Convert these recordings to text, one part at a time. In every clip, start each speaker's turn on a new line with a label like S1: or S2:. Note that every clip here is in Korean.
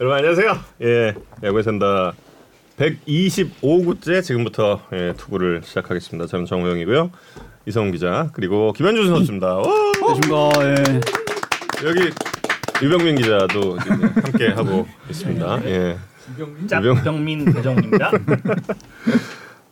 S1: 여러분 안녕하세요. 예, 야구의 산다 125구째 지금부터 예, 투구를 시작하겠습니다. 저는 정우영이고요. 이성훈 기자 그리고 김현준 선수입니다. 오!
S2: 안녕하십니까. 예.
S1: 여기 유병민 기자도 이제 함께 하고 있습니다.
S2: 네.
S1: 예. 유병-
S3: 짝병민 대정입니다.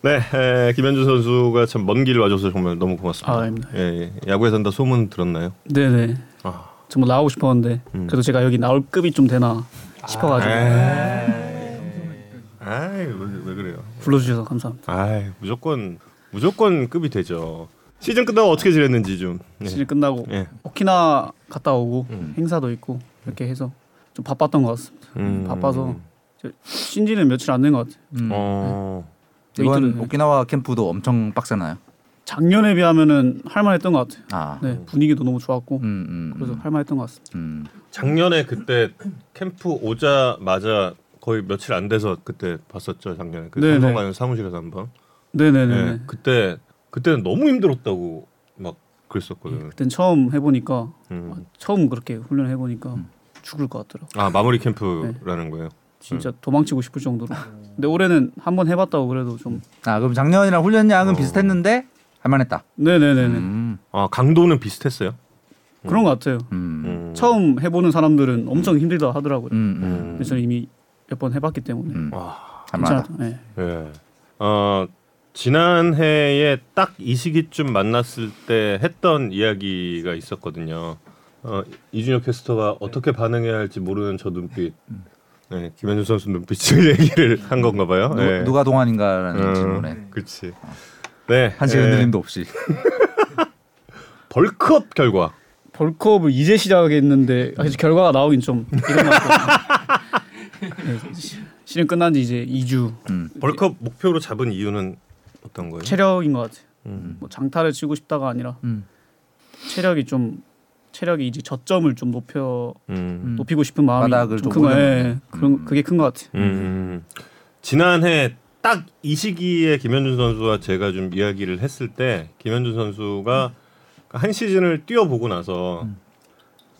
S1: 네, 에, 김현준 선수가 참 먼 길 와줘서 정말 너무 고맙습니다.
S2: 아, 아닙니다.
S1: 예, 예. 야구에 산다 소문 들었나요?
S2: 네네.
S1: 아,
S2: 정말 나오고 싶었는데 그래도 제가 여기 나올 급이 좀 되나 싶어가지고
S1: 아, 네. 아이 왜, 왜 그래요?
S2: 불러주셔서 감사합니다.
S1: 아이 무조건 무조건 급이 되죠. 시즌 끝나고 어떻게 지냈는지 좀. 예.
S2: 시즌 끝나고
S1: 예.
S2: 오키나 갔다 오고 행사도 있고 이렇게 해서 좀 바빴던 것 같습니다.
S1: 음.
S2: 바빠서 이제 쉰 지는 며칠 안 된 것 같아요.
S1: 어.
S2: 데이트는-
S4: 네,
S2: 네.
S4: 이번 오키나와 캠프도 엄청 빡세나요?
S2: 작년에 비하면은 할만했던 것 같아요.
S4: 아,
S2: 네 그렇죠. 분위기도 너무 좋았고
S4: 음, 음,
S2: 그래서
S4: 음,
S2: 할만했던 것 같습니다.
S4: 음.
S1: 작년에 그때 캠프 오자마자 거의 며칠 안 돼서 그때 봤었죠 작년에 그
S2: 네,
S1: 삼성
S2: 네.
S1: 가는 사무실에서 한번.
S2: 네네네.
S1: 네. 그때 그때는 너무 힘들었다고 막 그랬었거든요.
S2: 그땐 처음 해보니까
S1: 음.
S2: 처음 그렇게 훈련 해보니까 죽을 것 같더라고. 요
S1: 아 마무리
S2: 네.
S1: 캠프라는 거예요.
S2: 진짜
S4: 음.
S2: 도망치고 싶을 정도로. 근데 올해는 한번 해봤다고 그래도 좀
S4: 아 그럼 작년이랑 훈련량은 비슷했는데 할만했다.
S2: 네네네네
S4: 어. 음,
S1: 아 강도는 비슷했어요.
S2: 그런 것 같아요.
S4: 음, 음,
S1: 음.
S2: 처음 해보는 사람들은 엄청 힘들다 하더라고요.
S4: 음,
S1: 음.
S2: 근데 저는 이미 몇 번 해봤기 때문에
S4: 음.
S1: 와.
S4: 할만하다.
S2: 네.
S1: 예. 어 지난해에 딱 이 시기쯤 만났을 때 했던 이야기가 있었거든요. 어 이준혁 캐스터가 어떻게 반응해야 할지 모르는 저 눈빛. 네, 김현준 선수 눈빛을 얘기를 한 건가 봐요.
S4: 누,
S1: 예.
S4: 누가 동안인가라는
S1: 음,
S4: 질문에
S1: 그렇지. 네.
S4: 한시
S1: 예,
S4: 흔들림도 없이.
S1: 벌크업 결과.
S2: 벌크업을 이제 시작했는데
S4: 음.
S2: 아직 결과가 나오긴 좀 일어났고 네, 시즌 끝난 지 이제 2주
S4: 음.
S1: 벌크업 목표로 잡은 이유는 어떤 거예요?
S2: 체력인 것 같아요.
S1: 음.
S2: 뭐 장타를 치고 싶다가 아니라
S4: 음.
S2: 체력이 좀 체력이 이제 저점을 좀 높여
S1: 음.
S4: 음.
S2: 높이고 싶은 마음이
S4: 바닥을
S2: 좀
S4: 좀
S2: 큰, 거, 예,
S4: 올려놓는.
S2: 그런 그게 큰 것 같아요.
S1: 음. 지난해 딱 이 시기에 김현준 선수와 제가 좀 이야기를 했을 때 김현준 선수가 한 시즌을 뛰어보고 나서
S2: 음.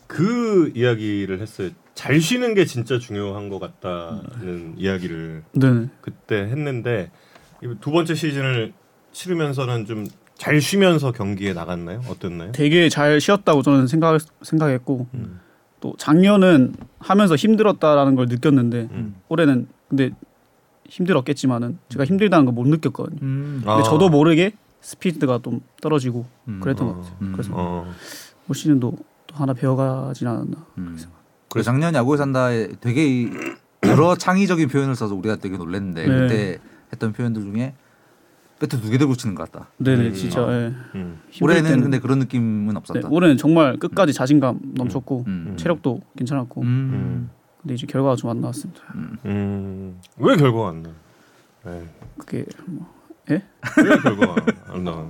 S1: 그 이야기를 했어요. 잘 쉬는 게 진짜 중요한 것 같다는 이야기를
S2: 네.
S1: 그때 했는데 이두 번째 시즌을 치르면서는 좀 잘 쉬면서 경기에 나갔나요? 어땠나요?
S2: 되게 잘 쉬었다고 저는 생각 생각했고 또 작년은 하면서 힘들었다라는 걸 느꼈는데
S1: 음.
S2: 올해는 근데 힘들었겠지만은 제가 힘들다는 걸 못 느꼈거든요.
S4: 음,
S1: 아.
S2: 근데 저도 모르게 스피드가 좀 떨어지고
S4: 음,
S2: 그랬던
S1: 어,
S2: 것 같아요.
S4: 음.
S2: 그래서
S1: 어.
S2: 올 시즌도 또 하나 배워가진 않았나.
S4: 음. 그 작년 야구에 산다에 되게 이- 여러 창의적인 표현을 써서 우리가 되게 놀랐는데
S2: 네.
S4: 그때 했던 표현들 중에 배트 두 개 들고 치는 것 같다.
S2: 네네
S1: 음.
S2: 진짜 예.
S1: 음.
S2: 힘들
S4: 올해는
S2: 때는-
S4: 근데 그런 느낌은
S2: 네,
S4: 없었다.
S2: 올해는 정말 끝까지 자신감 넘쳤고
S4: 음.
S2: 체력도 괜찮았고
S4: 음.
S2: 근데 이제 결과가 좀 안 나왔습니다.
S1: 음. 왜 결과가 안 나요? 네. 에이.
S2: 그게 뭐
S1: 왜 결과가 안 나와?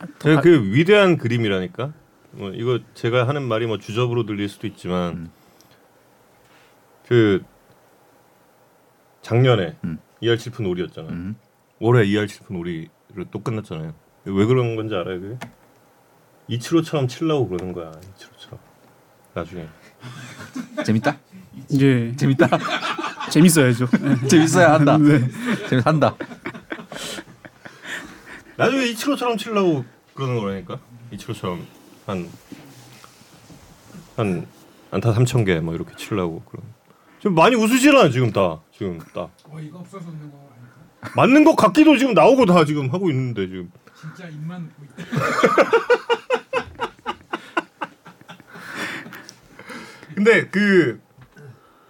S4: 아,
S1: 제가 그 위대한 그림이라니까. 뭐 이거 제가 하는 말이 뭐 주접으로 들릴 수도 있지만
S4: 음.
S1: 그 작년에
S4: 음.
S1: 2할 7푼 5리였잖아요.
S4: 음.
S1: 올해 2할 7푼 5리로 또 끝났잖아요. 왜 그런 건지 알아요, 그게? 이치로처럼 칠라고 그러는 거야. 이치로처럼. 나중에.
S4: 재밌다.
S2: 이제
S4: 재밌다.
S2: 재밌어야죠. 예.
S4: 재밌어야 한다. 재밌한다.
S1: 나중에 이치로처럼 칠라고 그러는 거라니까. 이치로처럼 한 한 안타 3천 개 뭐 이렇게 칠라고 그런. 지금 많이 웃으시라 지금 다 지금 다.
S5: 어 이거 없어서 그런 거 아닐까?
S1: 맞는 것 같기도 지금 나오고 다 지금 하고 있는데 지금.
S5: 진짜 입만 뭐 보이.
S1: 근데 그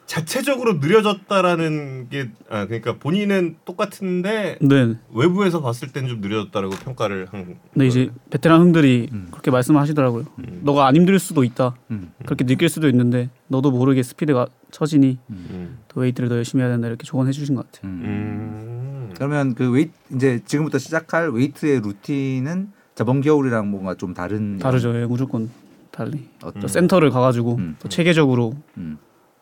S1: 자체적으로 느려졌다라는 게 아 그러니까 본인은 똑같은데
S2: 네.
S1: 외부에서 봤을 땐 좀 느려졌다라고 평가를 한.
S2: 근데 이제 베테랑 형들이 그렇게 말씀하시더라고요. 너가 안 힘들 수도 있다.
S4: 음.
S2: 그렇게 느낄 수도 있는데 너도 모르게 스피드가 처지니
S1: 음.
S2: 더 웨이트를 더 열심히 해야 된다 이렇게 조언해 주신 것 같아요.
S1: 음.
S4: 그러면 그 웨이트 이제 지금부터 시작할 웨이트의 루틴은 저번 겨울이랑 뭔가 좀 다른
S2: 다르죠. 예, 무조건 달리.
S4: 어떤
S2: 또 센터를 가가지고
S4: 음.
S2: 더 체계적으로
S4: 음.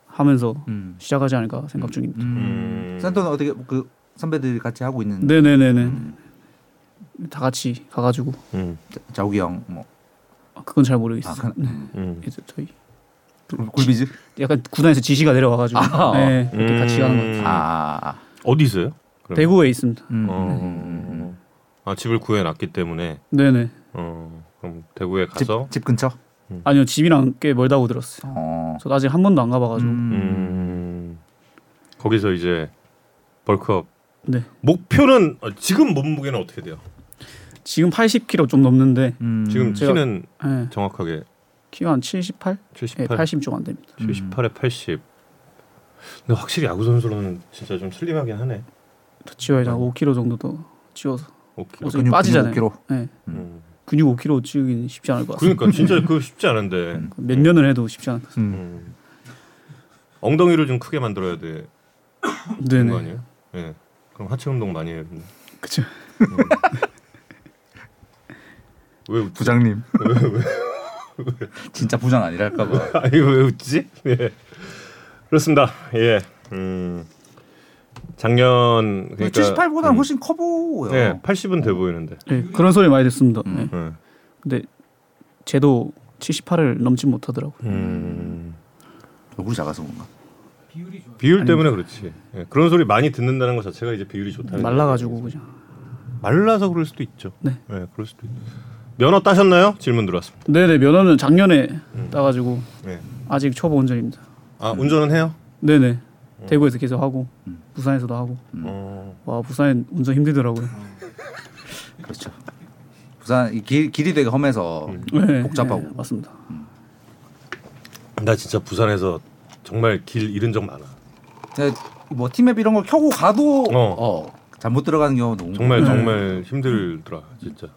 S2: 하면서
S4: 음.
S2: 시작하지 않을까 생각 중입니다.
S1: 음.
S4: 센터는 어떻게 그 선배들이 같이 하고 있는
S2: 네네네네. 다 같이 가가지고
S1: 음.
S4: 자- 자욱이 형 뭐.
S2: 아, 그건 잘 모르겠어요.
S4: 아, 그,
S2: 네.
S1: 음.
S2: 이제 저희
S4: 굴비즈.
S2: 약간 구단에서 지시가 내려와가지고
S4: 아.
S2: 네, 그렇게
S1: 음.
S2: 같이 가는 것 같아요.
S4: 아,
S1: 어디 있어요? 그러면?
S2: 대구에 있습니다.
S4: 음.
S1: 어, 아 집을 구해놨기 때문에
S2: 네네.
S1: 어, 그럼 대구에
S4: 집,
S1: 가서
S4: 집 근처.
S2: 아니요 집이랑 꽤 멀다고 들었어요.
S4: 어.
S2: 저 아직 한 번도 안 가봐가지고.
S1: 음. 거기서 이제 벌크업
S2: 네.
S1: 목표는 어, 지금 몸무게는 어떻게 돼요?
S2: 지금 80kg 좀 넘는데
S4: 음.
S1: 지금
S2: 제가-
S1: 키는
S2: 네,
S1: 정확하게
S2: 키가 한 78?
S1: 78,
S2: 네, 80 좀 안 됩니다.
S1: 78에 80. 근데 확실히 야구 선수로는 진짜 좀 슬림하긴 하네.
S2: 더 지워야지 한 5kg 정도 더 지워서
S1: 오케이.
S2: 옷이 빠지잖아요.
S4: 5kg.
S2: 네,
S1: 음.
S2: 근육 5kg 지우기는 쉽지 않을 것 같습니다. 음. 그
S1: 그러니까 진짜 그거 쉽지 않은데.
S2: 몇 년을 해도 쉽지 않을 것 같습니다.
S4: 음.
S1: 음. 엉덩이를 좀 크게 만들어야 되는 거
S2: 네네.
S1: 아니에요? 예. 그럼 하체 운동 많이 해요. 근데.
S2: 그쵸.
S1: 왜 그러니까 웃지?
S4: 부장님. 진짜 부장 아니랄까 봐.
S1: 아니 왜 웃지? 예. 그렇습니다. 예. 음. 작년 그러니까
S4: 78보다는
S1: 음.
S4: 네, 훨씬 커 보여요.
S1: 예, 80은 돼 보이는데.
S2: 네, 그런 소리 많이 듣습니다.
S4: 음.
S2: 네.
S1: 예.
S2: 근데 쟤도 78을 넘지 못하더라고요.
S1: 음.
S4: 얼굴이 작아서 그런가?
S5: 비율이 좋아.
S1: 비율 때문에 그렇지. 예, 그런 소리 많이 듣는다는 것 자체가 이제 비율이
S4: 음.
S1: 좋다는
S2: 말라가지고 그냥.
S1: 얘기죠. 말라서 그럴 수도 있죠.
S2: 네.
S1: 예, 그럴 수도 있죠. 면허 따셨나요? 질문 들어왔습니다.
S2: 네네 면허는 작년에 따가지고
S1: 예.
S2: 아직 초보 운전입니다.
S1: 아 운전은 해요?
S2: 네네
S1: 음.
S2: 대구에서 계속 하고
S4: 음.
S2: 부산에서도 하고
S1: 어.
S2: 와 부산엔 운전 힘들더라고요.
S4: 그렇죠. 부산 이 길, 길이 되게 험해서
S1: 음.
S2: 네,
S4: 복잡하고.
S2: 네, 맞습니다.
S1: 나 진짜 부산에서 정말 길 잃은 적 많아.
S4: 네, 뭐 팀앱 이런 걸 켜고 가도
S1: 어.
S4: 어. 잘못 들어가는 경우 너무
S1: 정말
S4: 음.
S1: 정말 힘들더라 진짜.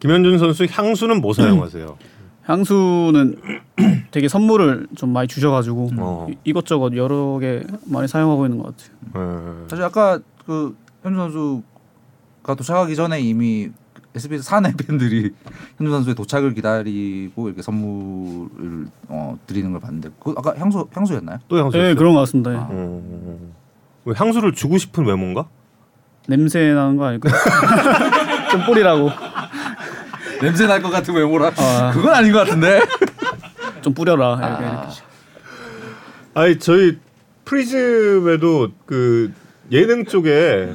S1: 김현준 선수 향수는 뭐 사용하세요?
S2: 향수는 되게 선물을 좀 많이 주셔가지고
S1: 어.
S2: 이, 이것저것 여러 개 많이 사용하고 있는 것 같아요.
S1: 예.
S4: 사실 아까 그 현준 선수가 도착하기 전에 이미 SBS 사내 팬들이 현준 선수의 도착을 기다리고 이렇게 선물을 어, 드리는 걸 봤는데 그 아까 향수 향수였나요?
S1: 또 향수.
S2: 네
S1: 있어요?
S2: 그런 것 같습니다. 예.
S4: 아.
S1: 음. 왜 향수를 주고 싶은 외모인가?
S2: 냄새 나는 거 아닐까? 좀 뿌리라고
S4: 냄새 날 것 같은 외모라
S2: 아.
S4: 그건 아닌 것 같은데
S2: 좀 뿌려라 이렇게,
S4: 아.
S2: 이렇게.
S1: 아니 저희 프리즘에도 그 예능 쪽에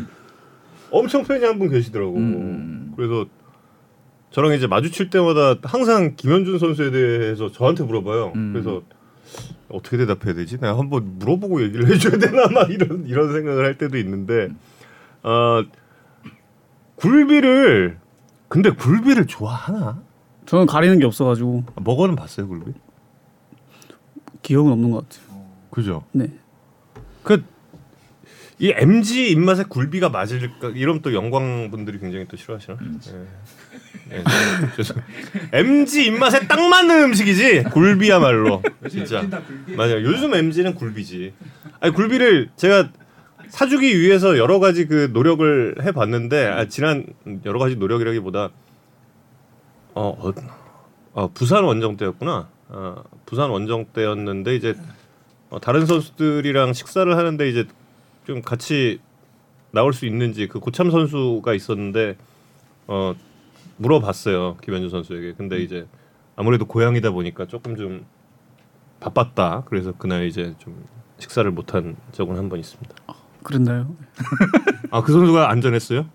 S1: 엄청 팬이 한 분 계시더라고.
S4: 음.
S1: 그래서 저랑 이제 마주칠 때마다 항상 김현준 선수에 대해서 저한테 물어봐요.
S4: 음.
S1: 그래서 어떻게 대답해야 되지? 내가 한번 물어보고 얘기를 해줘야 되나 막 이런 이런 생각을 할 때도 있는데 아 굴비를 근데 굴비를 좋아하나?
S2: 저는 가리는 게 없어가지고
S1: 먹어는 봤어요 굴비?
S2: 기억은 없는 것 같아요.
S1: 그죠?
S2: 네.
S1: 그이 MG 입맛에 굴비가 맞을까 이러면 또 영광 분들이 굉장히 또 싫어하시나? 예. 예, 죄송- MG 입맛에 딱 맞는 음식이지 굴비야말로 진짜
S5: 그-
S1: 맞아요. 요즘 MG는 굴비지. 아니 굴비를 제가 사주기 위해서 여러 가지 그 노력을 해봤는데 아, 지난 여러 가지 노력이라기보다 어, 어, 어, 부산 원정 때였구나. 어, 부산 원정 때였는데 이제 어, 다른 선수들이랑 식사를 하는데 이제 좀 같이 나올 수 있는지 그 고참 선수가 있었는데 어 물어봤어요 김현주 선수에게. 근데 이제 아무래도 고향이다 보니까 조금 좀 바빴다. 그래서 그날 이제 좀 식사를 못한 적은 한 번 있습니다.
S2: 그랬나요?
S1: 아 그 선수가 안전했어요?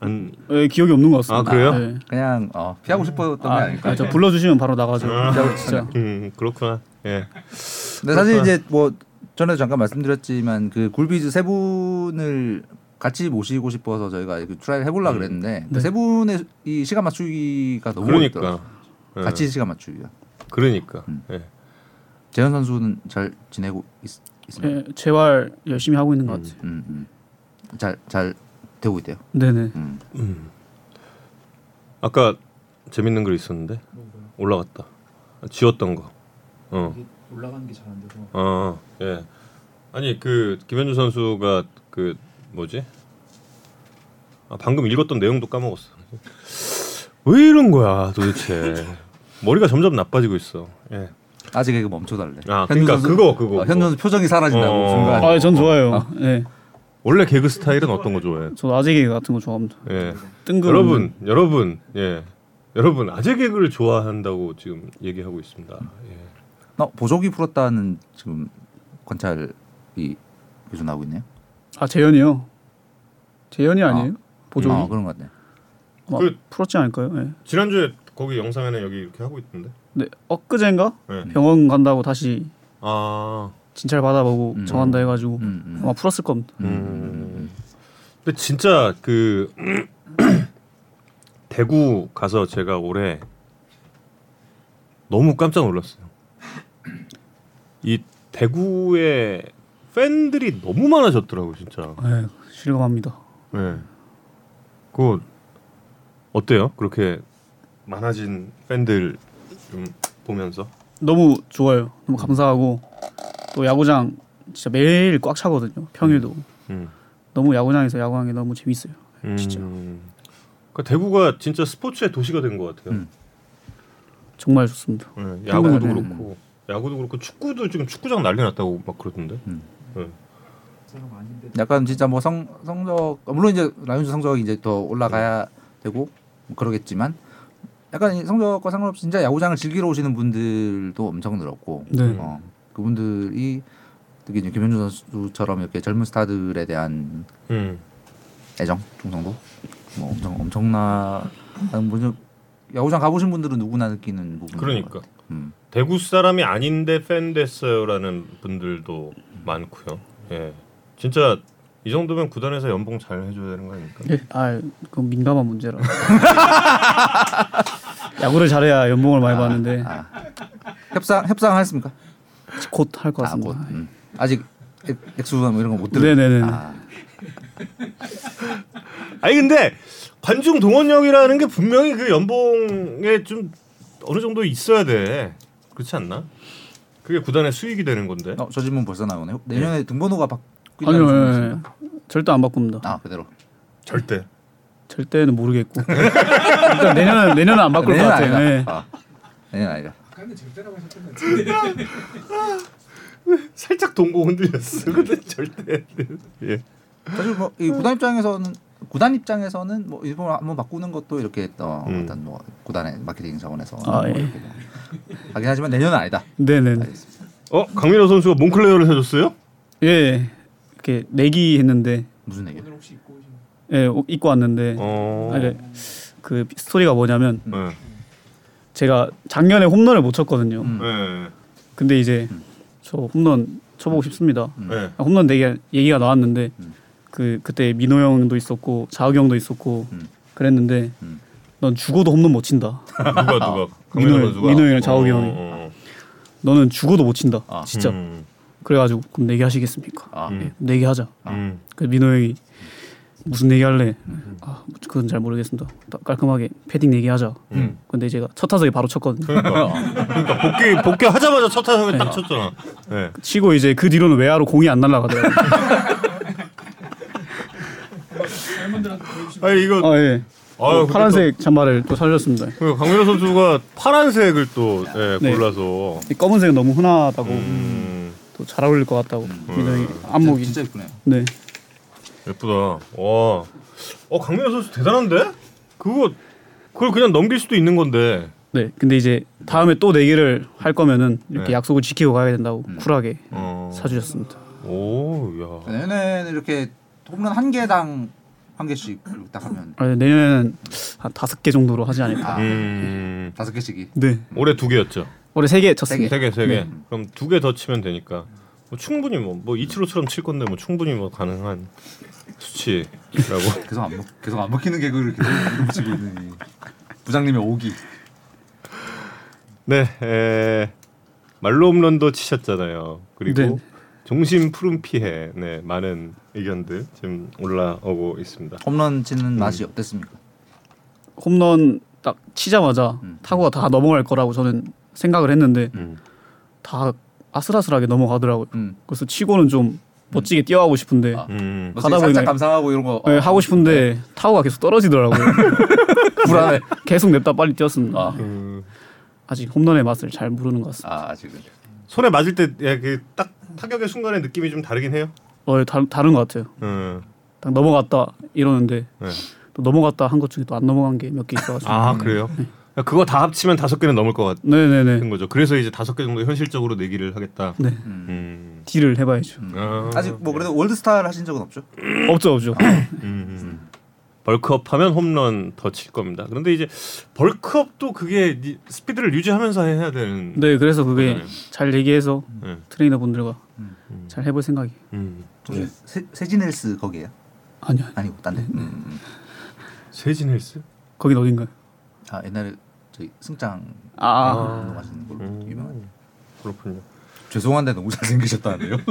S1: 안
S2: 네, 기억이 없는 것 같습니다.
S1: 아, 그래요?
S2: 네.
S4: 그냥 어, 피하고 싶었던 게
S2: 아,
S4: 아닐까.
S2: 아, 저 불러주시면 바로 나가죠. 진짜.
S1: 음, 그렇구나. 예.
S4: 근데 사실
S1: 그렇구나.
S4: 이제 뭐 전에도 잠깐 말씀드렸지만 그 굴비즈 세 분을 같이 모시고 싶어서 저희가 그 트라이를 해보려 고 그랬는데
S2: 네.
S4: 세 분의 이 시간 맞추기가 너무 어렵더라고요.
S1: 그러니까. 예.
S4: 같이 시간 맞추기가
S1: 그러니까.
S4: 음.
S1: 예.
S4: 재현 선수는 잘 지내고 있, 있습니다.
S2: 예, 재활 열심히 하고 있는 것 같아요.
S4: 음, 음. 잘, 잘 되고 있대요.
S2: 네네.
S4: 음.
S1: 아까 재밌는 글 있었는데 올라갔다. 지웠던 거. 어.
S3: 올라가는 게 잘 안 돼서
S1: 어, 예. 아니 그 김현주 선수가 그 뭐지? 아, 방금 읽었던 내용도 까먹었어. 왜 이런 거야 도대체? 머리가 점점 나빠지고 있어. 예.
S4: 아직 이거 멈춰달래.
S1: 아,
S4: 현준
S1: 그러니까 그거, 그거,
S4: 어, 현준
S1: 그거.
S4: 선수 표정이 사라진다고
S1: 어.
S4: 순간.
S2: 아, 전 좋아요. 예.
S1: 원래 개그 스타일은 어떤 거 좋아해?
S2: 저도 아재 개그 같은 거 좋아합니다.
S1: 예.
S2: 뜬금
S1: 여러분, 여러분, 예. 여러분 아재 개그를 좋아한다고 지금 얘기하고 있습니다. 예.
S4: 어, 보조기 풀었다는 지금 관찰이 계속 나오고 있네요.
S2: 아 재현이요. 재현이 아니에요? 보조기
S4: 아, 그런 것 같네.
S2: 아마
S1: 그-
S2: 풀었지 않을까요? 네.
S1: 지난주에 거기 영상에는 여기 이렇게 하고 있던데.
S2: 네 엊그젠가
S1: 네.
S2: 병원 간다고 다시
S1: 아.
S2: 진찰 받아보고
S4: 음.
S2: 정한다 해가지고
S4: 음, 음.
S2: 아마 풀었을 겁니다.
S1: 음. 근데 진짜 그 대구 가서 제가 올해 너무 깜짝 놀랐어요. 이 대구에 팬들이 너무 많아졌더라고 진짜.
S4: 음.
S2: 네, 실감합니다.
S1: 네. 그 어때요? 그렇게 많아진 팬들 좀 보면서
S2: 너무 좋아요. 너무 감사하고 또 야구장 진짜 매일 꽉 차거든요. 평일도
S1: 음.
S2: 너무 야구장에서 야구하는 게 너무 재밌어요. 진짜.
S1: 음. 그러니까 대구가 진짜 스포츠의 도시가 된 것 같아요.
S4: 음.
S2: 정말 좋습니다.
S1: 예, 야구도
S2: 행복하네.
S1: 그렇고 야구도 그렇고 축구도 지금 축구장 난리 났다고 막 그러던데. 예. 음.
S4: 약간 진짜 뭐 성 성적 물론 이제 라이온즈 성적이 이제 더 올라가야 되고 뭐 그러겠지만 약간 이 성적과 상관없이 진짜 야구장을 즐기러 오시는 분들도 엄청 늘었고
S2: 네.
S4: 어, 그분들이 특히 이제 김현준 선수처럼 이렇게 젊은 스타들에 대한
S1: 음.
S4: 애정 충성도 뭐 엄청 엄청나는 분들 야구장 가보신 분들은 누구나 느끼는 부분
S1: 그러니까
S4: 음.
S1: 대구 사람이 아닌데 팬 됐어요라는 분들도 많고요. 예, 진짜 이 정도면 구단에서 연봉 잘 해줘야 되는 거 아닙니까?
S4: 예.
S2: 네. 아, 그건 민감한 문제라. 야구를 잘해야 연봉을
S4: 아.
S2: 많이 받는데
S4: 협상 협상하셨습니까?
S2: 곧 할 것 같습니다.
S4: 아, 곧. 음. 아직 액- 액수나 뭐 이런 거 못 들어.
S2: 네네네.
S4: 아,
S1: 아니 근데 관중 동원력이라는 게 분명히 그 연봉에 좀 어느 정도 있어야 돼. 그렇지 않나? 그게 구단의 수익이 되는 건데.
S4: 어, 저 질문 벌써 나오네. 네, 내년에 등번호가 바뀌는
S2: 아니요, 예, 예. 절대 안 바꿉니다.
S4: 아 그대로.
S1: 절대.
S2: 절대는 모르겠고 일단 내년은 내년은 안 바꿀 것
S4: 내년
S2: 같아요. 예.
S4: 아니다. 아, 내년 아니다.
S5: 아까 근데 절대라고 하셨던 것 같은데.
S1: 살짝 동공 흔들렸어. 근데 절대. 예.
S4: 사실 뭐이 구단 입장에서는 구단 입장에서는 뭐 일본 한번 바꾸는 것도 이렇게 어,
S1: 음.
S4: 어떤 뭐 구단의 마케팅 차원에서
S2: 아,
S4: 뭐
S2: 예.
S4: 이렇게 뭐 하긴 하지만 내년은 아니다.
S2: 네네네.
S1: 어 강민호 선수가 몽클레어를 해줬어요?
S2: 예, 이렇게 내기 했는데
S4: 무슨 얘기?
S5: 오늘 혹시 입고 오신
S2: 예, 옷 입고 왔는데
S1: 어.
S2: 아, 네. 그 스토리가 뭐냐면
S1: 네.
S2: 제가 작년에 홈런을 못 쳤거든요.
S4: 음.
S1: 네.
S2: 근데 이제 저 홈런 쳐보고 싶습니다.
S1: 네.
S2: 아, 홈런 얘기 얘기가 나왔는데
S4: 음.
S2: 그 그때 민호 형도 있었고 자욱 형도 있었고
S4: 음.
S2: 그랬는데
S4: 음.
S2: 넌 죽어도 홈런 못 친다.
S1: 누가 누가 강민호
S2: 아, 민호,
S1: 선수가
S2: 민호 형이랑 자욱이
S1: 어,
S2: 형이.
S1: 어.
S2: 너는 죽어도 못 친다.
S4: 아,
S2: 진짜.
S1: 음. 그럼
S2: 그래가지고 그럼 네 내기하시겠습니까? 네
S4: 아,
S1: 음.
S2: 내기하자.
S1: 음.
S2: 그 민호 형이 무슨 네 얘기할래? 아 그건 잘 모르겠습니다. 딱 깔끔하게 패딩 네 얘기하자.
S1: 음.
S2: 근데 제가 첫 타석에 바로 쳤거든요.
S1: 그러니까. 그러니까 복귀 복귀 하자마자 첫 타석에 딱 쳤잖아. 네.
S2: 치고 이제 그 뒤로는 외야로 공이 안 날아가더라고요.
S5: 팬분들한테 보여주시면
S1: 아니 이거
S2: 아 예.
S1: 아유, 근데
S2: 파란색 잠바를 또 살렸습니다.
S1: 그 강민호 선수가 파란색을 또 예,
S2: 네.
S1: 골라서
S2: 이 검은색은 너무 흔하다고
S1: 음,
S2: 또 잘 어울릴 것 같다고 민호 형이 안목이
S4: 진짜 이쁘네요.
S2: 네.
S1: 예쁘다. 와, 어 강민호 선수 대단한데? 그거 그걸 그냥 넘길 수도 있는 건데.
S2: 네. 근데 이제 다음에 또 내기를 할 거면은 이렇게
S1: 네. 음.
S2: 약속을 지키고 가야 된다고 쿨하게
S1: 어.
S2: 사주셨습니다.
S1: 오,
S4: 음.
S1: 야.
S4: 내년에는 이렇게 홈런 한 개당 한 개씩 딱 하면
S2: 아, 내년에는 한 다섯 개 정도로 하지 않을까.
S4: 아,
S1: 음,
S4: 다섯 개씩이.
S2: 네.
S1: 올해 두 개였죠.
S2: 올해 세 개 쳤습니다.
S1: 세 개, 세 개.
S2: 네.
S1: 그럼 두 개 더 치면 되니까 뭐 충분히 뭐뭐 이치로처럼 칠 건데 뭐 충분히 뭐 가능한 수치라고.
S4: 계속 안 먹, 계속 안 먹히는 개그를 계속 붙이고 있는 이 부장님의 오기.
S1: 네, 에, 말로 홈런도 치셨잖아요. 그리고
S2: 네.
S1: 종심 푸른 피해, 네 많은 의견들 지금 올라오고 있습니다.
S4: 홈런 치는 맛이 어땠습니까?
S2: 홈런 딱 치자마자
S4: 음.
S2: 타구가 다 넘어갈 거라고 저는 생각을 했는데
S1: 음.
S2: 다 아슬아슬하게 넘어가더라고요.
S4: 음.
S2: 그래서 치고는 좀 멋지게 뛰어가고 싶은데
S4: 아.
S1: 음.
S4: 뭐
S2: 가다
S4: 살짝
S2: 보이네.
S4: 감상하고 이런 거 어,
S2: 네, 하고 싶은데 타구가 계속 떨어지더라고요.
S4: 불안해.
S2: 계속 냅다 빨리 뛰었습니다.
S4: 아.
S1: 음.
S2: 아직 홈런의 맛을 잘 모르는 것 같습니다.
S4: 아 지금
S1: 손에 맞을 때그딱 타격의 순간의 느낌이 좀 다르긴 해요.
S2: 어, 예, 다, 다른 것 같아요.
S1: 음.
S2: 딱 넘어갔다 이러는데
S1: 네.
S2: 또 넘어갔다 한 것 중에 또 안 넘어간 게 몇 개 있어가지고
S1: 아 그래요?
S2: 네.
S1: 그거 다 합치면 다섯 개는 넘을 것 같은
S2: 네네네.
S1: 거죠. 그래서 이제 다섯 개 정도 현실적으로 내기를 하겠다.
S2: 네.
S4: 음.
S1: 음. 음.
S2: 딜을 해봐야죠.
S1: 아,
S4: 아직 뭐 그래도 월드스타를 하신 적은 없죠?
S2: 없죠 없죠.
S1: 음. 벌크업 하면 홈런 더 칠 겁니다. 그런데 이제 벌크업도 그게 이- 스피드를 유지하면서 해야 되는.
S2: 네 그래서 그게 잘 얘기해서
S1: 네.
S2: 트레이너 분들과
S1: 음.
S2: 잘 해볼 생각이.
S1: 음.
S2: 네.
S4: 혹시 세, 세진헬스 거기에요?
S2: 아니요.
S4: 아니고 딴데. 음, 음.
S1: 세진 헬스?
S2: 거긴 어딘가요?
S4: 아 옛날에 저희 승장
S2: 아. 음.
S4: 운동하시는 걸로 유명한.
S1: 그렇군요.
S4: 죄송한데 너무 잘생기셨다는데요.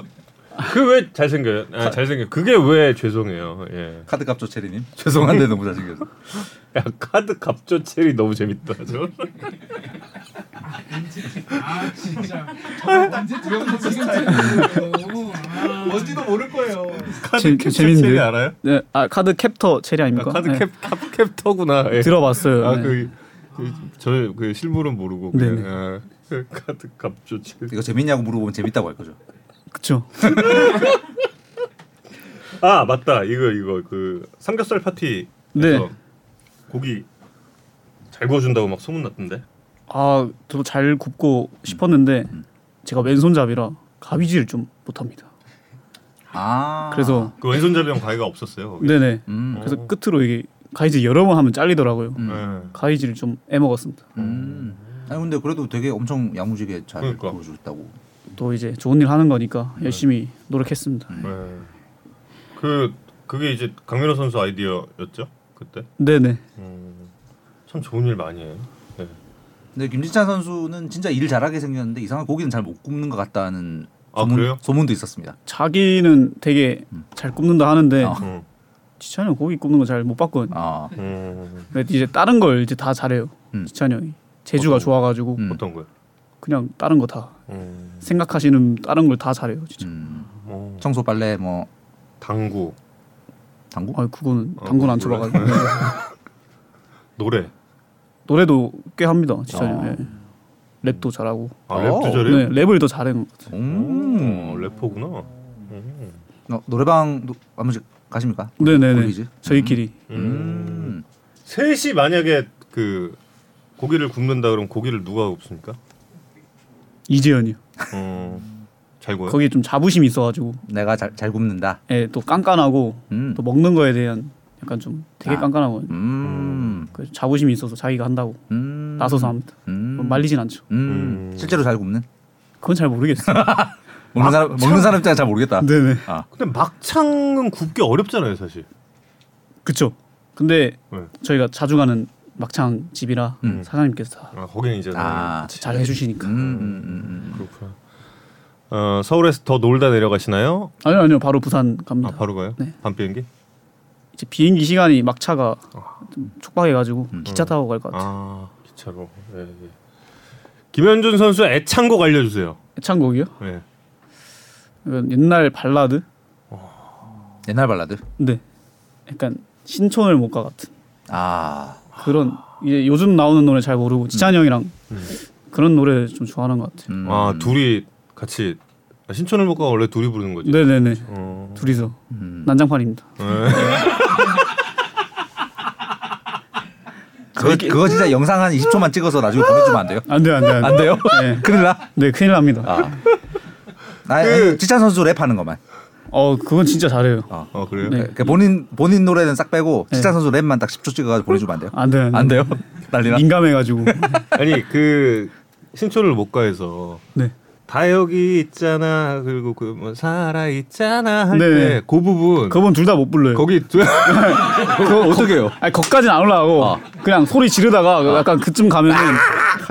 S1: 그 왜 잘생겨요? 아, 잘생겨. 그게 왜 죄송해요. 예.
S4: 카드 값죠 체리님. 죄송한데 너무 잘생겨서.
S1: 야 카드 갑조 체리 너무 재밌다. 저.
S5: 아 진짜 저거 언제 들어오는 지금 들어오는 거예요. 아. 뭔지도 모를 거예요.
S2: 재-
S1: 캡처
S2: 재밌는데요?
S1: 체리 알아요?
S2: 네, 아 카드 캡터 체리
S1: 아,
S2: 아닙니까?
S1: 카드
S2: 네.
S1: 캡, 캡 캡터구나. 예.
S2: 들어봤어요. 네.
S1: 아그저그 실물은 모르고 그냥
S2: 네네.
S1: 아, 그 카드 갑조 체리.
S4: 이거 재밌냐고 물어보면 재밌다고 할 거죠.
S2: 그쵸.
S1: 아 맞다 이거 이거 그 삼겹살 파티.
S2: 네.
S1: 그 고기 잘 구워준다고 막 소문났던데.
S2: 아 저도 잘 굽고
S1: 음.
S2: 싶었는데 제가 왼손잡이라 가위질 좀 못합니다.
S4: 아.
S2: 그래서
S1: 그 왼손잡이랑 과위가 없었어요. 거기.
S2: 네네.
S4: 음.
S2: 그래서 끝으로 이게 가위질 여러 번 하면 잘리더라고요.
S4: 음.
S1: 예.
S2: 가위질을 좀 애먹었습니다.
S4: 음. 아니 근데 그래도 되게 엄청 야무지게 잘
S1: 그러니까.
S4: 보여주셨다고.
S2: 또 이제 좋은 일 하는 거니까
S1: 음.
S2: 열심히 노력했습니다.
S1: 예. 그 그게 이제 강민호 선수 아이디어였죠 그때.
S2: 네네.
S1: 음, 참 좋은 일 많이 해요. 네.
S4: 근데 김진찬 선수는 진짜 일 잘하게 생겼는데 이상한 고기는 잘 못 굽는 것 같다는
S1: 아,
S4: 소문,
S1: 그래요?
S4: 소문도 있었습니다.
S2: 자기는 되게 잘 굽는다 하는데
S4: 음. 어.
S1: 음.
S2: 지찬이 형 고기 굽는 거 잘 못 봤거든요.
S4: 아.
S1: 음,
S2: 근데 이제 다른 걸 이제 다 잘해요.
S4: 음.
S2: 지찬이 형이 재주가
S1: 어떤 거?
S2: 좋아가지고
S4: 음.
S1: 어떤 거요?
S2: 그냥 다른 거 다
S1: 음,
S2: 생각하시는 다른 걸 다 잘해요. 진짜.
S4: 음.
S1: 어,
S4: 청소 빨래 뭐
S1: 당구,
S4: 당구?
S2: 아 그거는
S1: 어,
S2: 당근 안
S1: 몰라요.
S2: 쳐봐가지고
S1: 노래.
S2: 노래도 꽤 합니다. 지찬이 형.
S4: 아.
S2: 예. 랩도 잘하고.
S1: 아,
S4: 어.
S1: 랩 주절이?
S2: 네, 랩을 더 잘하는 것 같아요.
S1: 음,
S4: 음.
S1: 래퍼구나. 음.
S4: 어, 노래방 한 번씩 가십니까?
S2: 네네네.
S4: 보이지?
S2: 저희끼리.
S4: 음.
S1: 셋이 만약에 그 고기를 굽는다 그러면 고기를 누가 굽습니까?
S2: 이재현이요.
S1: 어, 잘 구워요.
S2: 거기에 좀 자부심이 있어가지고
S4: 내가 잘, 잘 굽는다.
S2: 예, 또 깐깐하고
S4: 음.
S2: 또 먹는 거에 대한 약간 좀 되게
S4: 아.
S2: 깐깐하고
S4: 음.
S2: 그 자부심이 있어서 자기가 한다고
S4: 음.
S2: 나서서 합니다.
S4: 음.
S2: 뭐 말리진 않죠.
S4: 음.
S1: 음.
S4: 실제로 잘 굽는?
S2: 그건 잘 모르겠어요.
S4: 먹는 사람 먹는 사람 입장에 잘 모르겠다.
S2: 네네.
S4: 아.
S1: 근데 막창은 굽기 어렵잖아요, 사실.
S2: 그쵸. 근데
S1: 네.
S2: 저희가 자주 가는 막창 집이라
S4: 음.
S2: 사장님께서 다
S1: 아, 거기는 이제
S4: 아.
S2: 잘 해주시니까.
S4: 음. 음. 음.
S1: 그렇구나. 어, 서울에서 더 놀다 내려가시나요?
S2: 아니요 아니요 바로 부산
S1: 아,
S2: 갑니다.
S1: 바로 가요?
S2: 네.
S1: 밤 비행기?
S2: 이제 비행기 시간이 막차가
S4: 아.
S2: 좀 촉박해가지고
S4: 음.
S2: 기차 타고 갈 것 같아요.
S1: 아 기차로. 예, 예. 김현준 선수 애창곡 알려주세요.
S2: 애창곡이요?
S1: 예.
S2: 이건 옛날 발라드?
S4: 음. 옛날 발라드.
S2: 네. 약간 신촌을 못 가 같은
S4: 아.
S2: 그런 이제 요즘 나오는 노래 잘 모르고 지찬이 형이랑 그런 노래 좀 좋아하는 것 같아요.
S4: 음.
S1: 아 둘이 같이 아, 신촌을 못 가고 원래 둘이 부르는 거지.
S2: 네네네.
S1: 어.
S2: 둘이서
S4: 음.
S2: 난장판입니다.
S4: 그거, 그거 진짜 영상 한 20초만 찍어서 나중에 보내주면 안 돼요?
S2: 안돼 안돼
S4: 안 돼요?
S2: 네.
S4: 큰일 나.
S2: 네 큰일 납니다.
S4: 아. 나
S2: 그
S4: 지찬 선수 랩하는 것만.
S2: 어 그건 진짜 잘해요.
S1: 어 그래요?
S2: 네.
S4: 그러니까 본인 본인 노래는 싹 빼고
S2: 네.
S4: 지찬 선수 랩만 딱 10초 찍어가지고 보내주면 안 돼요?
S2: 안돼 안돼.
S4: 안 돼요? 난리나.
S2: 민감해가지고.
S1: 아니 그 신촌을 못 가해서
S2: 네.
S1: 다 여기 있잖아 그리고 그뭐 살아 있잖아 할 때
S2: 네.
S1: 그 부분
S2: 그건 둘 다 못 불러요.
S1: 거기 두-
S4: 그거 어떻게 해요?
S2: 아니 거기까지는 안 올라가고
S4: 아.
S2: 그냥 소리 지르다가 약간 그쯤 가면은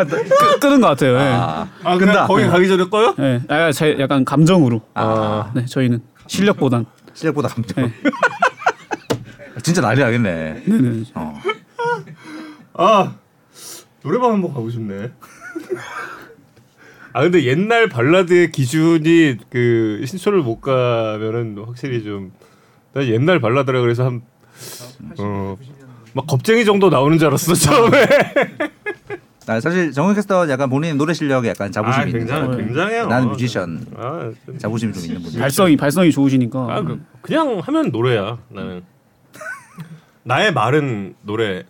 S2: 끄, 끄는 것 같아요. 예.
S4: 아,
S1: 아, 그냥
S4: 끈다.
S1: 거기 가기 전에 꺼요?
S2: 예, 약간, 제- 약간 감정으로.
S4: 아.
S2: 네, 저희는 실력보단.
S4: 실력보다 감정. 진짜 난리 나겠네.
S2: 네, 네.
S4: 어.
S1: 아 노래방 한번 가고 싶네. 아 근데 옛날 발라드의 기준이 그 신촌을 못 가면은 확실히 좀나 옛날 발라드라 그래서 한 막
S5: 80,
S1: 어.
S5: 90년대.
S1: 겁쟁이 정도 나오는 줄 알았어 처음에.
S4: 아, 사실 정우 캐스터 약간 본인 노래 실력에 약간 자부심이 있는.
S1: 아, 굉장해,
S4: 사람이에요.
S1: 굉장해요.
S4: 나는 뮤지션
S1: 아, 좀-
S4: 자부심이 좀 있는 분이에요.
S2: 발성이 발성이 좋으시니까.
S1: 아 그, 그냥 하면 노래야 나는. 나의 말은 노래.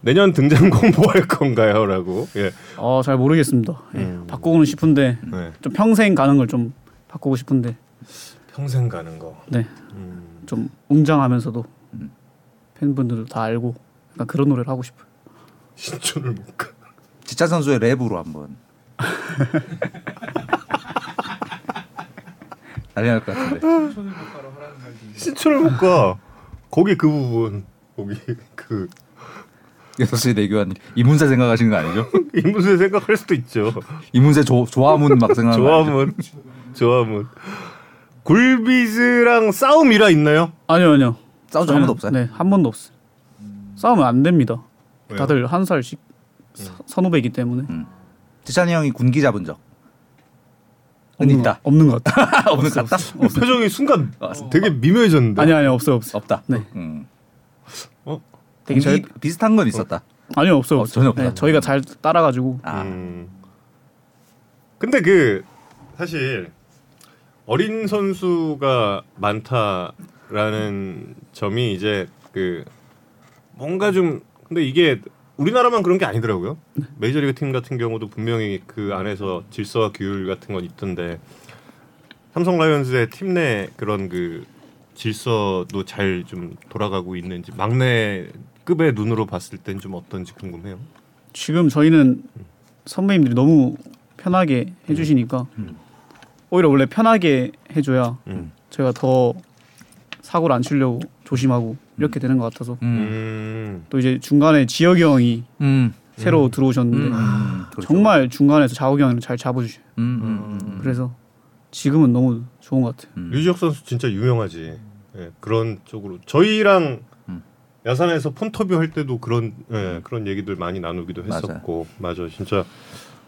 S1: 내년 등장 공보할 건가요?라고. 예.
S2: 어, 잘 모르겠습니다. 예,
S1: 음.
S2: 바꾸고는 싶은데
S1: 네.
S2: 좀 평생 가는 걸 좀 바꾸고 싶은데
S1: 평생 가는 거.
S2: 네.
S1: 음.
S2: 좀 웅장하면서도 팬분들도 다 알고 약간 그런 노래를 하고 싶어요.
S1: 신촌을 못 가.
S4: 지차 선수의 랩으로 한번 난리 날것 같은데
S5: 손을 못 바로 하라는 말이
S1: 신촌을 못 가. 거기 그 부분. 거기 그
S4: 6시 내교환 이문세 생각하시는 거 아니죠?
S1: 인문세 생각할 수도 있죠.
S4: 이문세 조, 조화문 막 생각하는 거 아니죠?
S1: 조합은 조합은 굴비즈랑 싸움이라 있나요?
S2: 아니요, 아니요.
S4: 싸운 적한 번도 없어요?
S2: 네, 한 번도 없어요. 싸우면 안 됩니다.
S1: 왜요? 음.
S2: 다들 한 살씩 사- 선후배이기 때문에
S4: 음. 지찬이 형이 군기 잡은 적
S2: 없는
S4: 있다.
S2: 거- 없는 것 같아.
S4: 없는 것 같다?
S1: 표정이 순간
S4: 어,
S1: 되게 미묘해졌는데.
S2: 아니 아니 없어요 없어요.
S4: 없다
S2: 네.
S4: 음.
S1: 어?
S2: 되게
S4: 군기
S2: 저희-
S4: 비슷한 건 있었다
S2: 아니요 없어요
S4: 어,
S2: 없어요.
S4: 전혀 없다.
S2: 네, 저희가 잘 따라가지고
S4: 아
S1: 음. 근데 그 사실 어린 선수가 많다라는 점이 이제 그 뭔가 좀 근데 이게 우리나라만 그런 게 아니더라고요. 메이저리그 팀 같은 경우도 분명히 그 안에서 질서와 규율 같은 건 있던데 삼성 라이온즈의 팀 내 그런 그 질서도 잘 좀 돌아가고 있는지 막내 급의 눈으로 봤을 땐 좀 어떤지 궁금해요.
S2: 지금 저희는 선배님들이 너무 편하게
S4: 음.
S2: 해주시니까 오히려 원래 편하게 해줘야
S1: 음.
S2: 저희가 더 사고를 안 치려고 조심하고 이렇게 되는 것 같아서
S4: 음.
S1: 음.
S2: 또 이제 중간에 지혁이 형이
S4: 음.
S2: 새로 들어오셨는데
S4: 음. 그렇죠.
S2: 정말 중간에서 자욱이 형이랑 잘 잡아주셔요.
S4: 음, 음, 음.
S2: 그래서 지금은 너무 좋은 것 같아요.
S1: 류지혁 선수 진짜 유명하지. 예, 그런 쪽으로 저희랑
S4: 음.
S1: 야산에서 폰터뷰 할 때도 그런 예, 그런 얘기들 많이 나누기도
S4: 맞아요.
S1: 했었고 맞아, 진짜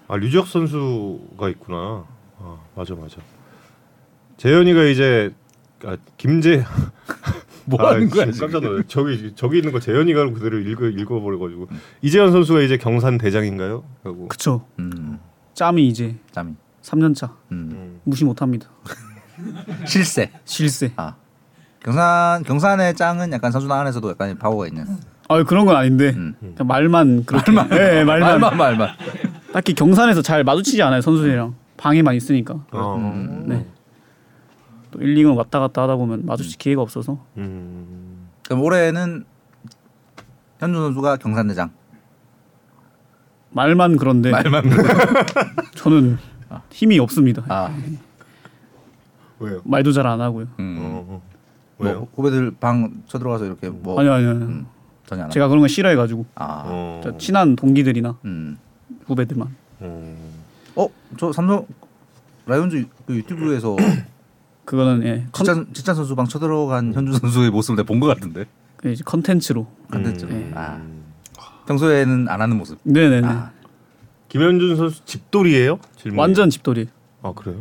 S1: 아 류지혁 선수가 있구나. 아, 맞아 맞아. 재현이가 이제 아, 김재
S4: 뭐
S1: 아,
S4: 하는 거야
S1: 진짜
S4: 지금?
S1: 깜짝 놀랐 저기 저기 있는 거 재현이가 그대로 읽어 읽어버려가지고 이재현 선수가 이제 경산 대장인가요? 하고
S2: 그쵸.
S4: 음.
S2: 짬이 이제
S4: 짬이
S2: 3년차
S4: 음.
S1: 음.
S2: 무시 못합니다.
S4: 실세
S2: 실세.
S4: 아 경산 경산의 짱은 약간 선수단 안에서도 약간 파워가 있는
S2: 아 그런 건 아닌데
S4: 음.
S2: 그냥 말만 그렇게 말만, 예, 말만.
S4: 말만 말만
S2: 딱히 경산에서 잘 마주치지 않아요 선수들이랑 방에만 있으니까
S1: 어.
S4: 음,
S2: 네. 또 1, 2군 왔다 갔다 하다 보면 마주칠 기회가 없어서
S1: 음.
S4: 그럼 올해는 현준 선수가 경산대장
S2: 말만 그런데
S4: 말만
S2: 저는 힘이 없습니다.
S4: 아
S1: 왜요?
S2: 말도 잘 안 하고요.
S4: 음.
S1: 어.
S4: 뭐
S1: 왜요?
S4: 후배들 방 쳐들어가서 이렇게 뭐
S2: 아니요 아니요. 아니요.
S4: 전혀 안 하나?
S2: 제가 그런 거 싫어해가지고
S4: 아
S1: 어.
S2: 저 친한 동기들이나
S4: 음.
S2: 후배들만
S1: 음.
S4: 어저 삼성 라이온즈 그 유튜브에서
S2: 음. 그거는 예, 컨,
S4: 지찬 지찬 선수 방 쳐들어간 현준 선수의 모습을 내가 본것 같은데
S2: 그 이제 컨텐츠로
S4: 컨텐츠로
S2: 음.
S4: 아 평소에는 안 하는 모습
S2: 네네네
S4: 아.
S1: 김현준 선수 집돌이에요? 질문.
S2: 완전 집돌이
S1: 아 그래요?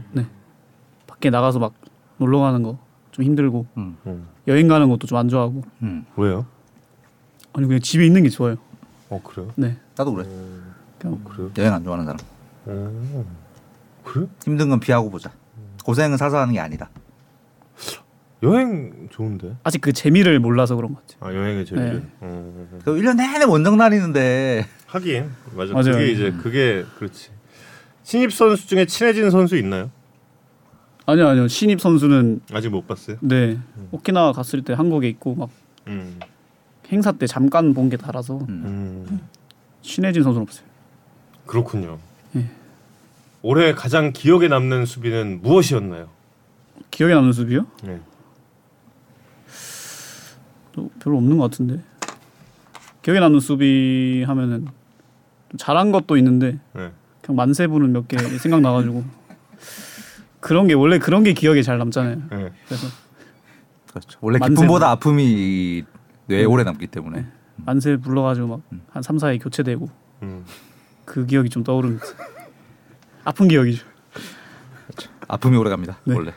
S2: 밖에 나가서 막 놀러 가는 거 좀 힘들고
S4: 음.
S1: 음.
S2: 여행 가는 것도 좀 안 좋아하고
S4: 음.
S1: 왜요?
S2: 아니 그냥 집에 있는 게 좋아요.
S1: 어 그래요?
S2: 네
S4: 나도 그래
S2: 그냥
S1: 그래요?
S4: 여행 안 좋아하는 사람
S1: 음. 그래?
S4: 힘든 건 피하고 보자
S2: 음.
S4: 고생은 사서 하는 게 아니다
S1: 여행 좋은데?
S2: 아직 그 재미를 몰라서 그런 것 같아요.
S1: 아 여행의 재미를.
S2: 네.
S1: 음.
S4: 그 1년 내내 원정 다니는데
S1: 하긴 맞아.
S2: 맞아요.
S1: 그게 이제 그게 그렇지. 신입 선수 중에 친해진 선수 있나요?
S2: 아니요 아니요 신입 선수는
S1: 아직 못 봤어요.
S2: 네 오키나와 갔을 때 한국에 있고 막
S1: 음.
S2: 행사 때 잠깐 본 게 달아서
S1: 음.
S2: 친해진 선수는 없어요.
S1: 그렇군요.
S2: 예.
S1: 올해 가장 기억에 남는 수비는 무엇이었나요?
S2: 기억에 남는 수비요?
S1: 네.
S2: 또 별로 없는 것 같은데 기억에 남는 수비 하면은 좀 잘한 것도 있는데
S1: 네.
S2: 그냥 만세부는 몇 개 생각 나가지고 그런 게 원래 그런 게 기억에 잘 남잖아요.
S1: 네.
S2: 그래서
S4: 그렇죠. 원래
S2: 만세. 뭐. 음.
S4: 기쁨보다 아픔이 뇌에 오래 남기 때문에
S2: 만세 불러가지고 막 한 3, 4회 교체되고
S1: 음.
S2: 그 기억이 좀 떠오릅니다. 아픈 기억이죠.
S4: 아픔이 오래 갑니다.
S2: 네. 그
S4: 원래.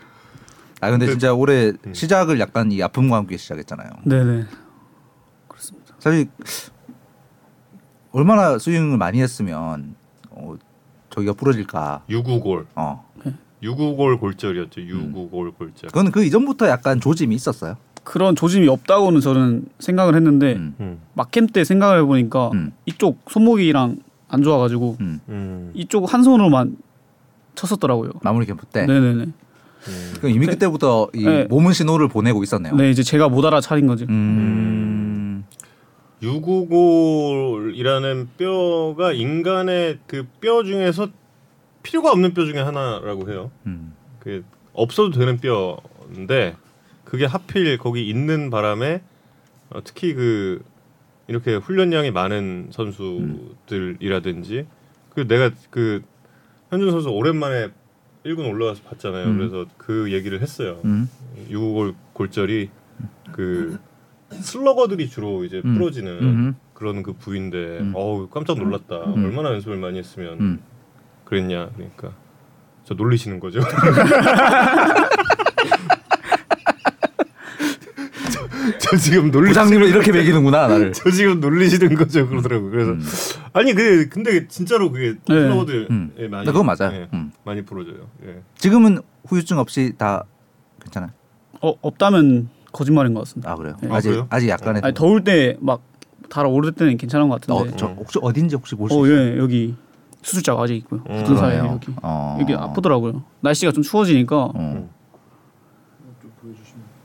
S4: 아 근데 진짜 올해 시작을 약간 이 아픔과 함께 시작했잖아요.
S2: 네네.
S4: 사실 얼마나 스윙을 많이 했으면 어, 저기가 부러질까.
S1: 유구골.
S4: 어.
S1: 유구골 골절이었죠. 유구골 골절.
S2: 네.
S4: 그건 그 이전부터 약간 조짐이 있었어요.
S2: 그런 조짐이 없다고는 저는 생각을 했는데
S4: 음.
S1: 음.
S2: 막캠 때 생각을 해보니까
S4: 음.
S2: 이쪽 손목이랑 안 좋아가지고
S4: 음.
S1: 음.
S2: 이쪽 한 손으로만 쳤었더라고요.
S4: 마무리 캠프 때.
S2: 네네네.
S4: 그럼 이미 그때부터 이
S2: 네.
S4: 몸은 신호를 보내고 있었네요.
S2: 네 이제 제가 못 알아차린 거지.
S4: 음.
S1: 6구골이라는 뼈가 인간의 그 뼈 중에서 필요가 없는 뼈 중에 하나라고 해요.
S4: 음.
S1: 그 없어도 되는 뼈인데 그게 하필 거기 있는 바람에 어, 특히 그 이렇게 훈련량이 많은 선수들이라든지 그 내가 그 현준 선수 오랜만에 1군 올라와서 봤잖아요.
S4: 음.
S1: 그래서 그 얘기를 했어요.
S4: 음.
S1: 유골 골절이 그 슬러거들이 주로 이제
S4: 음.
S1: 풀어지는
S4: 음.
S1: 그런 그 부위인데
S4: 음.
S1: 어우 깜짝 놀랐다.
S4: 음.
S1: 얼마나 연습을 많이 했으면
S4: 음.
S1: 그랬냐 그러니까 저 놀리시는 거죠. 저, 저 지금 놀리
S4: 부장님을 이렇게 매기는구나 나를.
S1: 저 지금 놀리시는 거죠 그러더라고. 요 그래서
S4: 음.
S1: 아니 그 근데 진짜로 그게
S2: 네.
S1: 슬러거들
S4: 음.
S1: 예, 많이
S4: 그건 맞아요.
S1: 예,
S4: 음.
S1: 많이 풀어져요. 예.
S4: 지금은 후유증 없이 다 괜찮아요.
S2: 어 없다면 거짓말인 것 같습니다.
S4: 아 그래요.
S2: 네.
S1: 아,
S4: 아직
S1: 그래요?
S4: 아직 약간의
S2: 아니 네. 더울 때 막 달아오를 때는 괜찮은 것
S4: 어,
S2: 같은데.
S4: 저 혹시 어딘지 혹시 볼 수
S2: 어,
S4: 있어요?
S2: 예, 여기 수술자가 아직 있고요.
S1: 음.
S2: 같은 사이에
S4: 그러네요.
S2: 여기.
S4: 어.
S2: 여기 아프더라고요. 날씨가 좀 추워지니까.
S4: 어.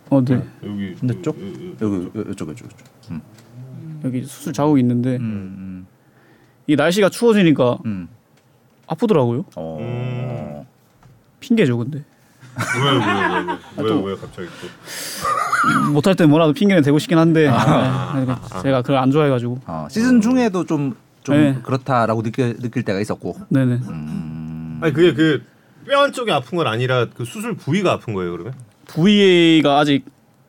S2: 어, 네.
S1: 여기 그
S4: 근데 쪽?
S1: 요- 요- 요-
S4: 여기 요- 이쪽 이쪽 이쪽. 음.
S2: 여기 수술 자국이 있는데
S4: 음.
S2: 이 날씨가 추워지니까
S4: 음. 음.
S2: 아프더라고요.
S4: 어.
S1: 음.
S2: 핑계죠, 근데.
S4: 아,
S1: 왜왜왜왜왜
S2: 또-
S1: 왜, 왜 갑자기 또
S2: 못할 때 뭐라도 핑계는 대고 싶긴 한데 아, 아, 제가 그걸 안 좋아해 가지고.
S4: 어.
S1: 음.
S4: 시즌 중에도 좀 좀
S2: 네.
S4: 그렇다라고 느낄 느낄 때가 있었고.
S2: 네, 네.
S4: 음.
S1: 아니 그게 그 뼈 한쪽이 아픈 건 아니라 그 수술 부위가 아픈 거예요 그러면?
S2: VA가 아직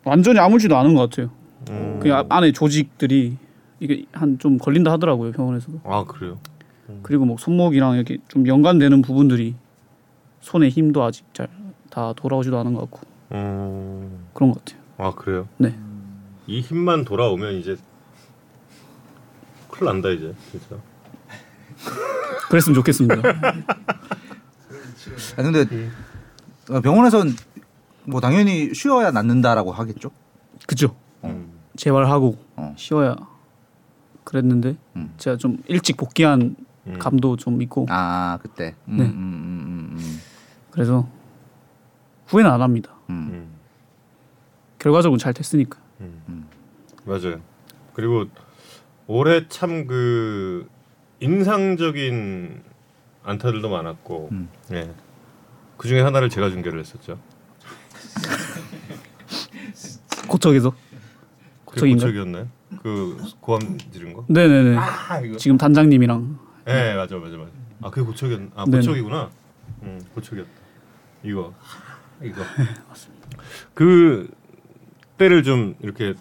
S2: 완전히 아물지도 않은 것 같아요.
S1: 음.
S2: 그냥 앞- 안에 조직들이 이게 한 좀 걸린다 하더라고요, 병원에서도.
S1: 아 그래요?
S2: 그리고 뭐 손목이랑 이렇게 좀 연관되는 부분들이 손의 힘도 아직 잘 다 돌아오지도 않은 것 같고
S1: 음.
S2: 그런 것 같아요.
S1: 아 그래요?
S2: 네.
S1: 이 힘만 돌아오면 이제 큰일 난다 이제 진짜.
S2: 그랬으면 좋겠습니다.
S4: 아 근데
S1: 예.
S4: 어, 병원에선 뭐 당연히 쉬어야 낫는다라고 하겠죠.
S2: 그죠?
S1: 음.
S2: 재활하고
S4: 어.
S2: 쉬어야 그랬는데
S4: 음.
S2: 제가 좀 일찍 복귀한
S1: 음.
S2: 감도 좀 있고
S4: 아 그때. 음,
S2: 네.
S4: 음, 음, 음,
S2: 그래서 후회는 안 합니다.
S4: 음, 음.
S1: 음.
S2: 결과적으로 잘 됐으니까.
S1: 음.
S4: 음.
S1: 맞아요. 그리고 올해 참 그 인상적인 안타들도 많았고,
S4: 음.
S1: 예. 그 중에 하나를 제가 중계를 했었죠.
S2: 고척에서
S1: 그게
S2: 고척인가?
S1: 고척이었나요? 그 고함 지른 거?
S2: 네네네.
S1: 아 이거.
S2: 지금 단장님이랑
S1: 예, 맞아, 맞아, 맞아. 아, 그게 고척이었. 아,
S2: 네네.
S1: 고척이구나. 음, 고척이었다. 이거, 이거. 그 때를 좀 이렇게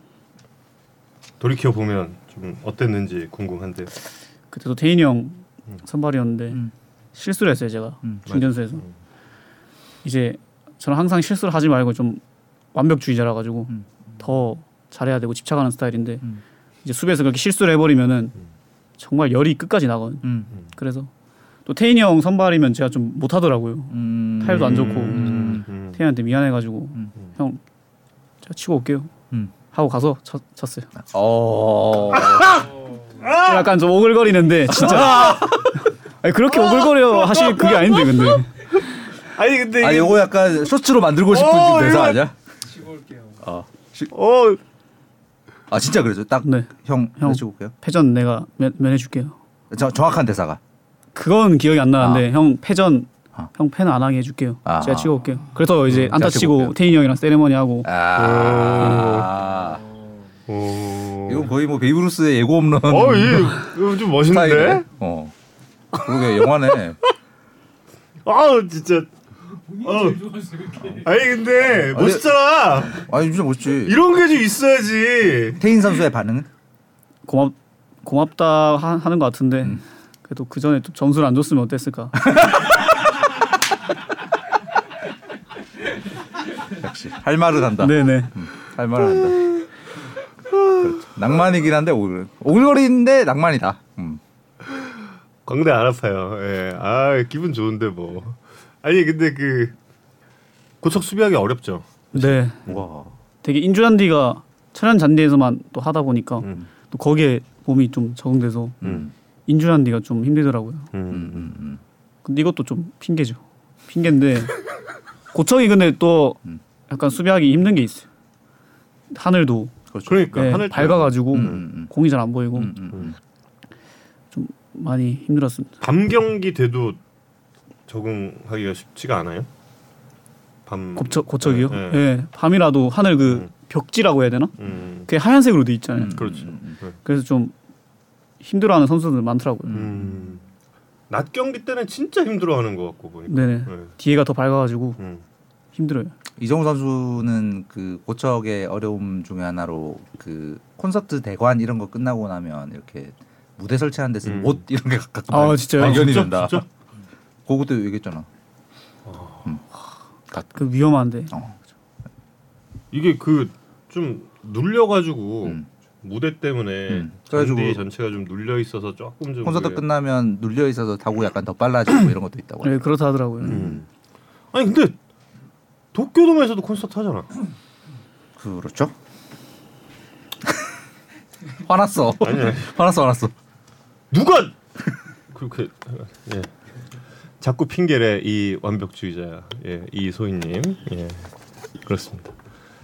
S1: 돌이켜 보면 좀 어땠는지 궁금한데.
S2: 그때도 태인이 형 선발이었는데
S4: 음.
S2: 실수를 했어요 제가
S4: 음,
S2: 중전수에서
S1: 맞아. 음.
S2: 이제 저는 항상 실수를 하지 말고 좀 완벽주의자라 가지고
S4: 음.
S2: 더 잘해야 되고 집착하는 스타일인데
S4: 음.
S2: 이제 수비에서 그렇게 실수를 해버리면은 정말 열이 끝까지 나거든. 요
S4: 음,
S2: 그래서 또 태인이 형 선발이면 제가 좀 못하더라고요.
S4: 음.
S2: 타율도 안 좋고
S1: 음, 음.
S2: 태인한테 미안해가지고
S4: 음.
S2: 형 제가 치고 올게요.
S4: 음.
S2: 하고 가서 쳤, 쳤어요.
S4: 어.
S2: 약간 좀 오글거리는데 진짜
S4: 아.
S2: 아니, 그렇게 오글거려 하실 그게 아닌데 근데
S1: 아니 근데
S4: 아
S1: 이게
S4: 요거 약간 쇼츠로 만들고 싶은
S1: 어,
S4: 대사
S1: 이거-
S4: 아니야?
S5: 치고 올게요.
S4: 어.
S1: 어
S4: 아 진짜 그래죠.
S2: 네
S4: 딱형
S2: 형.
S4: 해주고 올게요.
S2: 패전 내가 면, 면해줄게요.
S4: 저, 정확한 대사가.
S2: 그건 기억이 안 나는데 형 패전
S4: 아.
S2: 형 패는 안 하게 해줄게요.
S4: 아.
S2: 제가 치고 올게요. 그래서 이제
S4: 음,
S2: 안타
S4: 제가 치고 올게요.
S2: 치고 태인 형이랑 세레머니 하고
S4: 아.
S1: 오.
S4: 이건 거의 뭐 베이브루스의 예고 없는
S1: 어, 이- 이거 좀 멋있는데.
S4: 스타일이네. 어. 그러게 영화네.
S1: 아우 진짜.
S5: 본인이
S1: 어.
S5: 제일 좋아서 이렇게.
S1: 아니 네. 근데 멋있잖아.
S4: 아니 진짜 멋지.
S1: 이런 게 좀 있어야지.
S4: 태인 선수의 반응은?
S2: 고맙 고맙다 하, 는것 같은데
S4: 음.
S2: 그래도 그 전에 또 점수를 안 줬으면 어땠을까.
S4: 역시 할 말을 한다.
S2: 네네.
S4: 할 말을 한다. 그렇죠. 낭만이긴 한데 오글 오글거리는데 낭만이다. 음.
S1: 광대 안 아파요. 예. 아 기분 좋은데 뭐. 아니 근데 그 고척 수비하기 어렵죠.
S2: 네.
S4: 와.
S2: 되게 인조잔디가 천연 잔디에서만 또 하다 보니까
S1: 음.
S2: 또 거기에 몸이 좀 적응돼서
S1: 음.
S2: 인조잔디가 좀 힘들더라고요.
S1: 음.
S4: 음, 음.
S2: 근데 이것도 좀 핑계죠. 핑계인데 고척이 근데 또
S4: 음.
S2: 약간 수비하기 힘든 게 있어요. 하늘도
S4: 그렇죠.
S1: 그러니까
S2: 네,
S1: 하늘
S2: 밝아가지고
S4: 음, 음,
S2: 공이 잘 안 보이고
S4: 음, 음, 음, 음.
S2: 많이 힘들었습니다.
S1: 밤 경기 돼도 적응하기가 쉽지가 않아요. 밤
S2: 고척, 고척이요?
S1: 네,
S2: 예.
S1: 네.
S2: 밤이라도 하늘 그
S1: 음.
S2: 벽지라고 해야 되나?
S1: 음.
S2: 그게 하얀색으로 돼 있잖아요.
S4: 음,
S1: 그렇죠.
S4: 음, 음.
S2: 그래서 좀 힘들어하는 선수들 많더라고요.
S1: 음. 낮 경기 때는 진짜 힘들어하는 것 같고 보니까.
S2: 네네.
S1: 네.
S2: 뒤에가 더 밝아가지고
S1: 음.
S2: 힘들어요.
S4: 이정우 선수는 그 고척의 어려움 중에 하나로 그 콘서트 대관 이런 거 끝나고 나면 이렇게 무대 설치하는 데서
S1: 음.
S4: 못 이런 게 가끔
S2: 아,
S4: 발-
S2: 진짜요?
S4: 발견이
S1: 진짜?
S4: 된다.
S1: 진짜?
S4: 그것도 얘기했잖아. 어.
S2: 그 위험한데.
S4: 어.
S1: 이게 그 좀 눌려가지고
S4: 음.
S1: 무대 때문에
S4: 음.
S1: 잔디
S4: 그래가지고
S1: 전체가 좀 눌려 있어서 조금 좀
S4: 콘서트
S1: 그게-
S4: 끝나면 눌려 있어서 타고 약간 더 빨라지고 이런 것도 있다고.
S2: 네, 그렇다 하더라고요.
S1: 음. 아니 근데 도쿄돔에서도 콘서트 하잖아.
S4: 그렇죠? 화났어.
S1: 아니, 아니
S4: 화났어, 화났어.
S1: 누가 그렇게 예. 자꾸 핑계래 이 완벽주의자 예, 이 소희님 예. 그렇습니다.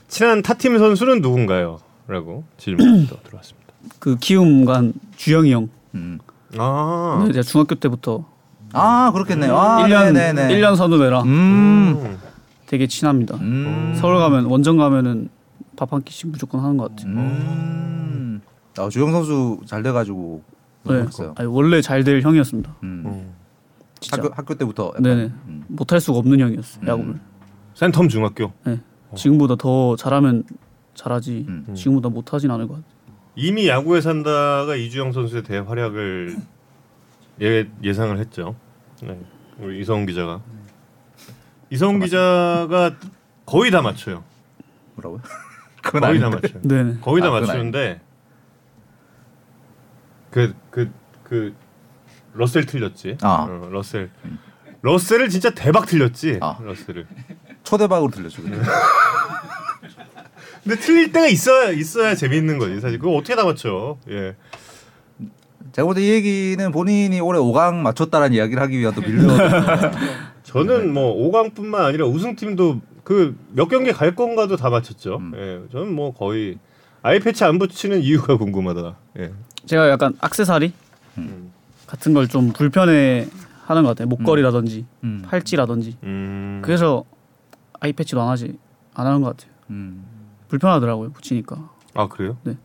S1: 친한 타팀 선수는 누군가요? 라고 질문이 또 들어왔습니다.
S2: 그 키움간 주영이 형. 네,
S4: 음.
S1: 아,
S2: 제가 중학교 때부터
S4: 아, 그렇겠네요. 아,
S2: 1년
S4: 네네네.
S2: 1년 선후배랑
S4: 음.
S1: 음.
S2: 되게 친합니다.
S4: 음.
S2: 서울 가면 원정 가면은 밥 한 끼씩 무조건 하는 것 같아요. 네.
S4: 음. 아, 주영 선수 잘 돼가지고
S2: 네.
S4: 있어요.
S2: 아니, 원래 잘 될 형이었습니다.
S4: 음.
S1: 음.
S2: 진짜
S4: 그렇죠. 학교 학교 때부터. 약간.
S2: 네네.
S4: 음.
S2: 못할 수가 없는 형이었어요. 야구를.
S1: 센텀 중학교
S2: 지금보다 더 잘하면 잘하지.
S4: 음.
S2: 지금보다 못하진 않을 것 같아요.
S1: 이미 야구에 산다가 이주영 선수의 대활약을 예, 예상을 했죠. 네. 우리 이성훈 기자가 이성훈 기자가 거의 다 맞춰요.
S4: 뭐라고요? 그건
S1: 거의
S4: 아니.
S1: 다 맞춰요.
S2: 네네.
S1: 거의 다
S4: 아, 그건
S1: 맞추는데 그 그 그 러셀 틀렸지.
S4: 아.
S1: 어, 러셀 러셀을 진짜 대박 틀렸지.
S4: 아.
S1: 러셀을.
S4: 초대박으로 들렸죠. 그냥.
S1: 근데 틀릴 때가 있어야 있어야 재미있는 거지 사실. 그거 어떻게 다 맞춰? 예.
S4: 제가 볼 때 이 얘기는 본인이 올해 5강 맞췄다라는 이야기를 하기 위한 또 빌드업. 음.
S1: 저는 뭐 5강뿐만 아니라 우승팀도 그 몇 경기 갈 건가도 다 맞췄죠.
S4: 음.
S1: 예. 저는 뭐 거의 아이 패치 안 붙이는 이유가 궁금하다. 예.
S2: 제가 약간 악세사리
S1: 음.
S2: 같은 걸 좀 불편해 하는 것 같아요. 목걸이라든지
S4: 음.
S2: 팔찌라든지.
S1: 음.
S2: 그래서 아이 패치도 안 하지 안 하는 것 같아요.
S4: 음.
S2: 불편하더라고요 붙이니까.
S1: 아 그래요?
S2: 네.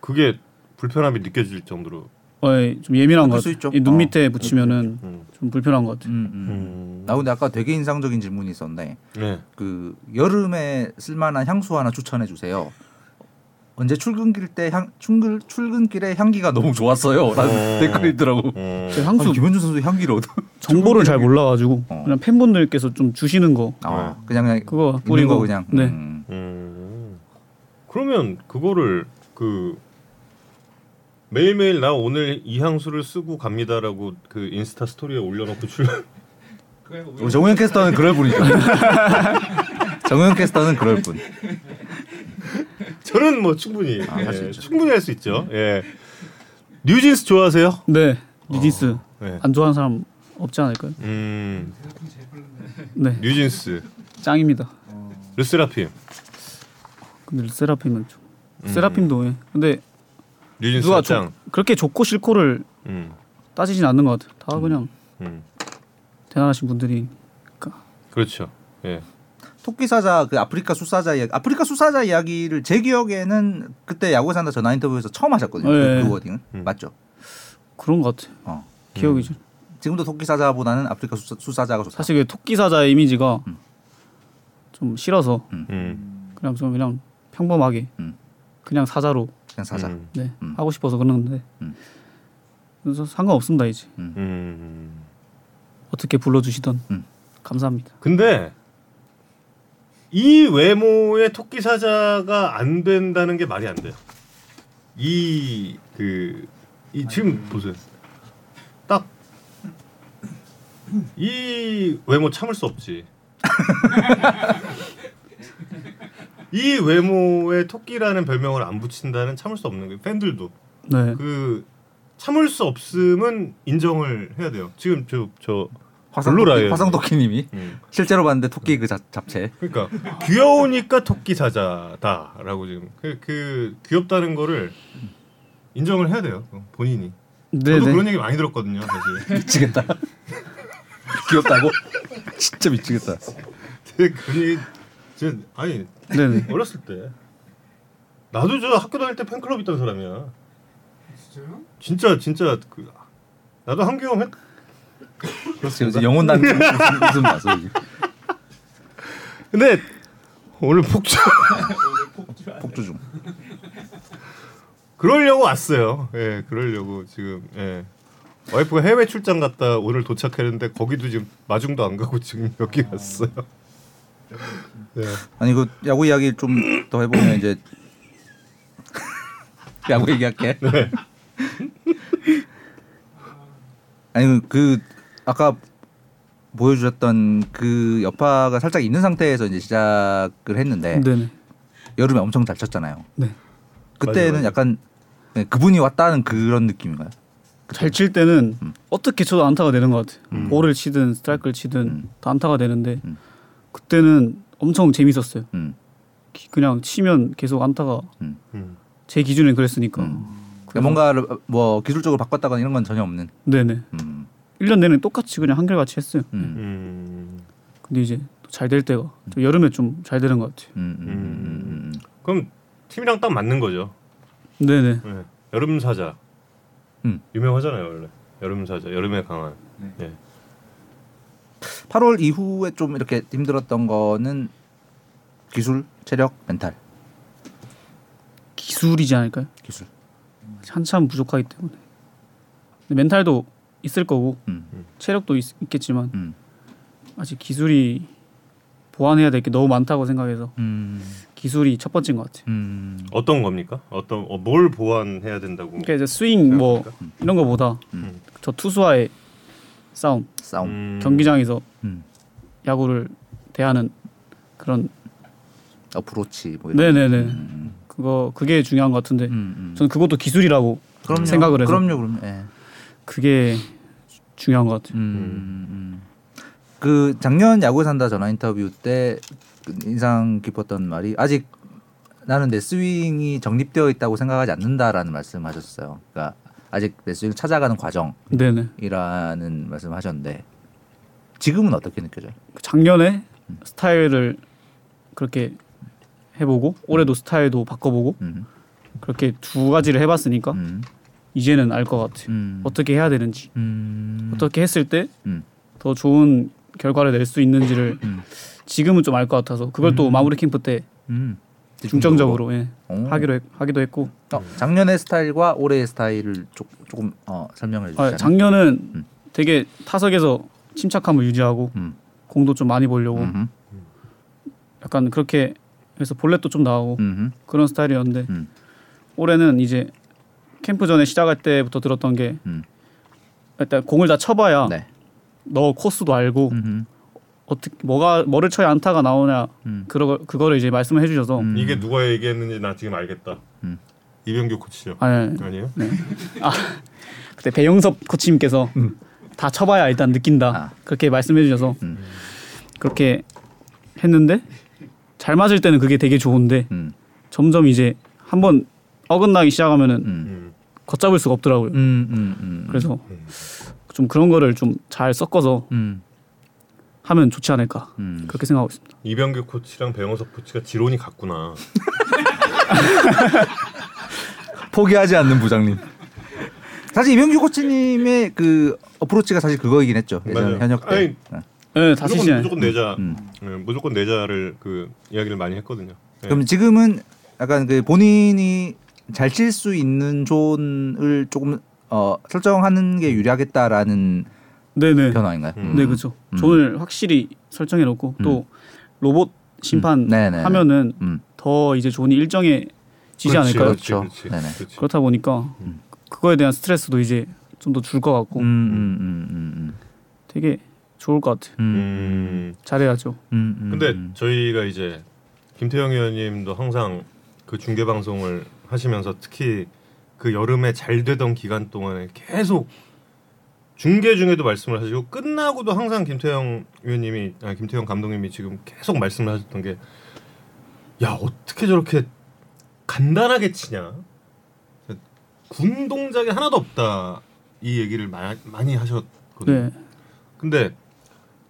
S1: 그게 불편함이 느껴질 정도로.
S2: 어, 예, 좀 예민한 것
S4: 수
S2: 같아요.
S4: 있죠.
S2: 이눈
S4: 어.
S2: 밑에 붙이면은
S1: 음.
S2: 좀 불편한 것
S4: 음,
S2: 같아요.
S4: 음.
S1: 음.
S4: 나 근데 아까 되게 인상적인 질문이 있었는데
S1: 네.
S4: 그 여름에 쓸만한 향수 하나 추천해 주세요. 언제 출근길 때향 출근 출근길에 향기가 너무 좋았어요라는
S1: 어.
S4: 댓글이 있더라고.
S1: 음.
S2: 제
S4: 아니,
S2: 향수
S4: 김현준 선수 향기를 얻어.
S2: 정보를 잘 몰라가지고
S4: 어.
S2: 그냥 팬분들께서 좀 주시는 거
S4: 아, 그냥 그냥
S2: 그거
S4: 뿌린
S2: 뿌리고
S4: 거 그냥.
S2: 네.
S4: 음.
S1: 음. 그러면 그거를 그 매일매일 나 오늘 이 향수를 쓰고 갑니다라고 그 인스타 스토리에 올려놓고 출
S5: 뭐
S4: 우리 어, 정우영 캐스터는 그럴 뿐이죠. 정우영 캐스터는 그럴 뿐.
S1: 저는 뭐 충분히
S4: 아, 할수
S1: 예,
S4: 있죠.
S1: 충분히 할 수 있죠. 예. 뉴진스 좋아하세요?
S2: 네 뉴진스
S1: 네.
S2: 안 좋아하는 사람 없지 않을까요?
S1: 음
S2: 네
S1: 뉴진스
S2: 짱입니다.
S1: 르세라핌
S2: 근데 세라핌은 좀 세라핌도 예. 근데
S1: 뉴진스
S2: 누가
S1: 짱.
S2: 좋, 그렇게 좋고 싫고를
S1: 음,
S2: 따지진 않는 것 같아요. 다 그냥
S1: 음
S2: 대단하신 분들이니까. 그러니까
S1: 그렇죠. 예.
S4: 토끼 사자 그 아프리카 수사자 이야기 아프리카 수사자 이야기를 제 기억에는 그때 야구 산다 전화 인터뷰에서 처음 하셨거든요.
S2: 네.
S4: 그, 그 워딩은
S1: 음.
S4: 맞죠?
S2: 그런 것 같아요.
S4: 어.
S2: 기억이 죠
S4: 지금도 토끼 사자보다는 아프리카 수사, 자가 좋다.
S2: 사실 그 토끼 사자의 이미지가
S4: 음.
S2: 좀 싫어서
S1: 음.
S2: 그냥 좀 그냥 평범하게
S4: 음.
S2: 그냥 사자로
S4: 그냥 사자.
S1: 음.
S2: 네
S4: 음.
S2: 하고 싶어서 그러는데
S4: 음.
S2: 그래서 상관없습니다 이제
S1: 음.
S2: 어떻게 불러주시던
S4: 음.
S2: 감사합니다.
S1: 근데 이 외모의 토끼 사자가 안 된다는 게 말이 안 돼요. 이 그 이 지금 보세요. 딱 이 외모 참을 수 없지. 이 외모에 토끼라는 별명을 안 붙인다는 참을 수 없는 게 팬들도
S4: 음.
S2: 네.
S1: 그 참을 수 없음은 인정을 해야 돼요. 지금 저저
S4: 화상
S1: 블루라이언.
S4: 토끼, 화상 토끼님이
S1: 음.
S4: 실제로 봤는데 토끼 그 자, 잡채.
S1: 그러니까 귀여우니까 토끼 사자다라고 지금 그, 그 귀엽다는 거를 인정을 해야 돼요 본인이.
S2: 네,
S1: 저도
S2: 네.
S1: 그런 얘기 많이 들었거든요 사실.
S4: 미치겠다. 귀엽다고? 진짜 미치겠다.
S1: 근데 그런 얘기 진짜 아니
S2: 네, 네.
S1: 어렸을 때 나도 저 학교 다닐 때 팬클럽 있던 사람이야.
S5: 진짜요?
S1: 진짜 진짜 그 나도 한겨울 했.
S4: 그렇죠. 이제 영혼 난 웃음 나서 이제
S1: 근데 오늘 폭주
S5: 오늘 폭주 안
S4: 폭주 중.
S1: 그러려고 왔어요. 예, 그러려고 지금 예. 와이프가 해외 출장 갔다 오늘 도착했는데 거기도 지금 마중도 안 가고 지금 여기 왔어요. 예.
S4: 아니 그 야구 이야기 좀 더 해보면 이제 야구 얘기할게.
S1: 네.
S4: 아니 그, 그 아까 보여주셨던 그 여파가 살짝 있는 상태에서 이제 시작을 했는데
S2: 네, 네.
S4: 여름에 엄청 잘 쳤잖아요.
S2: 네.
S4: 그때는
S1: 맞아, 맞아.
S4: 약간 네, 그분이 왔다는 그런 느낌인가요?
S2: 잘 칠 때는
S4: 음.
S2: 어떻게 쳐도 안타가 되는 것 같아요. 볼을 치든 스트라이크를 치든
S4: 음.
S2: 다 안타가 되는데
S4: 음.
S2: 그때는 엄청 재밌었어요.
S4: 음,
S2: 기- 그냥 치면 계속 안타가
S4: 음.
S1: 음.
S2: 제 기준엔 그랬으니까.
S4: 그러니까 뭔가를 뭐 기술적으로 바꿨다거나 이런 건 전혀 없는.
S2: 네네.
S4: 음,
S2: 1년 내내 똑같이 그냥 한결같이 했어요.
S4: 음,
S1: 음.
S2: 근데 이제 잘 될 때가 좀 여름에 좀 잘 되는 것 같아요.
S4: 음, 음, 음, 음, 음.
S1: 그럼 팀이랑 딱 맞는 거죠.
S2: 네네.
S1: 예. 여름 사자.
S4: 음.
S1: 유명하잖아요 원래. 여름 사자, 여름에 강한.
S5: 네.
S1: 예.
S4: 8월 이후에 좀 이렇게 힘들었던 거는 기술, 체력, 멘탈,
S2: 기술이지 않을까요?
S4: 기술.
S2: 한참 부족하기 때문에 근데 멘탈도 있을 거고
S4: 음.
S2: 체력도 있, 겠지만
S4: 음.
S2: 아직 기술이 보완해야 될 게 너무 많다고 생각해서
S4: 음.
S2: 기술이 첫 번째인 것 같아요.
S4: 음.
S1: 어떤 겁니까? 어떤 어, 뭘 보완해야 된다고?
S2: 그러니까 이제 스윙 뭐 이런 거보다
S4: 음.
S2: 저 투수와의 싸움,
S4: 싸움.
S1: 음.
S2: 경기장에서
S4: 음.
S2: 야구를 대하는 그런
S4: 어프로치 뭐 이런.
S2: 네네네
S4: 음.
S2: 그거 그게 중요한 것 같은데
S4: 음, 음.
S2: 저는 그것도 기술이라고
S4: 그럼요.
S2: 생각을 해서.
S4: 그럼요, 그럼요. 예.
S2: 그게 중요한 것 같아요.
S4: 음, 음. 그 작년 야구에 산다 전화 인터뷰 때그 인상 깊었던 말이 아직 나는 내 스윙이 정립되어 있다고 생각하지 않는다라는 말씀하셨어요. 그러니까 아직 내 스윙을 찾아가는 음.
S2: 네네.
S4: 과정이라는 말씀하셨는데 지금은 어떻게 느껴져요?
S2: 그 작년에 스타일을 그렇게 해보고 올해도 스타일도 바꿔보고
S4: 음.
S2: 그렇게 두 가지를 해봤으니까
S4: 음.
S2: 이제는 알 것 같아요.
S4: 음.
S2: 어떻게 해야 되는지
S4: 음.
S2: 어떻게 했을 때 더
S4: 음.
S2: 좋은 결과를 낼 수 있는지를
S4: 음.
S2: 지금은 좀 알 것 같아서 그걸 또 마무리 캠프 때
S4: 음.
S2: 중점적으로 예,
S4: 오.
S2: 하기로 했, 하기도 했고
S4: 어, 작년의 스타일과 올해의 스타일을 조, 조금 어, 설명해
S2: 아,
S4: 주시죠.
S2: 작년은
S4: 음.
S2: 되게 타석에서 침착함을 유지하고
S4: 음.
S2: 공도 좀 많이 보려고
S4: 음흠.
S2: 약간 그렇게 해서 볼넷도 좀 나오고
S4: 음흠.
S2: 그런 스타일이었는데
S4: 음.
S2: 올해는 이제 캠프 전에 시작할 때부터 들었던 게
S4: 음.
S2: 일단 공을 다 쳐봐야
S4: 네.
S2: 너 코스도 알고
S4: 음흠.
S2: 어떻게 뭐가 뭐를 쳐야 안타가 나오냐
S4: 음.
S2: 그러 그거를 이제 말씀을 해주셔서
S4: 음.
S1: 이게 누가 얘기했는지 나 지금 알겠다.
S4: 음.
S1: 이병규 코치요.
S2: 아니, 아니,
S1: 아니에요?
S2: 그때 배영섭 코치님께서 다 쳐봐야 일단 느낀다
S4: 아.
S2: 그렇게 말씀해주셔서
S4: 음.
S2: 그렇게 했는데 잘 맞을 때는 그게 되게 좋은데
S4: 음.
S2: 점점 이제 한번 어긋나기 시작하면은
S4: 음.
S1: 음.
S2: 걷잡을 수가 없더라고요.
S4: 음. 음. 음.
S2: 그래서 좀 그런 거를 좀 잘 섞어서
S4: 음.
S2: 하면 좋지 않을까
S4: 음.
S2: 그렇게 생각하고 있습니다.
S1: 이병규 코치랑 배영석 코치가 지론이 같구나.
S4: 포기하지 않는 부장님. 사실 이병규 코치님의 그 어프로치가 사실 그거이긴 했죠. 예전
S1: 맞아요.
S4: 현역 때.
S1: 아니,
S4: 네.
S2: 네, 다시
S1: 무조건,
S2: 시작.
S1: 무조건 내자.
S4: 음.
S1: 네, 무조건 내자를 그 이야기를 많이 했거든요. 네.
S4: 그럼 지금은 약간 그 본인이 잘 칠 수 있는 존을 조금 어, 설정하는 게 유리하겠다라는
S2: 네네.
S4: 변화인가요?
S1: 음.
S2: 네 그렇죠.
S4: 음.
S2: 존을 확실히 설정해 놓고 또 로봇 심판
S4: 음. 네네.
S2: 하면은
S4: 음.
S2: 더 이제 존이 일정해지지
S1: 그렇지,
S2: 않을까요?
S1: 그렇지, 그렇지,
S4: 네네.
S1: 그렇지.
S2: 그렇다 보니까
S4: 음.
S2: 그거에 대한 스트레스도 이제 좀 더 줄 것 같고
S4: 음, 음, 음, 음,
S2: 되게 좋을 것 같아요.
S4: 음, 음,
S1: 음.
S2: 잘해야죠.
S4: 음, 음,
S1: 근데
S4: 음.
S1: 저희가 이제 김태형 의원님도 항상 그 중계 방송을 하시면서 특히 그 여름에 잘 되던 기간 동안에 계속 중계 중에도 말씀을 하시고 끝나고도 항상 김태형 의원님이 아 김태형 감독님이 지금 계속 말씀을 하셨던 게 야 어떻게 저렇게 간단하게 치냐 군 동작이 하나도 없다 이 얘기를 마, 많이 하셨거든요.
S2: 네.
S1: 근데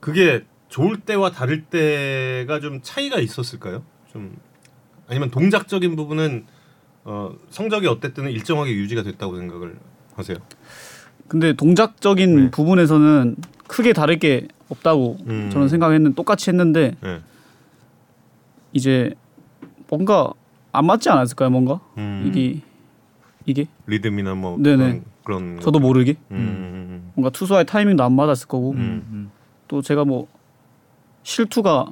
S1: 그게 좋을 때와 다를 때가 좀 차이가 있었을까요? 좀 아니면 동작적인 부분은 어, 성적이 어쨌든 일정하게 유지가 됐다고 생각을 하세요?
S2: 근데 동작적인
S1: 네.
S2: 부분에서는 크게 다를 게 없다고
S1: 음.
S2: 저는 생각했는데 똑같이 했는데
S1: 네.
S2: 이제 뭔가 안 맞지 않았을까요? 뭔가
S1: 음,
S2: 이게 이게
S1: 리듬이나 뭐
S2: 네네.
S1: 그런 그런
S2: 저도 모르게
S1: 거. 음,
S2: 뭔가 투수와의 타이밍도 안 맞았을 거고
S1: 음, 음,
S4: 음.
S2: 또 제가 뭐 실투가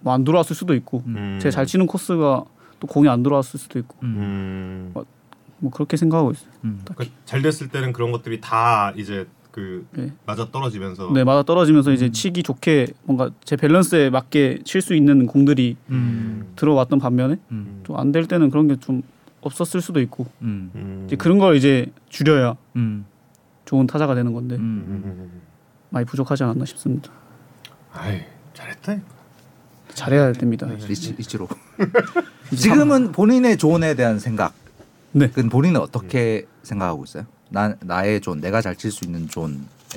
S2: 뭐 안 들어왔을 수도 있고
S1: 음.
S2: 제가 잘 치는 코스가 또 공이 안 들어왔을 수도 있고
S1: 음.
S2: 뭐 그렇게 생각하고 있어요.
S4: 음.
S1: 그러니까 잘 됐을 때는 그런 것들이 다 이제 그
S2: 네.
S1: 맞아 떨어지면서
S2: 네 맞아 떨어지면서
S4: 음.
S2: 이제 치기 좋게 뭔가 제 밸런스에 맞게 칠 수 있는 공들이
S1: 음.
S2: 들어왔던 반면에
S4: 음.
S2: 또 안 될 때는 그런 게 좀 없었을 수도 있고
S4: 음.
S1: 음.
S2: 이제 그런 걸 이제 줄여야
S4: 음.
S2: 좋은 타자가 되는 건데
S4: 음.
S1: 음, 음.
S2: 많이 부족하지 않았나 싶습니다.
S1: 아이 잘했다. 네.
S2: 잘해야 됩니다.
S4: 이치, 이치로.
S2: 이제
S4: 지금은 본인의 존에 대한 생각.
S2: 네.
S4: 그건 본인은 어떻게 생각하고 있어요? 나 나의 존, 내가 잘 칠 수 있는 존에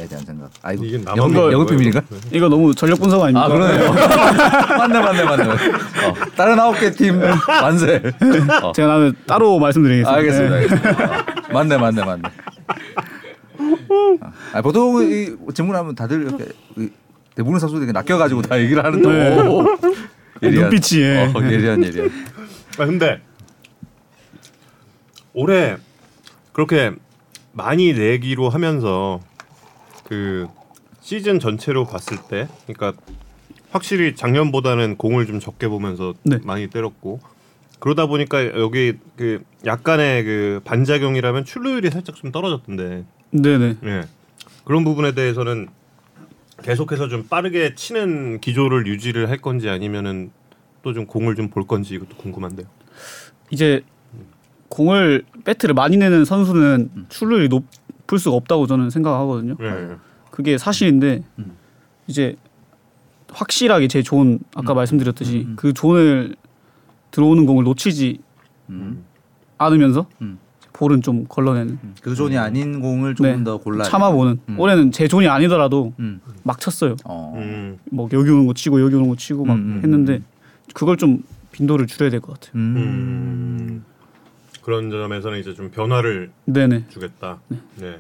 S4: 대한 생각. 아 이거
S1: 이게 나만
S4: 영업
S1: 먹는
S4: 영업
S1: 거예요,
S4: 비밀인가?
S1: 이거?
S2: 삼- 이거 너무 전력 분석 아닙니까?
S4: 아 그러네요. 맞네 맞네 맞네. 어, 다른 아홉 개 팀 만세. 어.
S2: 제가 나는 따로 말씀드리겠습니다. 네.
S4: 알겠습니다. 알겠습니다. 어, 맞네 맞네 맞네. 어, 아, 보통 이 질문하면 다들 이렇게 이 대부분 선수들이 낚여가지고 다 얘기를 하는데
S2: 네.
S4: 오. 예리한.
S2: 눈빛이, 예.
S4: 어, 예리한 예리한.
S1: 아 근데 올해 그렇게 많이 내기로 하면서 그 시즌 전체로 봤을 때, 그러니까 확실히 작년보다는 공을 좀 적게 보면서
S2: 네.
S1: 많이 때렸고 그러다 보니까 여기 그 약간의 그 반작용이라면 출루율이 살짝 좀 떨어졌던데,
S2: 네네.
S1: 예 그런 부분에 대해서는 계속해서 좀 빠르게 치는 기조를 유지를 할 건지 아니면은 또 좀 공을 좀 볼 건지 이것도 궁금한데요.
S2: 이제 공을 배트를 많이 내는
S4: 음.
S2: 선수는 출루율이 높을 수가 없다고 저는 생각하거든요.
S1: 예, 예.
S2: 그게 사실인데
S4: 음.
S2: 이제 확실하게 제 존
S4: 음.
S2: 아까 말씀드렸듯이 그 존을 들어오는 공을 놓치지
S4: 음.
S2: 않으면서
S4: 음.
S2: 볼은 좀 걸러내는
S4: 그 존이 아닌 공을 조금
S2: 네.
S4: 더 골라.
S2: 참아보는
S4: 음.
S2: 올해는 제 존이 아니더라도
S4: 음.
S2: 막 쳤어요.
S4: 어.
S1: 음.
S2: 뭐 여기 오는 거 치고 여기 오는 거 치고 막
S4: 음, 음,
S2: 했는데 그걸 좀 빈도를 줄여야 될 것 같아요.
S4: 음.
S1: 음. 그런 점에서는 이제 좀 변화를
S2: 네네.
S1: 주겠다. 네.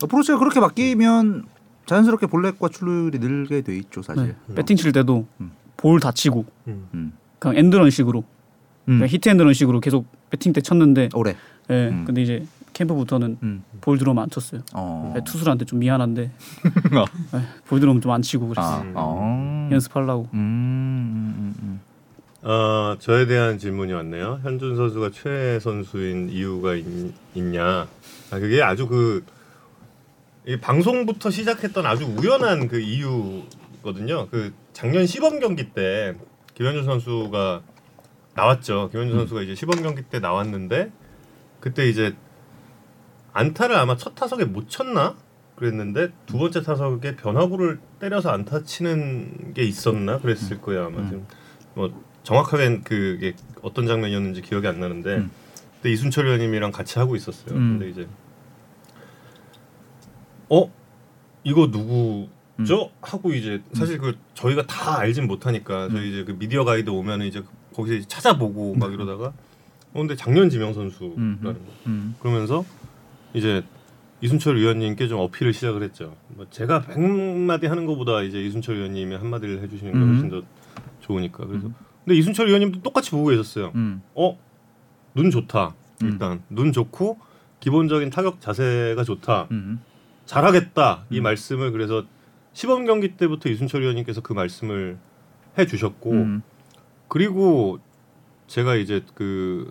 S4: 어프로치가 그렇게 바뀌면 자연스럽게 볼넷과 출루율이 늘게 돼 있죠 사실.
S2: 네. 배팅 칠 때도
S4: 예. 음.
S2: 볼 다치고
S1: 음.
S4: 음.
S2: 그냥 엔드런식으로
S4: 음.
S2: 그냥 히트앤드런식으로 계속 배팅 때 쳤는데
S4: 올해.
S2: 예.
S4: 음.
S2: 근데 이제 캠프부터는
S4: 음.
S2: 볼 들어오면 안 쳤어요.
S4: 어.
S2: 예, 투수한테 좀 미안한데 예, 볼 들어오면 좀 안 치고 그랬어요.
S4: 아. 어.
S2: 연습하려고.
S4: 음. 음. 음.
S1: 어, 저에 대한 질문이 왔네요. 현준 선수가 최애 선수인 이유가 있, 냐 아, 그게 아주 그 이 방송부터 시작했던 아주 우연한 그 이유거든요. 그 작년 시범 경기 때 김현준 선수가 나왔죠. 김현준
S4: 음.
S1: 선수가 이제 시범 경기 때 나왔는데 그때 이제 안타를 아마 첫 타석에 못 쳤나 그랬는데 두 번째 타석에 변화구를 때려서 안타 치는 게 있었나
S4: 음.
S1: 그랬을 거예요 아마 지금 뭐 정확하게는 그게 어떤 장면이었는지 기억이 안 나는데
S4: 음.
S1: 그때 이순철 의원님이랑 같이 하고 있었어요.
S4: 음.
S1: 근데 이제 어 이거
S4: 음.
S1: 누구죠? 하고 이제 사실 그 저희가 다 알진
S4: 음.
S1: 못하니까 저희 이제 그 미디어 가이드 오면 이제 거기서 이제 찾아보고 막 이러다가 어 근데 작년 지명 선수라는 거.
S4: 네. 음.
S1: 그러면서 이제 이순철 의원님께 좀 어필을 시작을 했죠. 뭐 제가 백마디 하는 것보다 이제 이순철 의원님이 한마디를 해주시는 게
S4: 음.
S1: 훨씬 더 좋으니까. 그래서 근데 이순철 의원님도 똑같이 보고 계셨어요.
S4: 음.
S1: 어? 눈 좋다. 일단 눈 좋고 기본적인 타격 자세가 좋다.
S4: 음.
S1: 잘하겠다. 이 말씀을 그래서 시범 경기 때부터 이순철 의원님께서 그 말씀을 해 주셨고
S4: 음.
S1: 그리고 제가 이제 그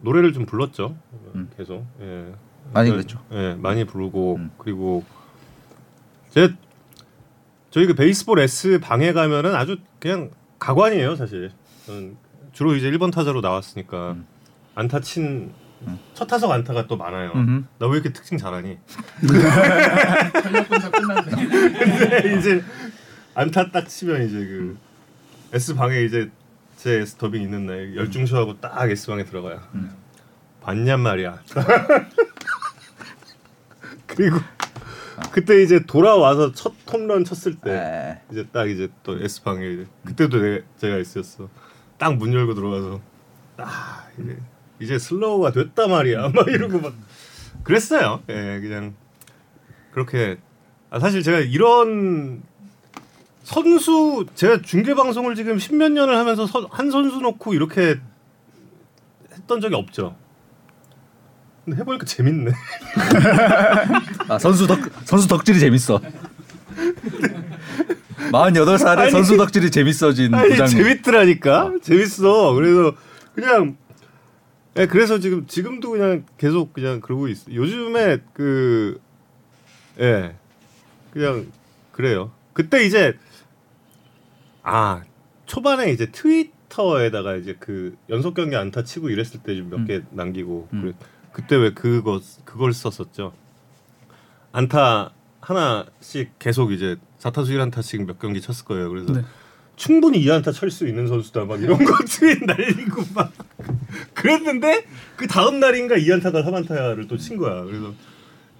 S1: 노래를 좀 불렀죠.
S4: 음.
S1: 계속 예.
S4: 많이
S1: 그러니까,
S4: 그랬죠.
S1: 예, 많이 부르고
S4: 음.
S1: 그리고 제 저희 그 베이스볼 S 방에 가면은 아주 그냥 가관이에요, 사실. 저는 주로 이제 1번 타자로 나왔으니까
S4: 음.
S1: 안타 친 첫 타석 안타가 또 많아요.
S4: 음흠.
S1: 나 왜 이렇게 특징 잘하니?
S5: 전략군사 끝났네.
S1: 근데 이제 안타 딱 치면 이제 그 S 방에 이제 제 S 더빙 있는 날 열중쇼하고 딱 S 방에 들어가요. 봤냔 말이야. 그리고 그때 이제 돌아와서 첫 홈런 쳤을 때
S4: 네.
S1: 이제 딱 이제 또 S 방에 이제 그때도 내가, 제가 S였어. 딱 문 열고 들어가서 아 이제 이제 슬로우가 됐단 말이야. 막 이러고 막 그랬어요. 예, 그냥 그렇게 아, 사실 제가 이런 선수 제가 중계 방송을 지금 십몇 년을 하면서 선- 한 선수 놓고 이렇게 했던 적이 없죠. 근데 해보니까 재밌네.
S4: 아 선수 덕 선수 덕질이 재밌어. 48살에
S1: 아니,
S4: 선수 덕질이 재밌어진
S1: 아니
S4: 부장님.
S1: 재밌더라니까 재밌어 그래서 그냥 예, 그래서 지금 지금도 그냥 계속 그냥 그러고 있어 요즘에 그예 그냥 그래요 그때 이제 아 초반에 이제 트위터에다가 이제 그 연속 경기 안타 치고 이랬을 때 좀 몇 개 남기고
S4: 음.
S1: 그래, 그때 왜 그거 그걸 썼었죠 안타 하나씩 계속 이제 4타수 1안타씩 몇 경기 쳤을 거예요 그래서
S4: 음.
S2: 네.
S1: 충분히 이안타 칠 수 있는 선수다 막 이런 거 트윗 날리고 막 그랬는데 그 다음 날인가 이안타가 3안타를 또 친 거야. 그래서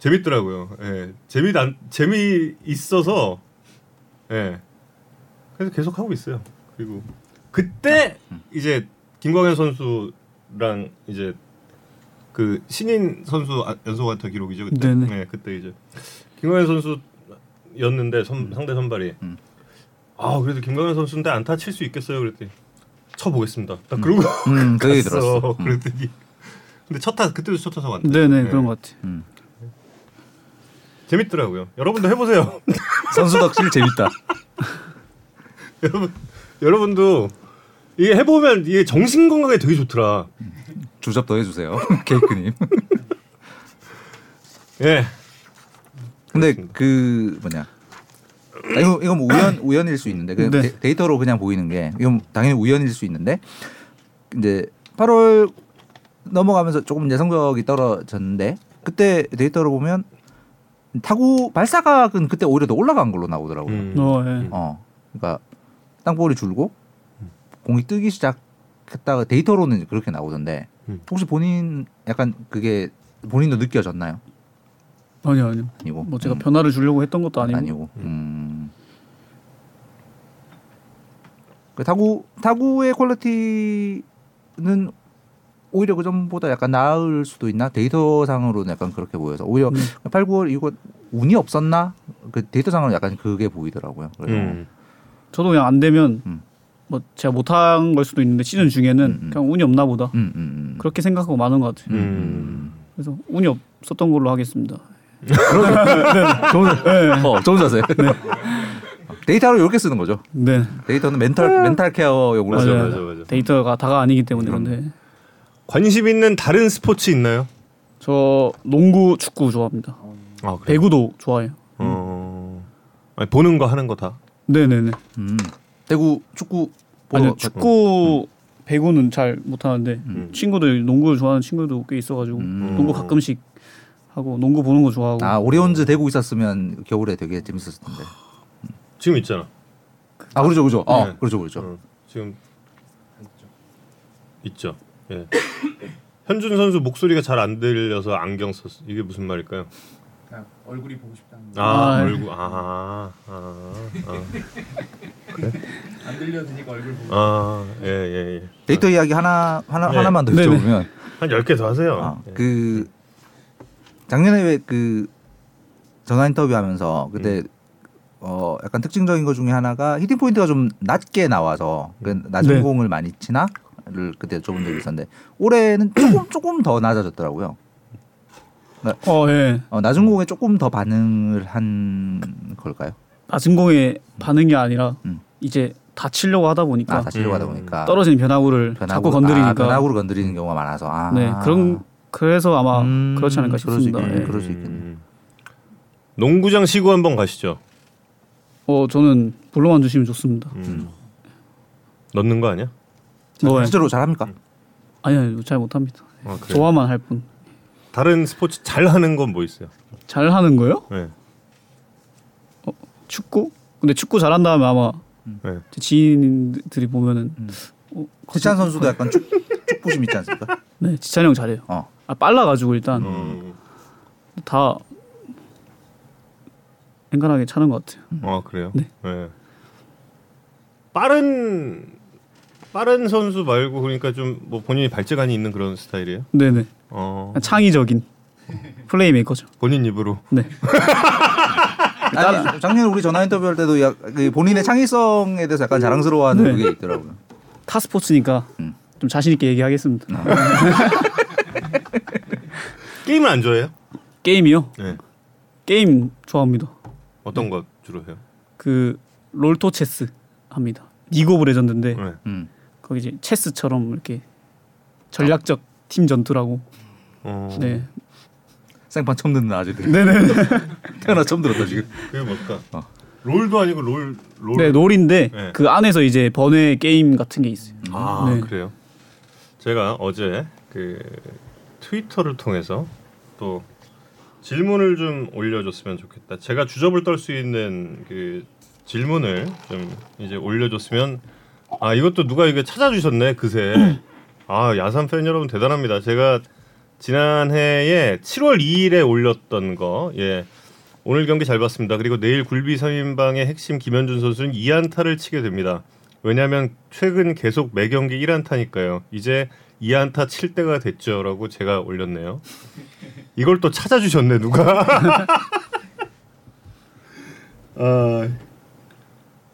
S1: 재밌더라고요. 예. 재미 난 재미 있어서 예. 그래서 계속 하고 있어요. 그리고 그때 이제 김광현 선수랑 이제 그 신인 선수 아- 연속 안타 기록이죠 그때.
S2: 네네.
S1: 예, 그때 이제 김광현 선수였는데 선- 상대 선발이
S4: 음.
S1: 아 그래도 김광현 선수인데 안타 칠 수 있겠어요 그랬더니 쳐보겠습니다. 딱 그러고
S4: 음, 그 얘기
S1: 갔어.
S4: 들었어. 음.
S1: 그랬더니 근데 첫타 그때도 첫 타석 왔네.
S2: 네네 그런 것 같아요.
S4: 음.
S1: 재밌더라고요. 여러분도 해보세요.
S4: 선수 덕질 재밌다.
S1: 여러분 여러분도 이게 해보면 이게 정신 건강에 되게 좋더라.
S4: 주접 더 해주세요, 케이크님.
S1: 예.
S4: 근데 그 뭐냐 아, 이거 이건 뭐 우연 우연일 수 있는데 그냥
S2: 네.
S4: 데- 데이터로 그냥 보이는 게 이건 당연히 우연일 수 있는데 이제 8월 넘어가면서 조금 이제 성적이 떨어졌는데 그때 데이터로 보면 타구 발사각은 그때 오히려 더 올라간 걸로 나오더라고요.
S1: 음.
S2: 어, 예.
S1: 음.
S4: 어, 그러니까 땅볼이 줄고 공이 뜨기 시작했다가 데이터로는 그렇게 나오던데
S1: 음.
S4: 혹시 본인 약간 그게 본인도 느껴졌나요?
S2: 아니요 아니요.
S4: 아니고
S2: 뭐 제가
S4: 음.
S2: 변화를 주려고 했던 것도 아니고.
S4: 아니고.
S1: 음.
S4: 음. 그 타구 타구의 퀄리티는 오히려 그 전보다 약간 나을 수도 있나 데이터상으로는 약간 그렇게 보여서 오히려
S2: 네.
S4: 8, 9월 이거 운이 없었나 그 데이터상으로 약간 그게 보이더라고요. 그래서
S1: 음.
S2: 저도 그냥 안 되면
S4: 음.
S2: 뭐 제가 못한 걸 수도 있는데 시즌 중에는
S4: 음, 음.
S2: 그냥 운이 없나 보다
S4: 음, 음, 음.
S2: 그렇게 생각하고 많은 것 같아요.
S1: 음.
S2: 그래서 운이 없었던 걸로 하겠습니다.
S4: 좋은 어 좋은 자세. 데이터로 이렇게 쓰는 거죠.
S2: 네
S4: 데이터는 멘탈 멘탈 케어용으로
S1: 맞아
S4: 쓰는
S1: 맞아
S4: 거죠.
S1: 맞아.
S2: 데이터가 다가 아니기 때문에 그런데
S1: 관심 있는 다른 스포츠 있나요?
S2: 저 농구, 축구 좋아합니다.
S1: 아
S2: 배구도 좋아해요.
S1: 어. 아니, 보는 거 하는 거 다.
S2: 네네네.
S4: 음. 대구 축구 보러
S2: 아니요 음.
S4: 갔-
S2: 뭐 축구, 배구는 잘 못하는데 친구들 농구를 좋아하는 친구도 꽤 있어가지고
S4: 음.
S2: 농구 가끔씩 하고 농구 보는 거 좋아하고
S4: 아 오리온즈 대구 있었으면 겨울에 되게 재밌었을 텐데.
S1: 지금 있잖아.
S4: 아 그렇죠 그렇죠. 어
S1: 네.
S4: 그렇죠 그렇죠.
S1: 어, 지금 있죠. 예. 현준 선수 목소리가 잘 안 들려서 안경 썼. 이게 무슨 말일까요?
S5: 그냥 얼굴이 보고 싶다는 거.
S1: 아,
S2: 아,
S4: 예.
S1: 얼굴 아, 아, 아,
S5: 안 들려드니까 얼굴 보고.
S1: 아, 예, 예, 예.
S4: 데이터 이야기 하나 하나
S1: 네.
S4: 하나만 더
S2: 네네.
S4: 여쭤보면
S1: 한열 개 더 하세요.
S2: 어.
S4: 아,
S1: 예.
S4: 그 작년에 왜 그 전화 인터뷰 하면서 그때
S2: 음.
S4: 어 약간 특징적인 것 중에 하나가 히팅 포인트가 좀 낮게 나와서 그 낮은
S2: 네.
S4: 공을 많이 치나를 그때 여쭤본 적이 있었는데 올해는 조금 조금 더 낮아졌더라고요.
S2: 어, 예.
S4: 어, 낮은 공에 조금 더 반응을 한 걸까요? 아,
S2: 낮은 공의 반응이 아니라
S4: 음.
S2: 이제 다치려고 하다 보니까
S4: 아 다시 들어가다
S1: 음.
S4: 보니까
S2: 그러니까. 떨어지는 변화구를 자꾸 건드리니까
S4: 아, 변화구를 건드리는 경우가 많아서 아.
S2: 네 그런 그래서 아마 그렇지 않을까
S4: 그럴 수
S2: 싶습니다.
S4: 있겠네.
S2: 예.
S4: 그럴 수 있겠네.
S1: 음. 농구장 시구 한번 가시죠. 아,
S2: 어 저는 불러만 주시면 좋습니다.
S1: 음. 넣는 거 아니야?
S2: 뭐예요? 음.
S4: 실제로 잘합니까?
S2: 아니요 아니요, 잘 못합니다.
S1: 아, 그래요?
S2: 좋아만 할 뿐.
S1: 다른 스포츠 잘하는 건 뭐 있어요?
S2: 잘하는 거요?
S1: 네.
S2: 축구? 근데 축구 잘한다 하면 아마
S1: 네.
S2: 제 지인들이 보면은
S4: 음.
S2: 어,
S4: 지찬 선수도 약간 쭉, 쭉부심 있지 않습니까?
S2: 네 지찬이 형 잘해요.
S4: 어.
S2: 아 빨라가지고 일단
S1: 음.
S2: 다 앵간하게 차는 것 같아요.
S1: 아 그래요?
S2: 네.
S1: 빠른 빠른 선수 말고 그러니까 좀 뭐 본인이 발재간이 있는 그런 스타일이에요?
S2: 네네
S1: 어.
S2: 창의적인 플레이메이커죠.
S1: 본인 입으로.
S2: 네
S4: 아니, 작년에 우리 전화 인터뷰할 때도 약, 그 본인의 창의성에 대해서 약간
S2: 네.
S4: 자랑스러워하는 그게 있더라고요.
S2: 타 스포츠니까
S4: 음.
S2: 좀 자신 있게 얘기하겠습니다.
S1: 게임을 안 좋아해요?
S2: 게임이요?
S1: 네.
S2: 게임 좋아합니다.
S1: 어떤 거 주로 해요?
S2: 그 롤토 체스 합니다. 리그 오브 레전드인데
S1: 네.
S4: 음.
S2: 거기 이제 체스처럼 이렇게 전략적 팀 전투라고.
S1: 어.
S2: 네.
S4: 생판 처음 듣는 아재들.
S2: 네네.
S4: 태어나 처음 들었다 지금.
S1: 그게 뭘까?
S4: 어.
S1: 롤도 아니고 롤 롤.
S2: 네 롤인데
S1: 네.
S2: 그 안에서 이제 번외 게임 같은 게 있어요.
S1: 아
S2: 네.
S1: 그래요. 제가 어제 그 트위터를 통해서 또 질문을 좀 올려줬으면 좋겠다. 제가 주접을 떨 수 있는 그 질문을 좀 이제 올려줬으면 아 이것도 누가 이게 찾아주셨네 그새. 아 야산 팬 여러분 대단합니다. 제가 지난해에 7월 2일에 올렸던 거 예. 오늘 경기 잘 봤습니다. 그리고 내일 굴비 3인방의 핵심 김현준 선수는 2안타를 치게 됩니다. 왜냐하면 최근 계속 매 경기 1안타니까요. 이제 2안타 칠 때가 됐죠라고 제가 올렸네요. 이걸 또 찾아주셨네 누가. 아,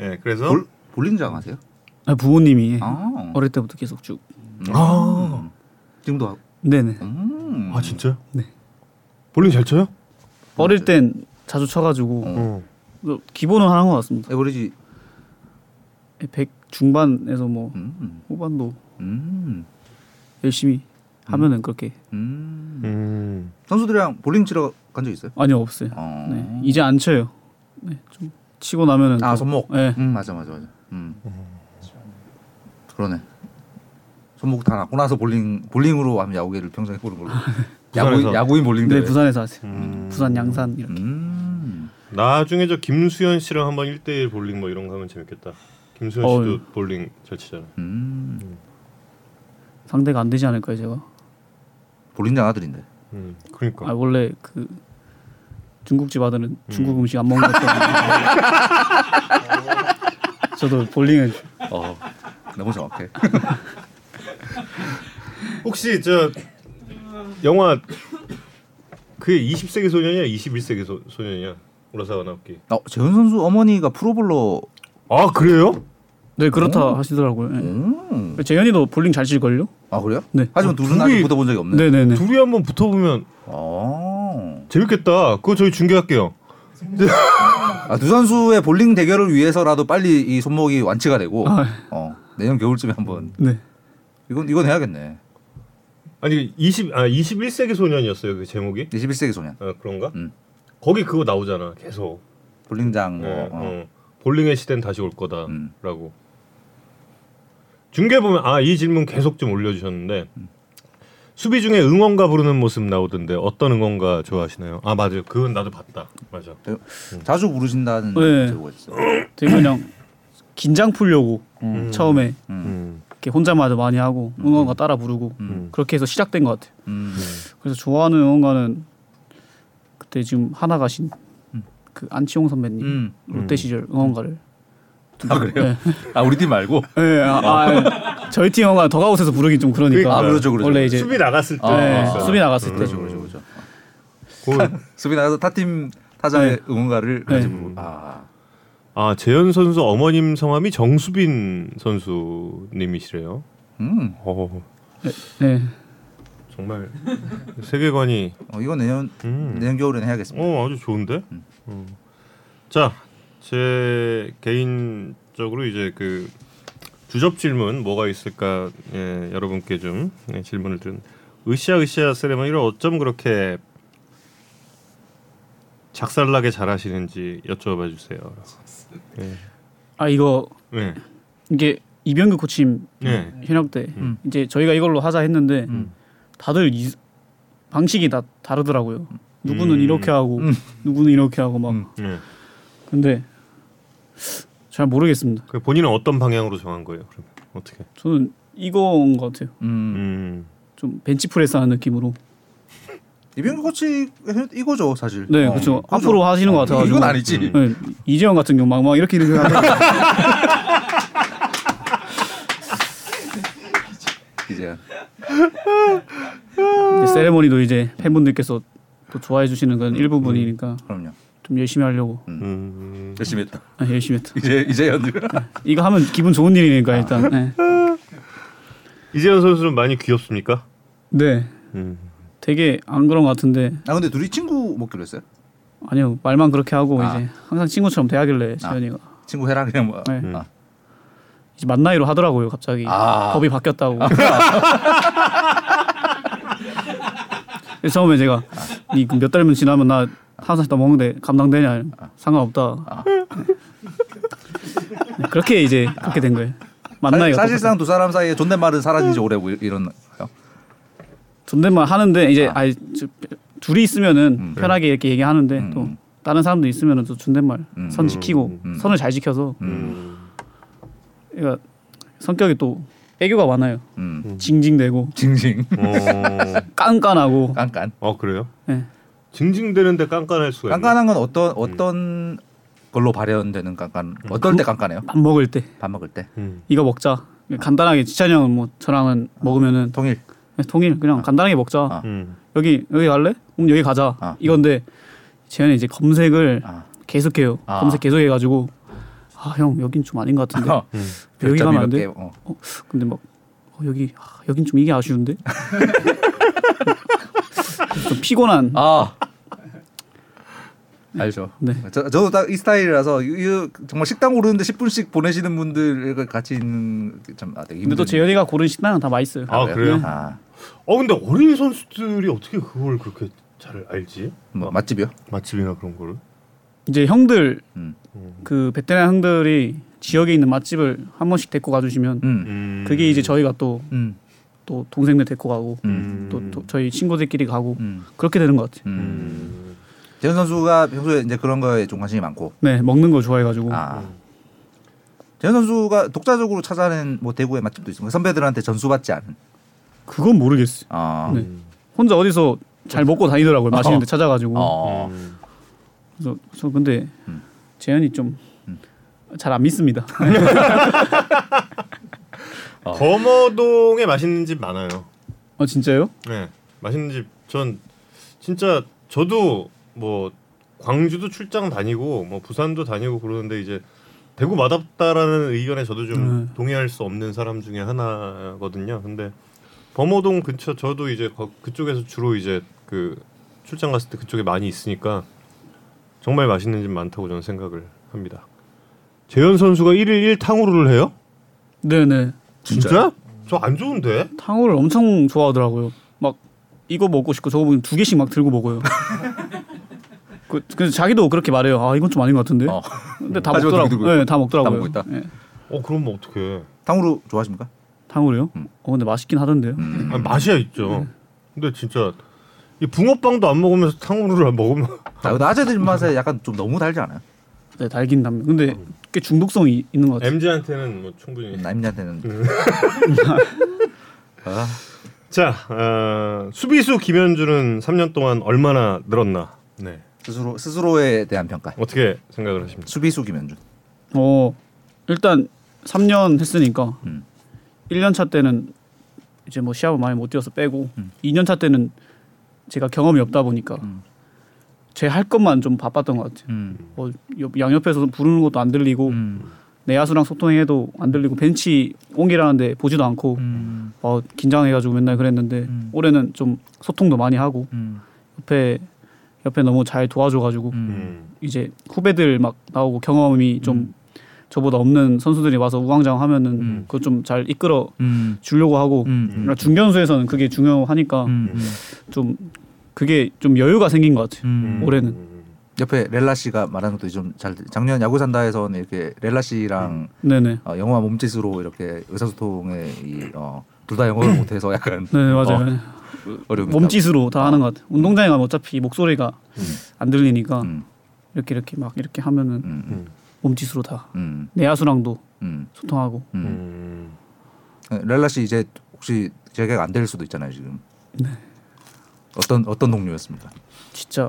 S1: 예, 그래서
S4: 볼, 볼링장 하세요?
S2: 아, 부모님이
S4: 아.
S2: 어릴 때부터 계속 쭉.
S1: 아,
S4: 지금도 하고.
S2: 네네.
S4: 음.
S1: 아 진짜?
S2: 네.
S1: 볼링 잘 쳐요?
S2: 어릴 땐 자주 쳐가지고
S1: 어.
S2: 또 기본은 하는 것 같습니다.
S4: 에버리지.
S2: 100 중반에서 뭐
S4: 음.
S2: 후반도
S4: 음.
S2: 열심히 하면은 그렇게
S4: 음.
S1: 음.
S4: 선수들이랑 볼링 치러 간 적 있어요?
S2: 아니 없어요.
S4: 어.
S2: 네. 이제 안 쳐요. 네, 좀 치고 나면은
S4: 아
S2: 또-
S4: 손목.
S2: 네.
S4: 음 맞아 맞아 맞아. 음. 그러네. 손목 다 낫고 나서 볼링 볼링으로 하면 야구계를 평생 해보는 걸로. 야구
S1: 부산에서.
S4: 야구인 볼링
S2: 네
S4: 대회.
S2: 부산에서 하세요.
S1: 음.
S2: 부산 양산 이렇게.
S4: 음.
S1: 나중에 저 김수현 씨랑 한번 1대1 볼링 뭐 이런 거 하면 재밌겠다. 김수현 씨도
S2: 어이.
S1: 볼링 잘 치잖아.
S4: 음.
S2: 상대가 안 되지 않을까요 제가
S4: 볼링장 아들인데.
S1: 음. 그러니까.
S2: 아 원래 그 중국집 아들은 중국 음식 안 먹는 것 같아요 저도 볼링은
S4: 어. 너무 정확해.
S1: 혹시 저 영화 그게 20세기 소년이야, 21세기 소, 소년이야? 우라사와 나오키.
S4: 어, 재현 선수 어머니가 프로볼러.
S1: 아 그래요?
S2: 네 그렇다 하시더라고요. 네.
S4: 음.
S2: 재현이도 볼링 잘 칠걸요?
S4: 아 그래요?
S2: 네.
S4: 하지만 둘은 아직
S1: 둘이-
S4: 붙어본 적이 없네.
S2: 네네네.
S1: 둘이 한번 붙어보면
S4: 어.
S1: 재밌겠다. 그거 저희 중계할게요.
S4: 아, 두 선수의 볼링 대결을 위해서라도 빨리 이 손목이 완치가 되고
S2: 아.
S4: 어, 내년 겨울쯤에 한번
S2: 네.
S4: 이건 이건 해야겠네.
S1: 아니 20, 아 21세기 소년이었어요 그 제목이?
S4: 21세기 소년
S1: 아 그런가?
S4: 음.
S1: 거기 그거 나오잖아 계속.
S4: 볼링장
S1: 네,
S4: 뭐, 어.
S1: 어. 볼링의 시대는 다시 올 거다라고.
S4: 음.
S1: 중계 보면 아 이 질문 계속 좀 올려주셨는데 수비 중에 응원가 부르는 모습 나오던데 어떤 응원가 좋아하시나요? 아 맞아요, 그건 나도 봤다. 맞아.
S4: 음. 자주 부르신다는
S2: 네.
S4: 제보가 있어.
S2: 되게 그냥 긴장 풀려고
S1: 음.
S2: 처음에
S1: 음.
S2: 이렇게 혼자만도 많이 하고 응원가 따라 부르고
S1: 음.
S2: 그렇게 해서 시작된 것 같아요.
S4: 음.
S2: 그래서 좋아하는 응원가는 그때 지금 하나 가신 그 안치홍 선배님
S4: 음.
S2: 롯데 시절 응원가를
S4: 아 그래요? 아 우리 팀 말고.
S2: 예, 아, 아, 예. 저희 팀 영화 더 가웃에서 부르긴 좀 그러니까.
S1: 아,
S4: 그렇죠, 그렇죠.
S2: 원래 이제
S1: 수비 나갔을 때. 그러니까
S4: 아,
S2: 예,
S4: 아,
S2: 수비 나갔을 때.
S4: 그렇죠, 그렇죠, 그렇죠.
S1: 그-
S4: 수비 나가서 타팀 타자의 응원가를
S2: 네.
S4: 가지고. 아,
S1: 아 재현 선수 어머님 성함이 정수빈 선수님이시래요.
S4: 음,
S1: 어
S2: 네.
S1: 정말 세계관이
S4: 어, 이건 내년
S1: 음.
S4: 내년 겨울에는 해야겠습니다.
S1: 어 아주 좋은데. 음. 자제 개인적으로 이제 그 주접 질문 뭐가 있을까 예, 여러분께 좀 예, 질문을 드린 으쌰 으쌰 세레머니를 어쩜 그렇게 작살나게 잘하시는지 여쭤봐 주세요.
S2: 아 이거
S1: 네.
S2: 이게 이병규 코치님
S1: 예.
S2: 현역 때
S1: 음.
S2: 이제 저희가 이걸로 하자 했는데
S4: 음.
S2: 다들 이- 방식이 다 다르더라고요. 누구는
S1: 음.
S2: 이렇게 하고 누구는 이렇게 하고 막
S4: 음.
S1: 예.
S2: 근데 잘 모르겠습니다.
S1: 그 본인은 어떤 방향으로 정한 거예요? 그럼 어떻게?
S2: 저는 이건 것 같아요.
S4: 음.
S1: 음.
S2: 좀 벤치프레스 하는 느낌으로.
S4: 이병규 코치 이거죠 사실.
S2: 네,
S4: 어,
S2: 그렇죠.
S4: 그거죠.
S2: 앞으로 하시는 것 같아가지고.
S4: 이건 아니지.
S1: 음.
S2: 네, 이재영 같은 경우 막, 막 이렇게 이렇게 하고
S4: 이제
S2: 이제 세레모니도 이제 팬분들께서 또 좋아해 주시는 건 일부분이니까
S4: 그럼요.
S2: 좀 열심히 하려고
S1: 음.
S4: 열심히 했다.
S2: 아, 열심히 했다.
S4: 이제 이제 연주.
S2: 이거 하면 기분 좋은 일이니까 일단. 네.
S1: 이재현 선수는 많이 귀엽습니까?
S2: 네,
S1: 음.
S2: 되게 안 그런 것 같은데
S4: 아 근데 둘이 친구 먹기로 했어요.
S2: 아니요 말만 그렇게 하고
S4: 아.
S2: 이제 항상 친구처럼 대하길래 재현이가
S4: 친구 해라 그냥 뭐.
S2: 네.
S1: 음.
S4: 아.
S2: 이제 만 나이로 하더라고요 갑자기
S4: 아.
S2: 법이 바뀌었다고. 그래서 처음에 제가
S4: 아.
S2: 이몇 달만 지나면 나 항상 다 먹는데 감당되냐 이러면
S4: 아.
S2: 상관없다. 네, 그렇게 이제 그렇게 된 거예요. 만 나이가
S4: 아. 사, 실상두 사람 사이에 존댓말은 사라진 지 오래고 뭐 이런 거요.
S2: 존댓말 하는데 이제
S4: 아.
S2: 아. 이 둘이 있으면은 편하게 이렇게 얘기하는데
S4: 음.
S2: 또 다른 사람들 있으면은 또 존댓말
S4: 음.
S2: 선 지키고
S4: 음.
S2: 선을 잘 지켜서
S1: 음.
S2: 얘가 성격이 또 애교가 많아요.
S4: 음.
S2: 징징대고
S4: 징징
S1: 어.
S2: 깐깐하고
S4: 깐깐.
S1: 어 그래요?
S2: 네.
S1: 징징대는데 깐깐할 수가 있나요?
S4: 깐깐한 건 어떤 어떤 걸로 발현되는 깐깐? 어떨 때 깐깐해요?
S2: 밥 먹을 때
S4: 밥 먹을 때
S1: 음.
S2: 이거 먹자. 간단하게 지찬이 형은 뭐 저랑은 먹으면은 예,
S4: 통일.
S2: 통일 그냥 간단하게 먹자.
S4: 아.
S1: 음.
S2: 여기 여기 갈래? 그럼 여기 가자.
S4: 아.
S2: 이건데 재현이 이제 검색을
S4: 아.
S2: 계속해요.
S4: 아.
S2: 검색 계속해가지고 아 형 여긴 좀 아닌 것 같은데. 음. 여기
S4: 별점이
S2: 가면 안
S4: 몇
S2: 돼?
S4: 개, 어.
S2: 어, 근데 막 어, 여기 아, 여긴 좀 이게 아쉬운데. 좀 피곤한.
S4: 아 알죠.
S2: 네.
S4: 저, 저도 딱 이 스타일이라서 이, 이 정말 식당 오르는데 10분씩 보내시는 분들 같이 있는 게참 아, 되게
S2: 근데 또
S4: 힘든-
S2: 재현이가 고른 식당은 다 맛있어요.
S1: 아 그래요?
S4: 아,
S1: 어 근데 어린 선수들이 어떻게 그걸 그렇게 잘 알지?
S4: 뭐 맛집이요?
S1: 맛집이나 그런 거를?
S2: 이제 형들
S4: 음.
S2: 그 베테랑 형들이 지역에 있는 맛집을 한 번씩 데리고 가주시면
S4: 음.
S1: 음.
S2: 그게 이제 저희가 또 또
S4: 음.
S2: 동생들 데리고 가고
S1: 음.
S2: 또, 또 저희 친구들끼리 가고
S4: 음.
S2: 그렇게 되는 것 같아요.
S4: 음.
S1: 음.
S4: 재현 선수가 평소에 이제 그런 거에 좀 관심이 많고.
S2: 네 먹는 거 좋아해가지고 음.
S4: 아. 재현 선수가 독자적으로 찾아낸 뭐 대구의 맛집도 있습니다. 선배들한테 전수받지 않은.
S2: 그건 모르겠어요.
S4: 아.
S2: 네. 혼자 어디서 잘 먹고 다니더라고요. 맛있는 데 찾아가지고
S4: 어.
S1: 음.
S2: 그래서 저 근데
S4: 음.
S2: 재현이 좀 잘 안 믿습니다.
S1: 거머동에 아. 맛있는 집 많아요.
S2: 아 진짜요?
S1: 네, 맛있는 집. 전 진짜 저도 뭐 광주도 출장 다니고 뭐 부산도 다니고 그러는데 이제 대구 맛없다라는 의견에 저도 좀
S2: 네.
S1: 동의할 수 없는 사람 중에 하나거든요. 근데 범어동 근처 저도 이제 거- 그쪽에서 주로 이제 그 출장 갔을 때 그쪽에 많이 있으니까 정말 맛있는 집 많다고 저는 생각을 합니다. 재현 선수가 1일 1탕후루를 해요?
S2: 네네
S1: 진짜? 저 안 좋은데.
S2: 탕후를 엄청 좋아하더라고요. 막 이거 먹고 싶고 저거 먹고 두 개씩 막 들고 먹어요. 그, 그래서 자기도 그렇게 말해요. 아 이건 좀 아닌 것 같은데.
S4: 어.
S2: 근데 다
S4: 하지만
S2: 먹더라고.
S4: 들고
S2: 요 네, 다 먹더라고요.
S4: 다 먹고 있다.
S2: 네.
S1: 어 그럼 뭐 어떡해.
S4: 탕후루 좋아하십니까?
S2: 탕후루요?
S4: 음.
S2: 어 근데 맛있긴 하던데요.
S4: 음.
S1: 아니, 맛이야 있죠. 근데 진짜 이 붕어빵도 안 먹으면서 탕후루를 먹으면
S2: 어,
S4: 아, 근데 아재들 입맛에 약간 좀 너무 달지 않아요?
S2: 네, 달긴 담. 근데 꽤 중독성이 이- 있는 것 같아요.
S1: MZ한테는 뭐 충분히.
S2: 네. 음.
S4: 남자한테는. 아,
S1: 자 어, 수비수 김현준은 3년 동안 얼마나 늘었나. 네.
S4: 스스로 스스로에 대한 평가.
S1: 어떻게 생각을 하십니까?
S4: 수비수 김현준.
S2: 어 일단 3년 했으니까
S4: 음.
S2: 1년 차 때는 이제 뭐 시합을 많이 못 뛰어서 빼고
S4: 음.
S2: 2년 차 때는 제가 경험이 없다 보니까
S4: 음.
S2: 제 할 것만 좀 바빴던 것 같아요.
S4: 음.
S2: 뭐 옆- 양옆에서 부르는 것도 안 들리고
S4: 음.
S2: 내 야수랑 소통해도 안 들리고 벤치 옮기라는데 보지도 않고
S4: 음.
S2: 어, 긴장해가지고 맨날 그랬는데
S4: 음.
S2: 올해는 좀 소통도 많이 하고
S4: 음.
S2: 옆에 옆에 너무 잘 도와줘가지고
S4: 음.
S1: 음.
S2: 이제 후배들 막 나오고 경험이 좀 저보다 없는 선수들이 와서 우왕좌왕 하면은
S4: 음.
S2: 그거 좀 잘 이끌어
S4: 음.
S2: 주려고 하고
S4: 음.
S2: 그러니까 중견수에서는 그게 중요하니까
S4: 음.
S2: 좀 그게 좀 여유가 생긴 것 같아요.
S4: 음.
S2: 올해는.
S1: 음.
S4: 옆에 렐라 씨가 말하는 것도 좀 잘 작년 야구 산다에서는 이렇게 rel라 씨랑
S2: 네네.
S4: 어, 영어와 몸짓으로 이렇게 의사소통에 이, 어, 둘 다 영어를 못해서 약간
S2: 음. 네 맞아요.
S4: 어,
S2: 네.
S4: 어려움이
S2: 몸짓으로 다 하는 것 같아요. 운동장에 가면 어차피 목소리가 안 들리니까
S4: 음.
S2: 이렇게 이렇게 막 이렇게 하면은
S4: 음,
S2: 몸짓으로 다
S4: 음,
S2: 내야수랑도
S4: 음,
S2: 소통하고
S4: 음.
S1: 음.
S4: 렐라 씨 이제 혹시 재계약 안 될 수도 있잖아요 지금.
S2: 네.
S4: 어떤 어떤 동료였습니까?
S2: 진짜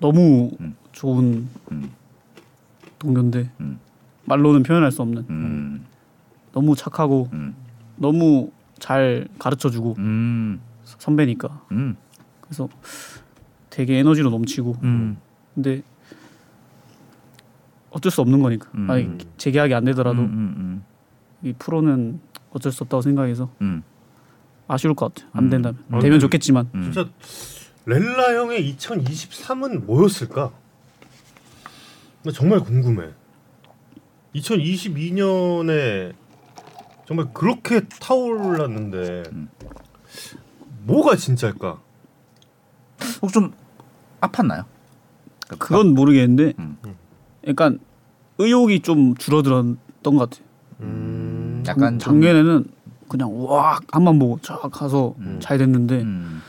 S2: 너무
S4: 음.
S2: 좋은
S4: 음.
S2: 동료인데
S4: 음.
S2: 말로는 표현할 수 없는
S4: 음,
S2: 너무 착하고
S4: 음,
S2: 너무 잘 가르쳐주고
S4: 음,
S2: 선배니까
S4: 음,
S2: 그래서 되게 에너지로 넘치고
S4: 음,
S2: 근데 어쩔 수 없는 거니까
S4: 음.
S2: 아니 재계약이 안 되더라도
S4: 음, 음,
S2: 이 프로는 어쩔 수 없다고 생각해서
S4: 음,
S2: 아쉬울 것 같아요 안
S4: 음.
S2: 된다면
S1: 아,
S2: 되면
S1: 근데-
S2: 좋겠지만
S4: 음.
S1: 진짜 렐라 형의 2023은 뭐였을까? 나 정말 궁금해. 2022년에 정말 그렇게 타올랐는데
S4: 음.
S1: 뭐가 진짜일까?
S4: 혹좀 아팠나요?
S2: 그건 모르겠는데
S4: 음.
S2: 약간 의욕이 좀 줄어들었던 것 같아요
S1: 음.
S4: 약간 좀-
S2: 작년에는 그냥 우악 한만 보고 쫙 가서
S1: 음.
S2: 잘 됐는데
S4: 음,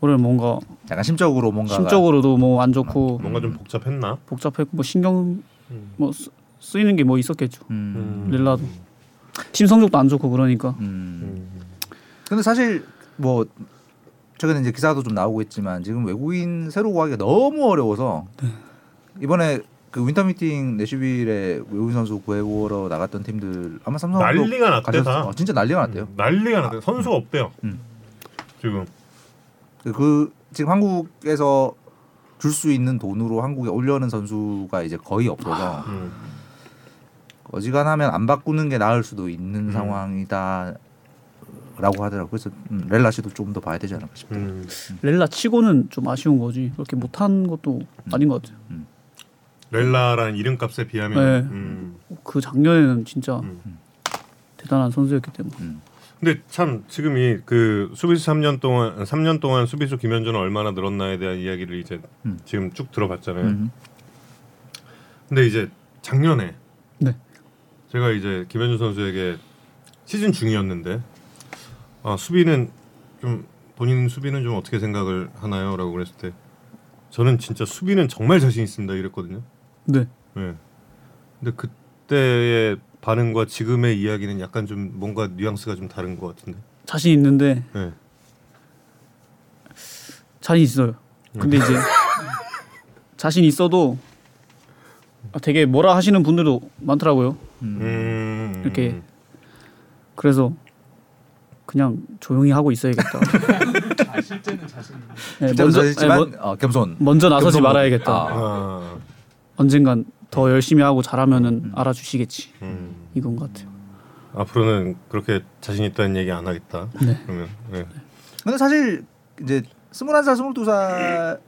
S2: 올해 뭔가
S4: 약간 심적으로 뭔가 음.
S2: 심적으로도 뭐 안 좋고
S1: 뭔가 좀 복잡했나?
S2: 복잡했고 뭐 신경
S1: 음.
S2: 뭐 쓰, 이는 게 뭐 있었겠죠
S4: 음,
S2: 릴라도 팀 성적도 안 좋고 그러니까
S4: 음.
S1: 음.
S4: 근데 사실 뭐 최근에 이제 기사도 좀 나오고 있지만 지금 외국인 새로 구하기가 너무 어려워서 이번에 그 윈터 미팅 내시빌에 외국인 선수 구해보러 나갔던 팀들 아마 삼성도
S1: 난리가 났대, 다. 음.
S4: 어, 진짜 난리가 났대요.
S1: 난리가 났대. 선수 없대요.
S4: 음.
S1: 지금
S4: 그- 그 지금 한국에서 줄 수 있는 돈으로 한국에 올려는 선수가 이제 거의 없어서
S1: 음.
S4: 어지간하면 안 바꾸는 게 나을 수도 있는 상황이다라고 하더라고요. 그래서 음, 렐라 씨도 좀 더 봐야 되지 않을까 싶어요.
S1: 음.
S2: 렐라 치고는 좀 아쉬운 거지 그렇게 못한 것도
S4: 음.
S2: 아닌 것 같아요
S1: 렐라라는 이름값에 비하면
S2: 네.
S1: 음.
S2: 그 작년에는 진짜
S1: 음.
S2: 대단한 선수였기 때문에
S1: 근데 참 지금 이 그 수비수 3년 동안 3년 동안 수비수 김현준은 얼마나 늘었나에 대한 이야기를 이제
S4: 음.
S1: 지금 쭉 들어봤잖아요.
S4: 음.
S1: 근데 이제 작년에
S2: 네.
S1: 제가 이제 김현준 선수에게 시즌 중이었는데 아, 수비는 좀 본인 수비는 좀 어떻게 생각을 하나요?라고 그랬을 때 저는 진짜 수비는 정말 자신 있습니다 이랬거든요.
S2: 네
S1: 예. 근데 그때의 반응과 지금의 이야기는 약간 좀 뭔가 뉘앙스가 좀 다른 것 같은데.
S2: 자신 있는데
S1: 예.
S2: 자신 있어요. 근데 이제 자신 있어도 아, 되게 뭐라 하시는 분들도 많더라고요.
S1: 음.
S2: 이렇게. 그래서 그냥 조용히 하고 있어야겠다.
S5: 아, 실제는 자신 있는.
S2: 네,
S4: 좀
S2: 네,
S4: 자지만
S2: 먼-
S4: 어, 겸손.
S2: 먼저 나서지
S4: 겸손
S2: 말아야겠다.
S1: 아.
S2: 언젠간 더 열심히 하고 잘하면은 알아주시겠지.
S1: 음.
S2: 이건 것 같아요.
S1: 앞으로는 그렇게 자신 있다는 얘기 안 하겠다.
S2: 네.
S1: 그러면 네.
S4: 근데 사실 이제 스물한 살 스물두 살이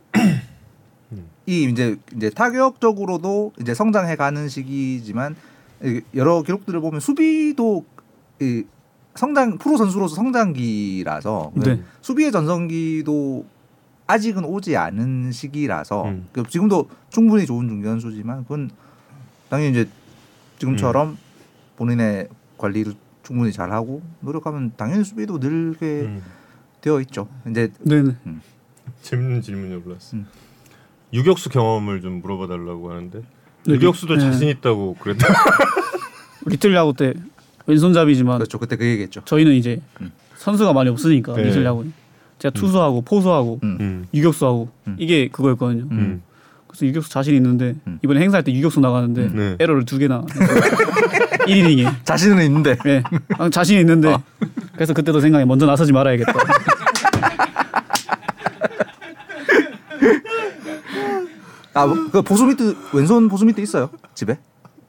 S4: 이제 이제 타격적으로도 이제 성장해 가는 시기지만 이 여러 기록들을 보면 수비도 이 성장 프로 선수로서 성장기라서
S2: 네.
S4: 수비의 전성기도 아직은 오지 않은 시기라서
S1: 음.
S4: 그 지금도 충분히 좋은 중견 선수지만 그건 당연히 이제 지금처럼
S1: 음.
S4: 본인의 관리를 충분히 잘하고 노력하면 당연히 수비도 늘게
S1: 음.
S4: 되어 있죠. 이제
S2: 네네.
S1: 재밌는 질문이 올라왔어.
S4: 음.
S1: 유격수 경험을 좀 물어봐 달라고 하는데
S2: 네,
S1: 유격수도
S2: 네.
S1: 자신 있다고 그랬다.
S2: 리틀 야구 때 왼손잡이지만
S4: 그렇죠. 그때 그 얘기했죠.
S2: 저희는 이제 선수가 많이 없으니까
S1: 네.
S2: 리틀 야구는 제가 투수하고 포수하고
S4: 음.
S1: 음.
S2: 유격수하고 이게 그거였거든요.
S1: 음.
S2: 그래서 유격수 자신 있는데
S4: 음.
S2: 이번에 행사할 때 유격수 나가는데
S1: 네.
S2: 에러를 두 개나 1이닝에
S4: 자신은 있는데
S2: 예 아, 자신 있는데 그래서 그때도 생각해 먼저 나서지 말아야겠다
S4: 아 그 보수 미트 왼손 보수 미트 있어요 집에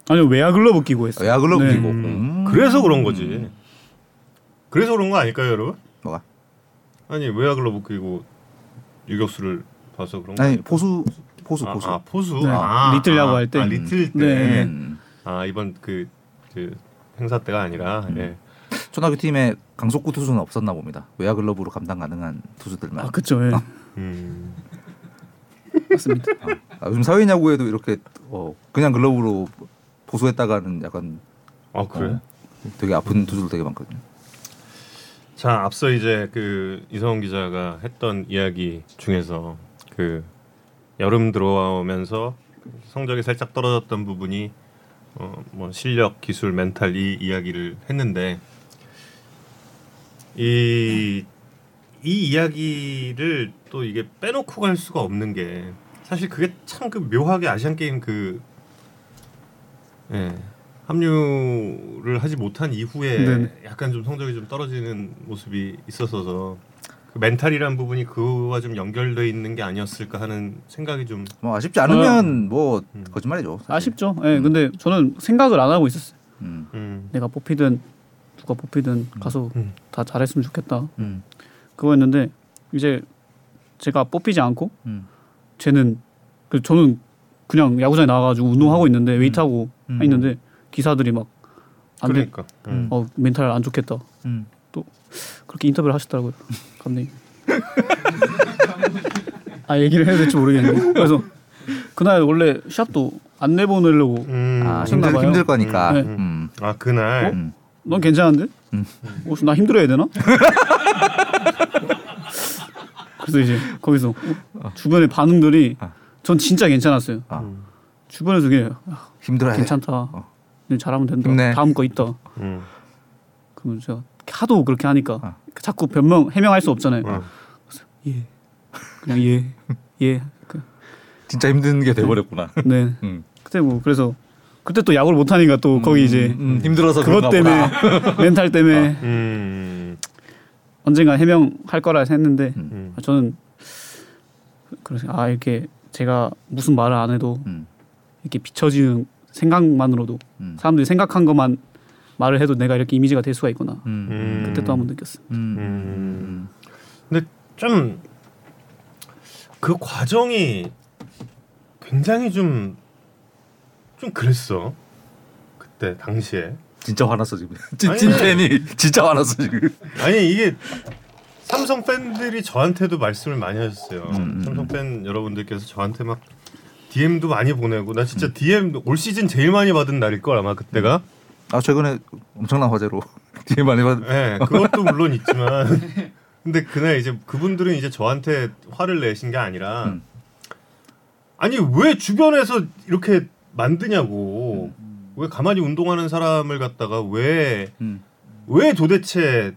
S2: 아니요 외야 글러브 끼고 했어
S4: 야 글러브
S2: 네.
S4: 끼고 음.
S1: 그래서 그런 거지. 그래서 그런 거 아닐까요, 여러분?
S4: 뭐가
S1: 아니 외야글로 못 끼고 유격수를 봐서 그런 거
S4: 아니
S1: 아니,
S4: 보수 보수
S1: 아,
S4: 보수
S1: 아, 포수.
S2: 네.
S1: 아,
S2: 리틀 야구 할 때.
S1: 아, 리틀 때.
S2: 네.
S4: 음.
S1: 아 이번 그, 그 행사 때가 아니라
S2: 음.
S1: 예.
S4: 초등학교 팀에 강속구 투수는 없었나
S2: 그-
S4: 봅니다 외야 글러브로 감당 가능한 투수들만
S2: 아 그쵸 예.
S1: 음.
S2: 맞습니다.
S4: 아, 요즘 사회 야구에도 이렇게 어, 그냥 글러브로 보수했다가는 약간
S1: 아 그래?
S4: 어, 되게 아픈 투수들 되게 많거든요.
S1: 자 앞서 이제 그 이성훈 기자가 했던 이야기 중에서 그 여름 들어오면서 성적이 살짝 떨어졌던 부분이 어 뭐 실력, 기술, 멘탈 이 이야기를 했는데 이 이 이야기를 또 이게 빼놓고 갈 수가 없는 게 사실 그게 참 그 묘하게 아시안 게임 그 예, 합류를 하지 못한 이후에
S2: 네네.
S1: 약간 좀 성적이 좀 떨어지는 모습이 있어서서 그 멘탈이란 부분이 그와 좀 연결돼 있는 게 아니었을까 하는 생각이 좀
S4: 뭐 아쉽지 않으면 뭐 거짓말이죠. 사실.
S2: 아쉽죠. 예, 근데 저는 생각을 안 하고 있었어요.
S4: 음.
S1: 음.
S2: 내가 뽑히든 누가 뽑히든 가서
S1: 음.
S2: 다 잘했으면 좋겠다.
S4: 음.
S2: 그거였는데 이제 제가 뽑히지 않고
S4: 음.
S2: 쟤는 그 저는 그냥 야구장에 나와가지고 운동하고 있는데 웨이트하고
S4: 음.
S2: 있는데 기사들이 막 안 돼.
S1: 그러니까 음.
S2: 어 멘탈 안 좋겠다.
S4: 음.
S2: 그렇게 인터뷰를 하시더라고요. 감독님. 아 얘기를 해야 될지 모르겠는데 그래서 그날 원래 샷도 안 내보내려고
S1: 음.
S2: 힘들었나
S4: 아, 힘들
S2: 봐요.
S4: 힘들 거니까.
S2: 네.
S4: 음.
S1: 아
S2: 어?
S1: 그날
S4: 음.
S2: 넌 괜찮은데?
S4: 음.
S2: 혹시 나 힘들어야 되나? 그래서 이제 거기서
S1: 어.
S2: 주변의 반응들이
S1: 아.
S2: 전 진짜 괜찮았어요.
S4: 아.
S2: 주변에서 그냥 아,
S4: 힘들어야 돼.
S2: 괜찮다. 네, 잘하면 된다.
S4: 힘내.
S2: 다음 거 있다.
S1: 음.
S2: 그러면 제가 하도 그렇게 하니까
S4: 아.
S2: 자꾸 변명 해명할 수 없잖아요.
S1: 어.
S2: 예. 그냥 예. 예. 그,
S4: 진짜 힘든 게 돼버렸구나.
S2: 네.
S4: 음.
S2: 그때 뭐 그래서 그때 또 야구를 못 하니까 또 거기 이제
S4: 음, 어. 힘들어서
S2: 그것
S4: 그런가
S2: 때문에
S4: 보다.
S2: 멘탈 때문에
S1: 음.
S2: 언젠가 해명할 거라 했는데 아,
S1: 음.
S2: 저는 그래서 아 이렇게 제가 무슨 말을 안 해도
S4: 음.
S2: 이렇게 비춰지는 생각만으로도
S4: 음.
S2: 사람들이 생각한 것만 말을 해도 내가 이렇게 이미지가 될 수가 있구나
S4: 음.
S1: 음.
S2: 그때 또 한 번 느꼈어요.
S4: 음.
S1: 음. 근데 좀 그 과정이 굉장히 좀 좀 그랬어 그때 당시에
S4: 진짜 화났어 지금. 찐,
S1: 아니.
S4: 찐 팬이 진짜 화났어 지금.
S1: 아니 이게 삼성 팬들이 저한테도 말씀을 많이 하셨어요
S4: 음, 음,
S1: 삼성 팬 여러분들께서 저한테 막 DM도 많이 보내고 나
S4: 음.
S1: 진짜 DM 올 시즌 제일 많이 받은 날일 걸 아마 그때가
S4: 아 최근에 엄청난 화제로 뒤에 많이 받.
S1: 네, 그것도 물론 있지만 근데 그날 이제 그분들은 이제 저한테 화를 내신 게 아니라
S4: 음.
S1: 아니 왜 주변에서 이렇게 만드냐고 왜 가만히 운동하는 사람을 갖다가 왜 왜
S4: 음.
S1: 도대체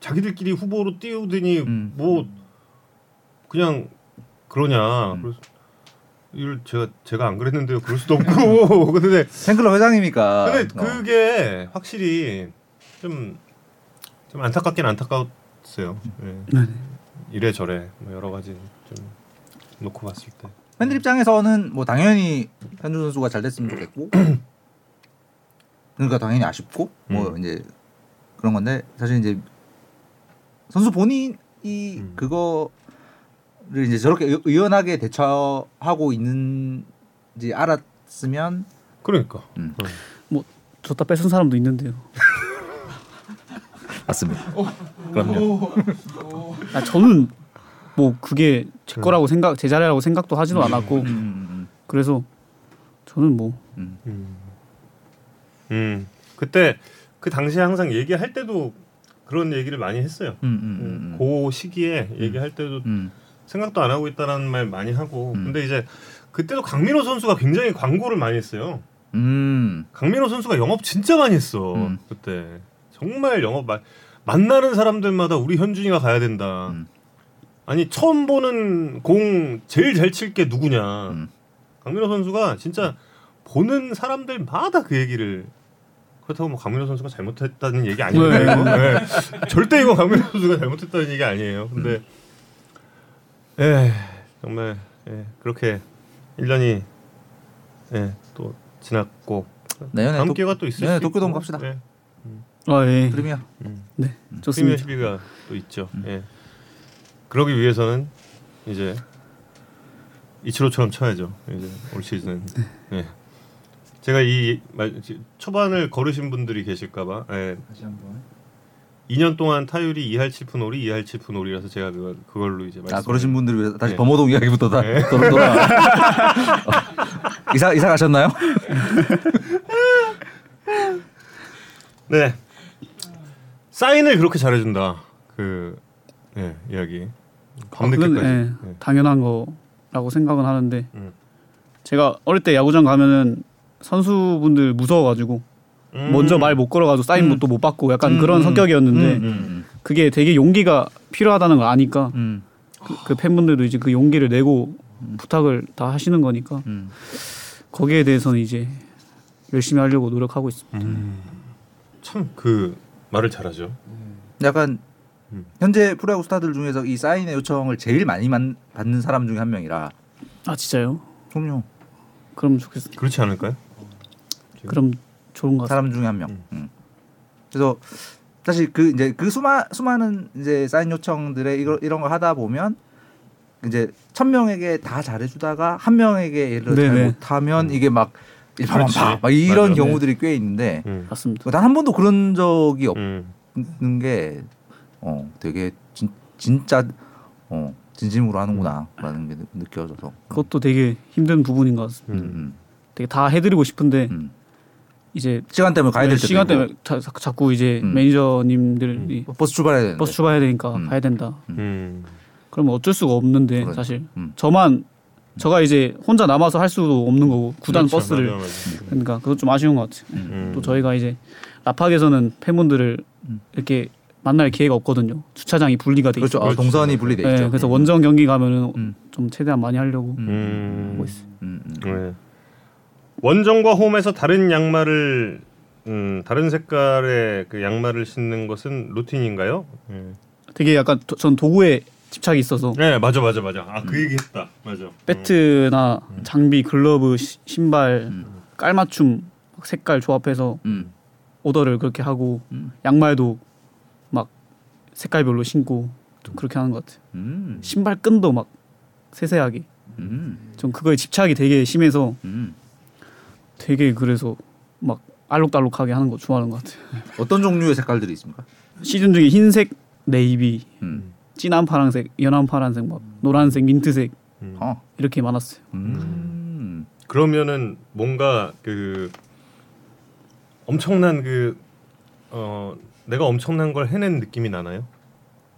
S1: 자기들끼리 후보로 띄우더니
S4: 음.
S1: 뭐 그냥 그러냐
S4: 음.
S1: 그래서 이걸 제가 제가 안 그랬는데요 그럴 수도 없고 근데
S4: 팬클럽 회장이니까.
S1: 근데
S4: 어.
S1: 그게 확실히 좀, 좀 안타깝긴 안타까웠어요. 예.
S4: 네.
S1: 이래 저래 뭐 여러 가지 좀 놓고 봤을 때.
S4: 팬들 입장에서는 뭐 당연히 현준 선수가 잘 됐으면 좋겠고 그러니까 당연히 아쉽고 뭐
S1: 음.
S4: 이제 그런 건데 사실 이제 선수 본인이
S1: 음.
S4: 그거를 이제 저렇게 의- 의연하게 대처하고 있는지 알았으면
S1: 그러니까.
S4: 음.
S2: 뭐 줬다 뺏은 사람도 있는데요.
S4: 맞습니다. 그럼요.
S2: 아, 저는 뭐 그게
S1: 음.
S2: 제 거라고 생각 제 자리라고 생각도 하지도 않았고
S4: 음, 음,
S2: 그래서 저는 뭐
S4: 음,
S1: 음. 음. 그때 그 당시에 항상 얘기할 때도 그런 얘기를 많이 했어요.
S4: 음, 음, 음,
S1: 그 시기에 얘기할 때도
S4: 음,
S1: 생각도 안 하고 있다라는 말 많이 하고.
S4: 음.
S1: 근데 이제 그때도 강민호 선수가 굉장히 광고를 많이 했어요.
S4: 음,
S1: 강민호 선수가 영업 진짜 많이 했어
S4: 음.
S1: 그때 정말 영업 마, 만나는 사람들마다 우리 현준이가 가야 된다
S4: 음.
S1: 아니 처음 보는 공 제일 잘 칠 게 누구냐
S4: 음.
S1: 강민호 선수가 진짜 보는 사람들마다 그 얘기를 그렇다고 뭐 강민호 선수가 잘못했다는 얘기 아니에요
S2: 네.
S1: 이거? 네. 절대 이거 강민호 선수가 잘못했다는 얘기 아니에요 근데
S4: 음.
S1: 에 정말 예, 그렇게 1년이 예, 또 지났고
S4: 내년에
S1: 다음
S4: 도,
S1: 기회가 또 있을
S4: 네,
S1: 수도
S4: 도쿄돔
S1: 있고.
S4: 갑시다.
S1: 예.
S2: 아, 예.
S4: 프리미어.
S2: 네.
S1: 프리미어
S2: 좋습니다.
S1: 시비가 또 있죠.
S4: 음.
S1: 예. 그러기 위해서는 이제 이치로처럼 쳐야죠. 이제 올 시즌.
S2: 네.
S1: 예. 제가 이 말- 초반을 걸으신 분들이 계실까봐 예.
S5: 다시 한번.
S1: 2년 동안 타율이 2할 7푼 5리 2할 7푼 5리라서 제가 그걸, 그걸로 이제 말씀.
S4: 아 네. 그러신 분들 위해서 다시
S1: 예.
S4: 범어동 이야기부터 다 돌아 돌아 이사 이사 가셨나요?
S1: 네. 사인을 그렇게 잘해준다. 그 예, 이야기. 밤늦게까지.
S2: 아, 그건, 예,
S1: 예.
S2: 당연한 거라고 생각은 하는데
S1: 음.
S2: 제가 어릴 때 야구장 가면은 선수분들 무서워가지고
S1: 음.
S2: 먼저 말 못 걸어가지고 사인 도 못 받고 약간 그런 성격이었는데
S4: 음.
S2: 그게 되게 용기가 필요하다는 걸 아니까
S4: 음.
S2: 그, 그 팬분들도 이제 그 용기를 내고 부탁을 다 하시는 거니까
S4: 음.
S2: 거기에 대해서는 이제 열심히 하려고 노력하고
S4: 음.
S2: 있습니다.
S1: 참 그 말을 잘하죠.
S4: 약간
S1: 음.
S4: 현재 프로야구 스타들 중에서 이 사인의 요청을 제일 많이 만, 받는 사람 중에 한 명이라
S2: 아 진짜요?
S4: 그럼요
S2: 그럼 좋겠어.
S1: 그렇지 않을까요?
S2: 그럼 좋은 것 같아요.
S4: 사람 중에 한 명. 음. 그래서 사실 그 이제 그 수마, 수많은 이제 사인 요청들의 이거, 이런 거 하다 보면 이제 천 명에게 다 잘해주다가 한 명에게 예를 들어 잘
S2: 네네.
S4: 못하면 이게 막
S1: 음. 그렇지.
S4: 일파만파 막 이런
S1: 맞아요.
S4: 경우들이 꽤 있는데
S1: 음.
S2: 맞습니다.
S4: 난 한 번도 그런 적이
S1: 음.
S4: 없는 게 어, 되게 진, 진짜 어, 진심으로 하는구나라는 게 느- 느껴져서
S2: 그것도 되게 힘든 부분인 것 같습니다.
S4: 음,
S1: 음.
S4: 음,
S2: 되게 다 해드리고 싶은데
S4: 음.
S2: 이제
S4: 시간 때문에 가야 될 때도
S2: 네, 시간
S4: 있고,
S2: 때문에 자, 자- 자꾸 이제
S4: 음.
S2: 매니저님들이
S4: 버스 출발해야 되는데
S2: 버스 출발해야 되니까
S4: 음.
S2: 가야 된다.
S1: 음.
S2: 그러면 어쩔 수가 없는데
S4: 그러니까.
S2: 사실
S4: 음.
S2: 저만 저가 이제 혼자 남아서 할 수도 없는 거고 구단
S1: 그렇죠.
S2: 버스를
S1: 맞아요, 맞아요.
S2: 그러니까 그건 좀 아쉬운 것 같아요.
S1: 음.
S2: 또 저희가 이제 라팍에서는 팬분들을 이렇게 만날 기회가 없거든요. 주차장이 분리가 돼
S4: 음. 그렇죠.
S2: 있어요.
S4: 아,
S1: 그렇죠.
S4: 동선이 분리돼
S2: 네,
S4: 있죠.
S2: 그래서 원정 경기 가면은
S4: 음.
S2: 좀 최대한 많이 하려고
S1: 음.
S2: 하고 있어요.
S4: 음, 음.
S1: 네. 원정과 홈에서 다른 양말을 음, 다른 색깔의 그 양말을 신는 것은 루틴인가요? 네,
S2: 되게 약간 도- 전 도구에 집착이 있어서
S4: 음.
S2: 음.
S1: 네 맞아 맞아 맞아. 아그 얘기했다. 맞아. 음.
S2: 배트나 장비, 글러브, 시- 신발,
S4: 음.
S2: 깔맞춤 색깔 조합해서
S4: 음.
S2: 오더를 그렇게 하고
S4: 음.
S2: 양말도 막 색깔별로 신고 좀 그렇게 하는 것 같아요.
S4: 음.
S2: 신발 끈도 막 세세하게
S4: 음.
S2: 좀 그거에 집착이 되게 심해서
S4: 음.
S2: 되게 그래서 막 알록달록하게 하는 거 좋아하는 것 같아요.
S4: 어떤 종류의 색깔들이 있습니까?
S2: 시즌 중에 흰색, 네이비,
S4: 음.
S2: 진한 파란색, 연한 파란색, 막 노란색, 민트색
S1: 음.
S4: 어.
S2: 이렇게 많았어요.
S4: 음.
S1: 그러면은 뭔가 그 엄청난 그 어, 내가 엄청난 걸 해낸 느낌이 나나요?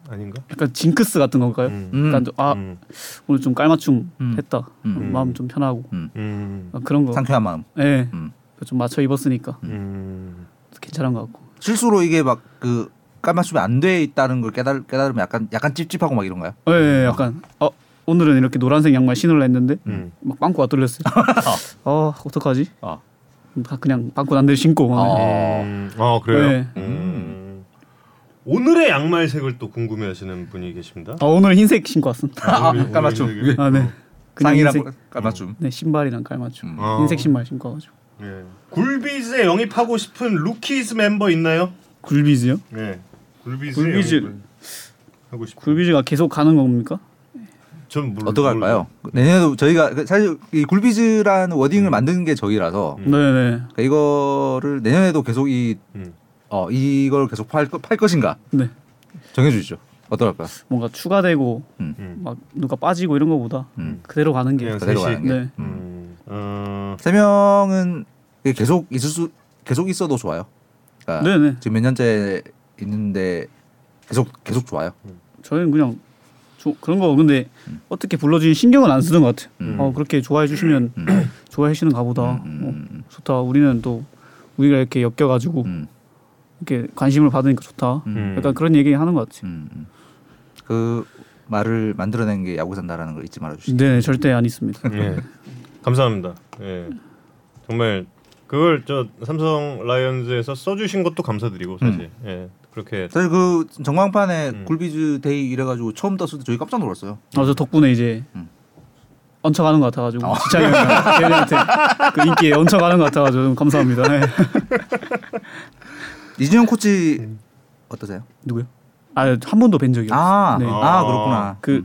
S1: 아닌가?
S2: 약간 징크스 같은 건가요?
S1: 음.
S4: 음.
S2: 약간 좀, 아
S1: 음.
S2: 오늘 좀 깔맞춤
S4: 음.
S2: 했다.
S4: 음.
S2: 마음 좀 편하고
S1: 음.
S2: 아, 그런 거.
S4: 상쾌한 마음.
S2: 예.
S4: 음.
S2: 좀 맞춰 입었으니까
S1: 음.
S2: 괜찮은 것 같고.
S4: 실수로 이게 막 그 깔맞춤이 안 돼 있다는 걸 깨달 깨달으면 약간 약간 찝찝하고 막 이런가요?
S2: 예, 예, 약간 어 오늘은 이렇게 노란색 양말 신으려 했는데
S1: 음.
S2: 막 빵꾸가 뚫렸어요. 아 어떡하지?
S4: 아.
S2: 다 그냥 빵꾸 난데 신고. 막.
S4: 어.
S1: 음. 아 그래요?
S2: 네.
S1: 음. 오늘의 양말 색을 또 궁금해하시는 분이 계십니다.
S2: 아, 오늘 흰색 신고 왔습니다.
S4: 아,
S1: 오늘-
S4: 깔맞춤.
S1: 오늘 이게-
S2: 아 네. 그냥
S4: 상이랑
S2: 흰색,
S4: 깔맞춤.
S2: 네 신발이랑 깔맞춤.
S4: 음.
S1: 아.
S2: 흰색 신발 신고 와가지고.
S1: 예. 굴비즈에 영입하고 싶은 루키즈 멤버 있나요?
S2: 굴비즈요?
S1: 네. 굴비즈.
S2: 굴비즈.
S1: 하고 싶.
S2: 굴비즈가 계속 가는 겁니까?
S1: 전 모르.
S4: 어떡할까요? 음, 내년에도 저희가 그 사실 이 굴비즈라는 워딩을 만든 게 저희라서
S1: 음.
S2: 네네.
S4: 그러니까 이거를 내년에도 계속 이
S1: 음.
S4: 어, 이걸 계속 팔, 거- 팔 것인가
S2: 네.
S4: 정해 주시죠. 어떨까요?
S2: 뭔가 추가되고
S1: 음.
S2: 막 누가 빠지고 이런 거보다
S4: 음.
S2: 그대로 가는 게.
S1: 그냥
S4: 그대로
S1: 셋이.
S4: 가는 게.
S2: 네.
S1: 음. 어.
S4: 세 명은 계속 있을 수 계속 있어도 좋아요. 그러니까
S2: 네네.
S4: 지금 몇 년째 있는데 계속 계속 좋아요.
S2: 저희는 그냥 조, 그런 거 근데 어떻게 불러주신 신경은 안 쓰는 것 같아요.
S4: 음.
S2: 어, 그렇게 좋아해 주시면 좋아해 주시는가 보다. 어,
S4: 음.
S2: 좋다. 우리는 또 우리가 이렇게 엮여가지고
S4: 음.
S2: 이렇게 관심을 받으니까 좋다.
S1: 음.
S2: 약간 그런 얘기 하는 것 같아요.
S4: 음, 음. 그 말을 만들어낸 게 야구 산다라는 걸 잊지 말아주시죠.
S2: 네, 절대 안 있습니다.
S1: 예. 감사합니다. 예. 정말 그걸 저 삼성 라이언즈에서 써주신 것도 감사드리고 사실. 예. 그렇게.
S4: 사실 그 전광판에
S1: 음.
S4: 굴비즈 데이 이래가지고 처음 떴을 때 저희 깜짝 놀랐어요.
S2: 아, 저 덕분에 이제
S4: 음. 어.
S2: 얹혀가는 것 같아가지고 지창이랑 대현이한테 그 인기에 얹혀가는 것 같아가지고 좀 감사합니다. 네.
S4: 이진영 코치 어떠세요?
S2: 누구요? 아한 번도 뵌 적이 없어요.
S4: 아,
S2: 음. 네.
S4: 아 그렇구나.
S2: 그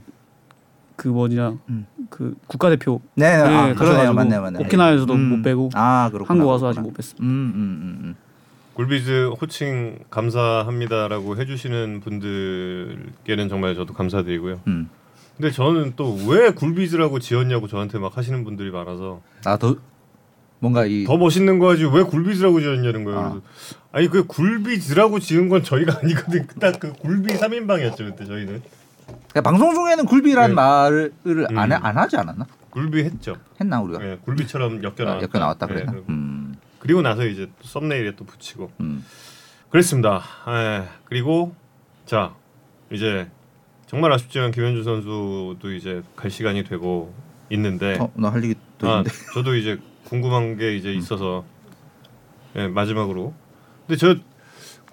S2: 그 뭐냐
S4: 음.
S2: 그 국가대표
S4: 네, 네, 아,
S2: 네,
S4: 그러네요,
S2: 가셔가지고
S4: 맞네요, 맞네요.
S2: 오키나와에서도 못 빼고
S4: 아, 그렇구나.
S2: 한국 와서 아직
S4: 그렇구나.
S2: 못 뵀습니다.
S4: 음, 음, 음, 음.
S1: 골비즈 호칭 감사합니다라고 해주시는 분들께는 정말 저도 감사드리고요.
S4: 음.
S1: 근데 저는 또 왜 굴비즈라고 지었냐고 저한테 막 하시는 분들이 많아서
S4: 아더 뭔가 이
S1: 더 멋있는 거지 왜 굴비즈라고 지었냐는 거예요. 그래서 아니 그 굴비즈라고 지은 건 저희가 아니거든. 딱 그 굴비 3인방이었죠 그때 저희는
S4: 그러니까 방송 중에는 굴비란
S1: 네.
S4: 말을 안, 해,
S1: 음.
S4: 안 하지 않았나?
S1: 굴비 했죠.
S4: 했나 우리가?
S1: 예, 굴비처럼 엮여
S4: 아,
S1: 나왔다.
S4: 엮여 나왔다
S1: 예,
S4: 그랬나? 음,
S1: 그리고 나서 이제 또 썸네일에 또 붙이고
S4: 음.
S1: 그랬습니다. 예, 그리고 자 이제 정말 아쉽지만 김현주 선수도 이제 갈 시간이 되고 있는데
S4: 어, 나 할 얘기 또
S1: 아,
S4: 있는데. 음.
S1: 저도 이제 궁금한 게 이제 있어서 예, 마지막으로 근데 저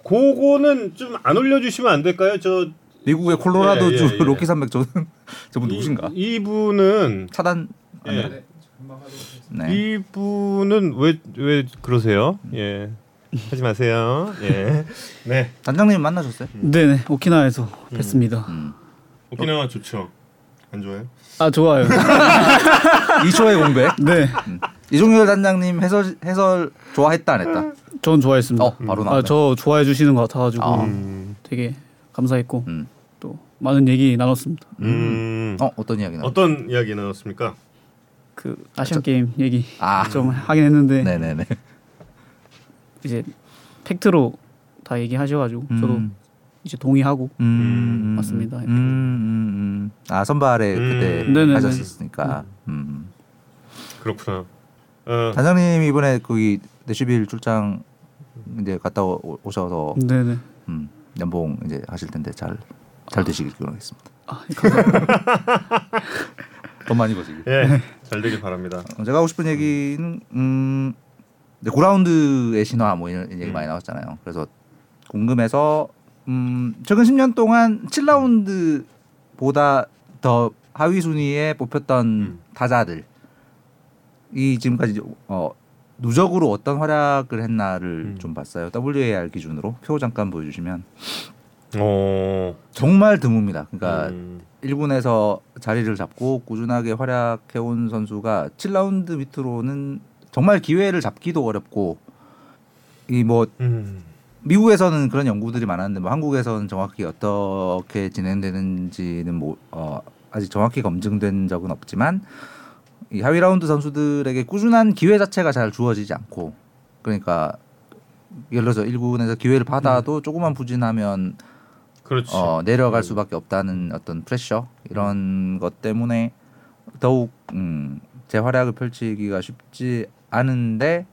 S1: 그거는 좀 안 올려주시면 안 될까요? 저
S4: 미국의 콜로라도
S1: 예, 예,
S4: 주
S1: 예.
S4: 로키 산맥 저는 저분 누구신가?
S1: 이, 이분은
S4: 차단.
S1: 예,
S5: 네, 금방 하도록 하겠습니다.
S4: 네.
S1: 이분은 왜 왜 그러세요? 예 하지 마세요. 예. 네.
S4: 단장님 만나셨어요?
S2: 네네 오키나와에서 뵀습니다.
S4: 음.
S1: 오키나와 좋죠. 안 좋아요?
S2: 아 좋아요.
S4: 2초의 공백.
S2: 네,
S4: 음. 이종열 단장님 해설 해설 좋아했다 안 했다.
S2: 전 좋아했습니다. 음.
S4: 어 바로 나왔네.
S2: 아저 좋아해 주시는 것 같아가지고
S4: 아.
S1: 음.
S2: 되게 감사했고
S4: 음.
S2: 또 많은 얘기 나눴습니다.
S1: 음.
S4: 어 어떤
S2: 네.
S4: 이야기 나? 어.
S1: 어떤 이야기 나눴습니까?
S2: 그 아시안 게임 얘기
S4: 아.
S2: 좀 하긴 했는데
S4: 네네네.
S2: 이제 팩트로 다 얘기하셔가지고 저도
S4: 음.
S2: 이제 동의하고
S4: 음,
S2: 맞습니다.
S4: 음, 음, 음. 아 선발에
S1: 음.
S4: 그때
S2: 네네네.
S4: 하셨었으니까. 음.
S1: 그렇구나. 어,
S4: 단장님 이번에 거기 내시빌 출장 이제 갔다 오- 오셔서
S2: 네네.
S4: 음, 연봉 이제 하실 텐데 잘 잘 되시길 기원하겠습니다.
S2: 아, 감사합니다.
S4: 돈 많이 버시길.
S1: 예. 잘 되길 바랍니다.
S4: 어, 제가 하고 싶은 얘기는 음 이제 고라운드의 신화 뭐 이런
S1: 음.
S4: 얘기 많이 나왔잖아요. 그래서 궁금해서 음 최근 10년 동안 7라운드보다 더 하위 순위에 뽑혔던
S1: 음.
S4: 타자들 이 지금까지 어 누적으로 어떤 활약을 했나를
S1: 음.
S4: 좀 봤어요. WAR 기준으로 표 잠깐 보여주시면
S1: 어.
S4: 정말 드뭅니다. 그러니까
S1: 음.
S4: 1군에서 자리를 잡고 꾸준하게 활약해온 선수가 7라운드 밑으로는 정말 기회를 잡기도 어렵고 이 뭐
S1: 음.
S4: 미국에서는 그런 연구들이 많았는데 뭐 한국에서는 정확히 어떻게 진행되는지는 뭐 어, 아직 정확히 검증된 적은 없지만 이 하위 라운드 선수들에게 꾸준한 기회 자체가 잘 주어지지 않고 그러니까 예를 들어서 1군에서 기회를 받아도 조금만 부진하면
S1: 그렇지.
S4: 어, 내려갈
S1: 음.
S4: 수밖에 없다는 어떤 프레셔 이런 것 때문에 더욱 음, 재활약을 펼치기가 쉽지 않은데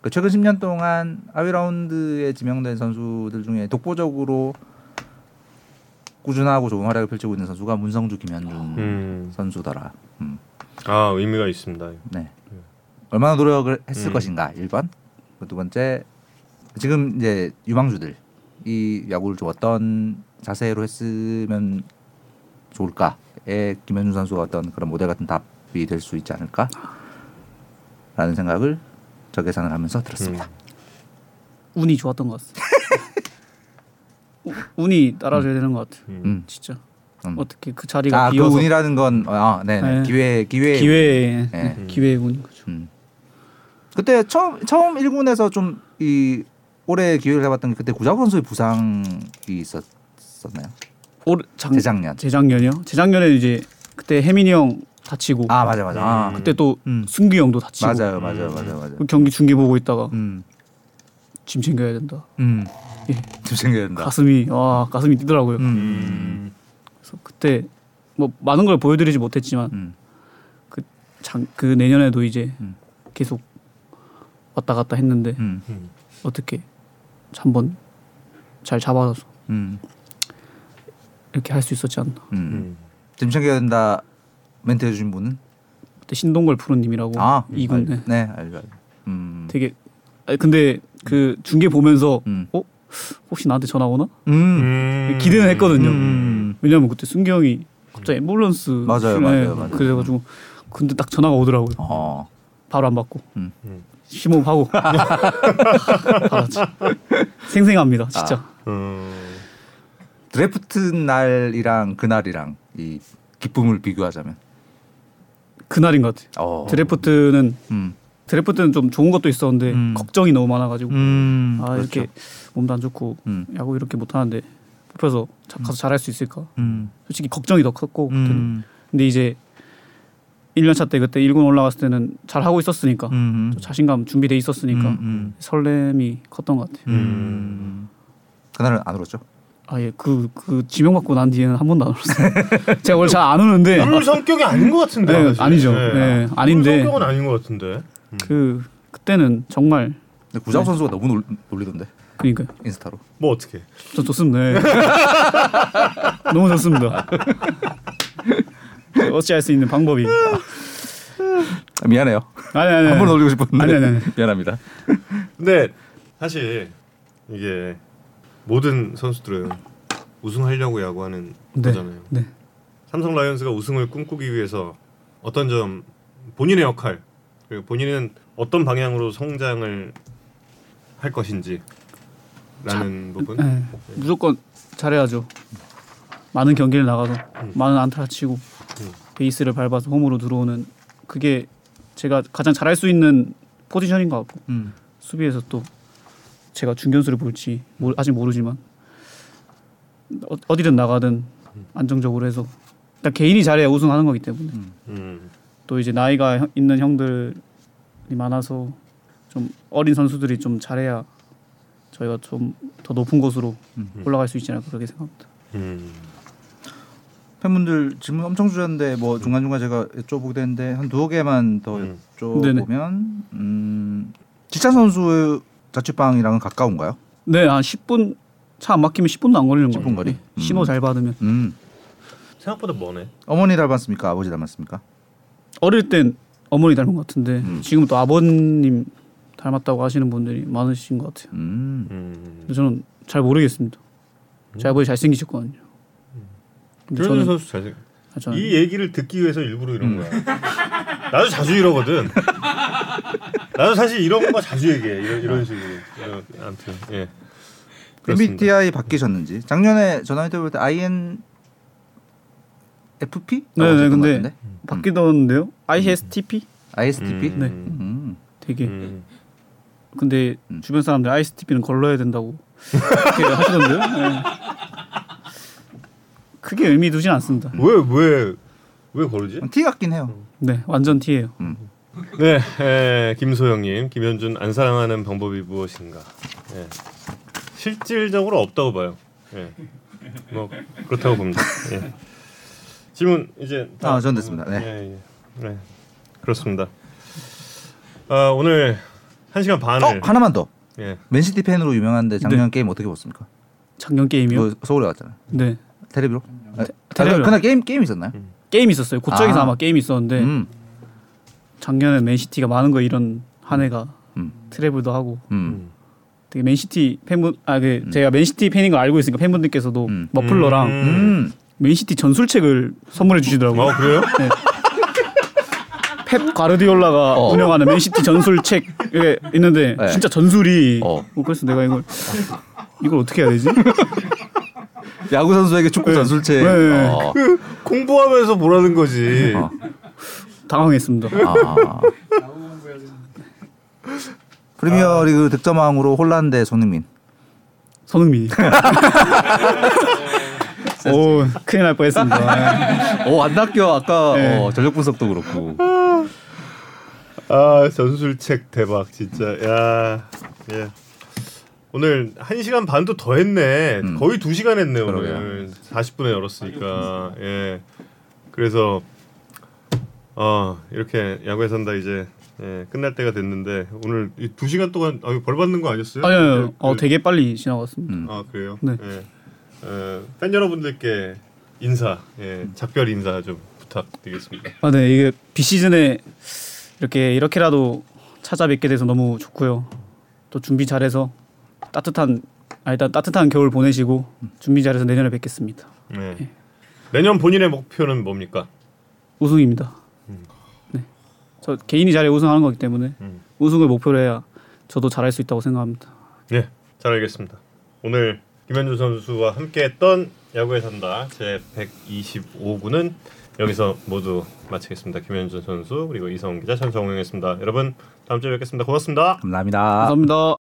S4: 그 최근 10년 동안 하위 라운드에 지명된 선수들 중에 독보적으로 꾸준하고 좋은 활약을 펼치고 있는 선수가 문성주 김현준
S1: 음.
S4: 선수더라. 음,
S1: 아, 의미가 있습니다.
S4: 네. 얼마나 노력을 했을
S1: 예. 음.
S4: 것인가 1번. 그두 번째 지금 이제 유망주들 이 야구를 좀 어떤 자세로 했으면 좋을까에 김현준 선수가 어떤 그런 모델 같은 답이 될 수 있지 않을까라는 생각을 저 계산을 하면서 들었습니다.
S2: 운이 좋았던 것 같습니다. 우- 운이 따라줘야 되는 것 같아요.
S1: 음.
S4: 음.
S2: 진짜
S4: 음.
S2: 어떻게 그 자리가
S4: 아, 그
S2: 비어서
S4: 운이라는 건 아, 네, 네.
S2: 네.
S4: 기회 기회
S2: 기회의
S4: 네.
S2: 기회의 운 거죠.
S4: 음. 그때 처음 처음 1군에서 좀 이 올해 기회를 잡았던 게 그때 구자욱 선수의 부상이 있었었나요?
S2: 올 장,
S4: 재작년.
S2: 재작년이요? 재작년에 이제 그때 혜민이 형 다치고
S4: 아 맞아 맞아. 아,
S1: 음.
S2: 그때 또
S4: 음.
S2: 승규 형도 다치고
S4: 맞아요 맞아요 맞아요 맞아요.
S2: 그 경기 중계 보고 있다가
S4: 음.
S2: 짐 챙겨야 된다.
S4: 음.
S2: 예.
S4: 좀 생겨야 된다.
S2: 가슴이 와 가슴이 뛰더라고요.
S4: 음.
S2: 그래서 그때 뭐 많은 걸 보여드리지 못했지만
S4: 음.
S2: 장, 그 내년에도 이제
S4: 음.
S2: 계속 왔다 갔다 했는데
S4: 음.
S1: 음.
S2: 어떻게 한번 잘 잡아서
S4: 음.
S2: 이렇게 할 수 있었지 않나.
S4: 음.
S1: 음.
S4: 좀 챙겨야 된다 멘트 해주신 분은
S2: 그때 신동걸 프로님이라고
S4: 아
S2: 이군 네.
S4: 알- 네 알죠 알죠. 음.
S2: 되게 아니, 근데 그 중계 보면서
S4: 음.
S2: 어 혹시 나한테 전화 오나
S4: 음.
S1: 음.
S2: 기대는 했거든요.
S4: 음.
S2: 왜냐면 그때 승기 형이 갑자기 앰뷸런스
S4: 맞아요,
S2: 네,
S4: 맞아요, 맞아요.
S2: 그래가지고 근데 딱 전화가 오더라고요.
S4: 어.
S2: 바로 안 받고
S4: 음.
S1: 음.
S2: 심호흡하고 받았지. 생생합니다, 진짜.
S4: 아.
S1: 음.
S4: 드래프트 날이랑 그 날이랑 이 기쁨을 비교하자면.
S2: 그날인 것 같아요.
S4: 어.
S2: 드래프트는
S4: 음.
S2: 드래프트는 좀 좋은 것도 있었는데
S4: 음.
S2: 걱정이 너무 많아가지고
S4: 음,
S2: 아
S4: 그렇죠.
S2: 이렇게 몸도 안 좋고
S4: 음.
S2: 야구 이렇게 못 하는데 뽑혀서 자- 가서 잘할 수 있을까?
S4: 음.
S2: 솔직히 걱정이 더 컸고 그때는.
S4: 음.
S2: 근데 이제 1년차 때 그때 1군 올라갔을 때는 잘 하고 있었으니까
S4: 음.
S2: 또 자신감 준비돼 있었으니까
S4: 음.
S2: 설렘이 컸던 것 같아요.
S4: 음. 음. 그날은 안 울었죠.
S2: 아예 그 그 지명 받고 난 뒤에는 한 번도 안 울었어요. 제가 원래 잘 안 우는데
S4: 음.
S1: 울 성격이 아닌 것 같은데.
S2: 네,
S1: 사실.
S2: 아니죠. 네, 아닌데.
S1: 울 성격은 아닌 것 같은데.
S2: 그 그때는 정말
S4: 근데 구자욱 선수가 너무 놀, 놀리던데
S2: 그러니까
S4: 인스타로.
S1: 뭐 어떻게?
S2: 저 좋습니다. 예. 너무 좋습니다. 어찌할 수 있는 방법이
S4: 아, 미안해요.
S2: 아니 아니
S4: 한
S2: 아니
S4: 번 놀리고 싶었는데
S2: 아니, 아니, 아니.
S4: 미안합니다.
S1: 근데 사실 이게 모든 선수들은 우승하려고 야구하는
S2: 네.
S1: 거잖아요.
S2: 네.
S1: 삼성 라이온스가 우승을 꿈꾸기 위해서 어떤 점 본인의 역할 그리고 본인은 어떤 방향으로 성장을 할 것인지 라는 부분
S2: 예. 무조건 잘해야죠. 많은 경기를 나가서 많은 안타 치고 베이스를 밟아서 홈으로 들어오는 그게 제가 가장 잘할 수 있는 포지션인 것 같고
S4: 음.
S2: 수비에서 또 제가 중견수를 볼지 모- 아직 모르지만 어, 어디든 나가든 안정적으로 해서 일단 개인이 잘해야 우승하는 거기 때문에
S1: 음,
S2: 또 이제 나이가 형- 있는 형들이 많아서 좀 어린 선수들이 좀 잘해야 저희가 좀 더 높은 곳으로 올라갈 수 있지 않을까 그렇게 생각합니다.
S1: 음.
S4: 팬분들 질문 엄청 주셨는데 뭐 중간 중간 제가 여쭤보게 되는데 한 두어 개만 더
S1: 음.
S4: 여쭤보면 음, 지찬 선수 자취방이랑은 가까운가요?
S2: 네, 한 10분 차 안 막히면 10분도 안 걸리는 거예요.
S4: 10분 거리?
S2: 네, 신호 잘 받으면
S4: 음
S1: 생각보다 머네.
S4: 어머니 닮았습니까? 아버지 닮았습니까?
S2: 어릴 땐 어머니 닮은 것 같은데 지금 또 아버님 닮았다고 하시는 분들이 많으신 것 같아요.
S4: 음
S1: 음.
S2: 근데 저는 잘 모르겠습니다. 제 아버지 잘생기셨거든요. 근데
S1: 조현준
S2: 저는
S1: 선수 잘생.
S2: 아, 저는
S1: 이 얘기를 듣기 위해서 일부러 이런 거야. 나도 자주 이러거든. 나도 사실 이런 거 자주 얘기해. 이런, 이런 식으로. 이런- 아무튼 예. 그렇습니다.
S4: MBTI 바뀌셨는지 작년에 전화 인터뷰 때 IN FP?
S2: 네, 네, 근데- 바뀌던데요? ISTP?
S4: ISTP?
S1: 음,
S2: 네.
S4: 음.
S2: 되게
S1: 음.
S2: 근데
S4: 음.
S2: 주변 사람들 ISTP는 걸러야 된다고 그렇게 하시던데요. 예. 크게 의미 두진 않습니다.
S1: 왜왜왜 거르지?
S4: 음, T 같긴 해요.
S2: 네, 완전 T예요.
S1: 네, 에, 김소영님, 김현준 안 사랑하는 방법이 무엇인가? 예. 실질적으로 없다고 봐요. 예. 뭐 그렇다고 봅니다. 예. 질문 이제 다-
S4: 아, 전 됐습니다. 네.
S1: 예, 예. 네, 그렇습니다. 아, 오늘 한 시간 반을
S4: 어 하나만 더
S1: 예.
S4: 맨시티 팬으로 유명한데 작년
S2: 네.
S4: 게임 어떻게 보셨습니까?
S2: 작년 게임이요.
S4: 그 서울에 갔잖아요.
S2: 네,
S4: 테레비로? 아,
S2: 테레비로. 네.
S4: 아, 그날 게임 게임 있었나요?
S2: 게임 있었어요. 고척에서
S4: 아.
S2: 아. 마 게임 있었는데
S4: 음.
S2: 작년에 맨시티가 많은 거 이런 한 해가
S4: 음.
S2: 트래블도 하고
S4: 음.
S2: 되게 맨시티 팬분 아그 제가 맨시티 팬인 걸 알고 있으니까 팬분들께서도
S4: 음.
S2: 머플러랑
S1: 음.
S4: 음.
S2: 맨시티 전술책을 선물해 주시더라고요.
S1: 어 그래요?
S2: 펩 과르디올라가
S4: 어.
S2: 운영하는 맨시티 전술책 이게 있는데
S4: 네.
S2: 진짜 전술이
S4: 어.
S2: 어, 그래서 내가 이걸 이걸 어떻게 해야 되지?
S4: 야구 선수에게 축구 전술체.
S2: 네.
S4: 어.
S1: 공부하면서 보라는 거지.
S4: 어.
S2: 당황했습니다.
S4: 아.
S2: 아.
S4: 프리미어리그 득점왕으로 홀란드 손흥민.
S2: 손흥민. 오 큰일 날 뻔했습니다.
S4: 어, 오안 낚여 아까
S2: 네.
S4: 어, 전력 분석도 그렇고.
S1: 아 전술책 대박 진짜 야 예. 오늘 1시간 반도 더 했네
S4: 음.
S1: 거의 2시간 했네 오늘
S4: 그러게요.
S1: 40분에 열었으니까 예 그래서 어 이렇게 야구에 산다 이제 예, 끝날 때가 됐는데 오늘 이 2시간 동안 아, 이거 벌 받는 거 아니었어요?
S2: 아니, 아니,
S1: 그-
S2: 어 되게 빨리 지나갔습니다.
S4: 음.
S1: 아 그래요?
S2: 네.
S1: 예. 어, 팬 여러분들께 인사 예, 작별 인사 좀 부탁드리겠습니다
S2: 아, 네 이게 비시즌에 이렇게 이렇게라도 찾아뵙게 돼서 너무 좋고요. 또 준비 잘해서 따뜻한 아, 일단 따뜻한 겨울 보내시고 준비 잘해서 내년에 뵙겠습니다.
S1: 네. 내년 본인의 목표는 뭡니까?
S2: 우승입니다. 네, 저 개인이 잘해 우승하는 거기 때문에
S1: 음.
S2: 우승을 목표로 해야 저도 잘할 수 있다고 생각합니다.
S1: 네, 잘 알겠습니다. 오늘 김현준 선수와 함께했던 야구에 산다 제 125구는 여기서 모두 마치겠습니다. 김현준 선수 그리고 이성훈 기자, 천성웅이었습니다. 여러분 다음 주에 뵙겠습니다. 고맙습니다.
S4: 감사합니다.
S2: 감사합니다.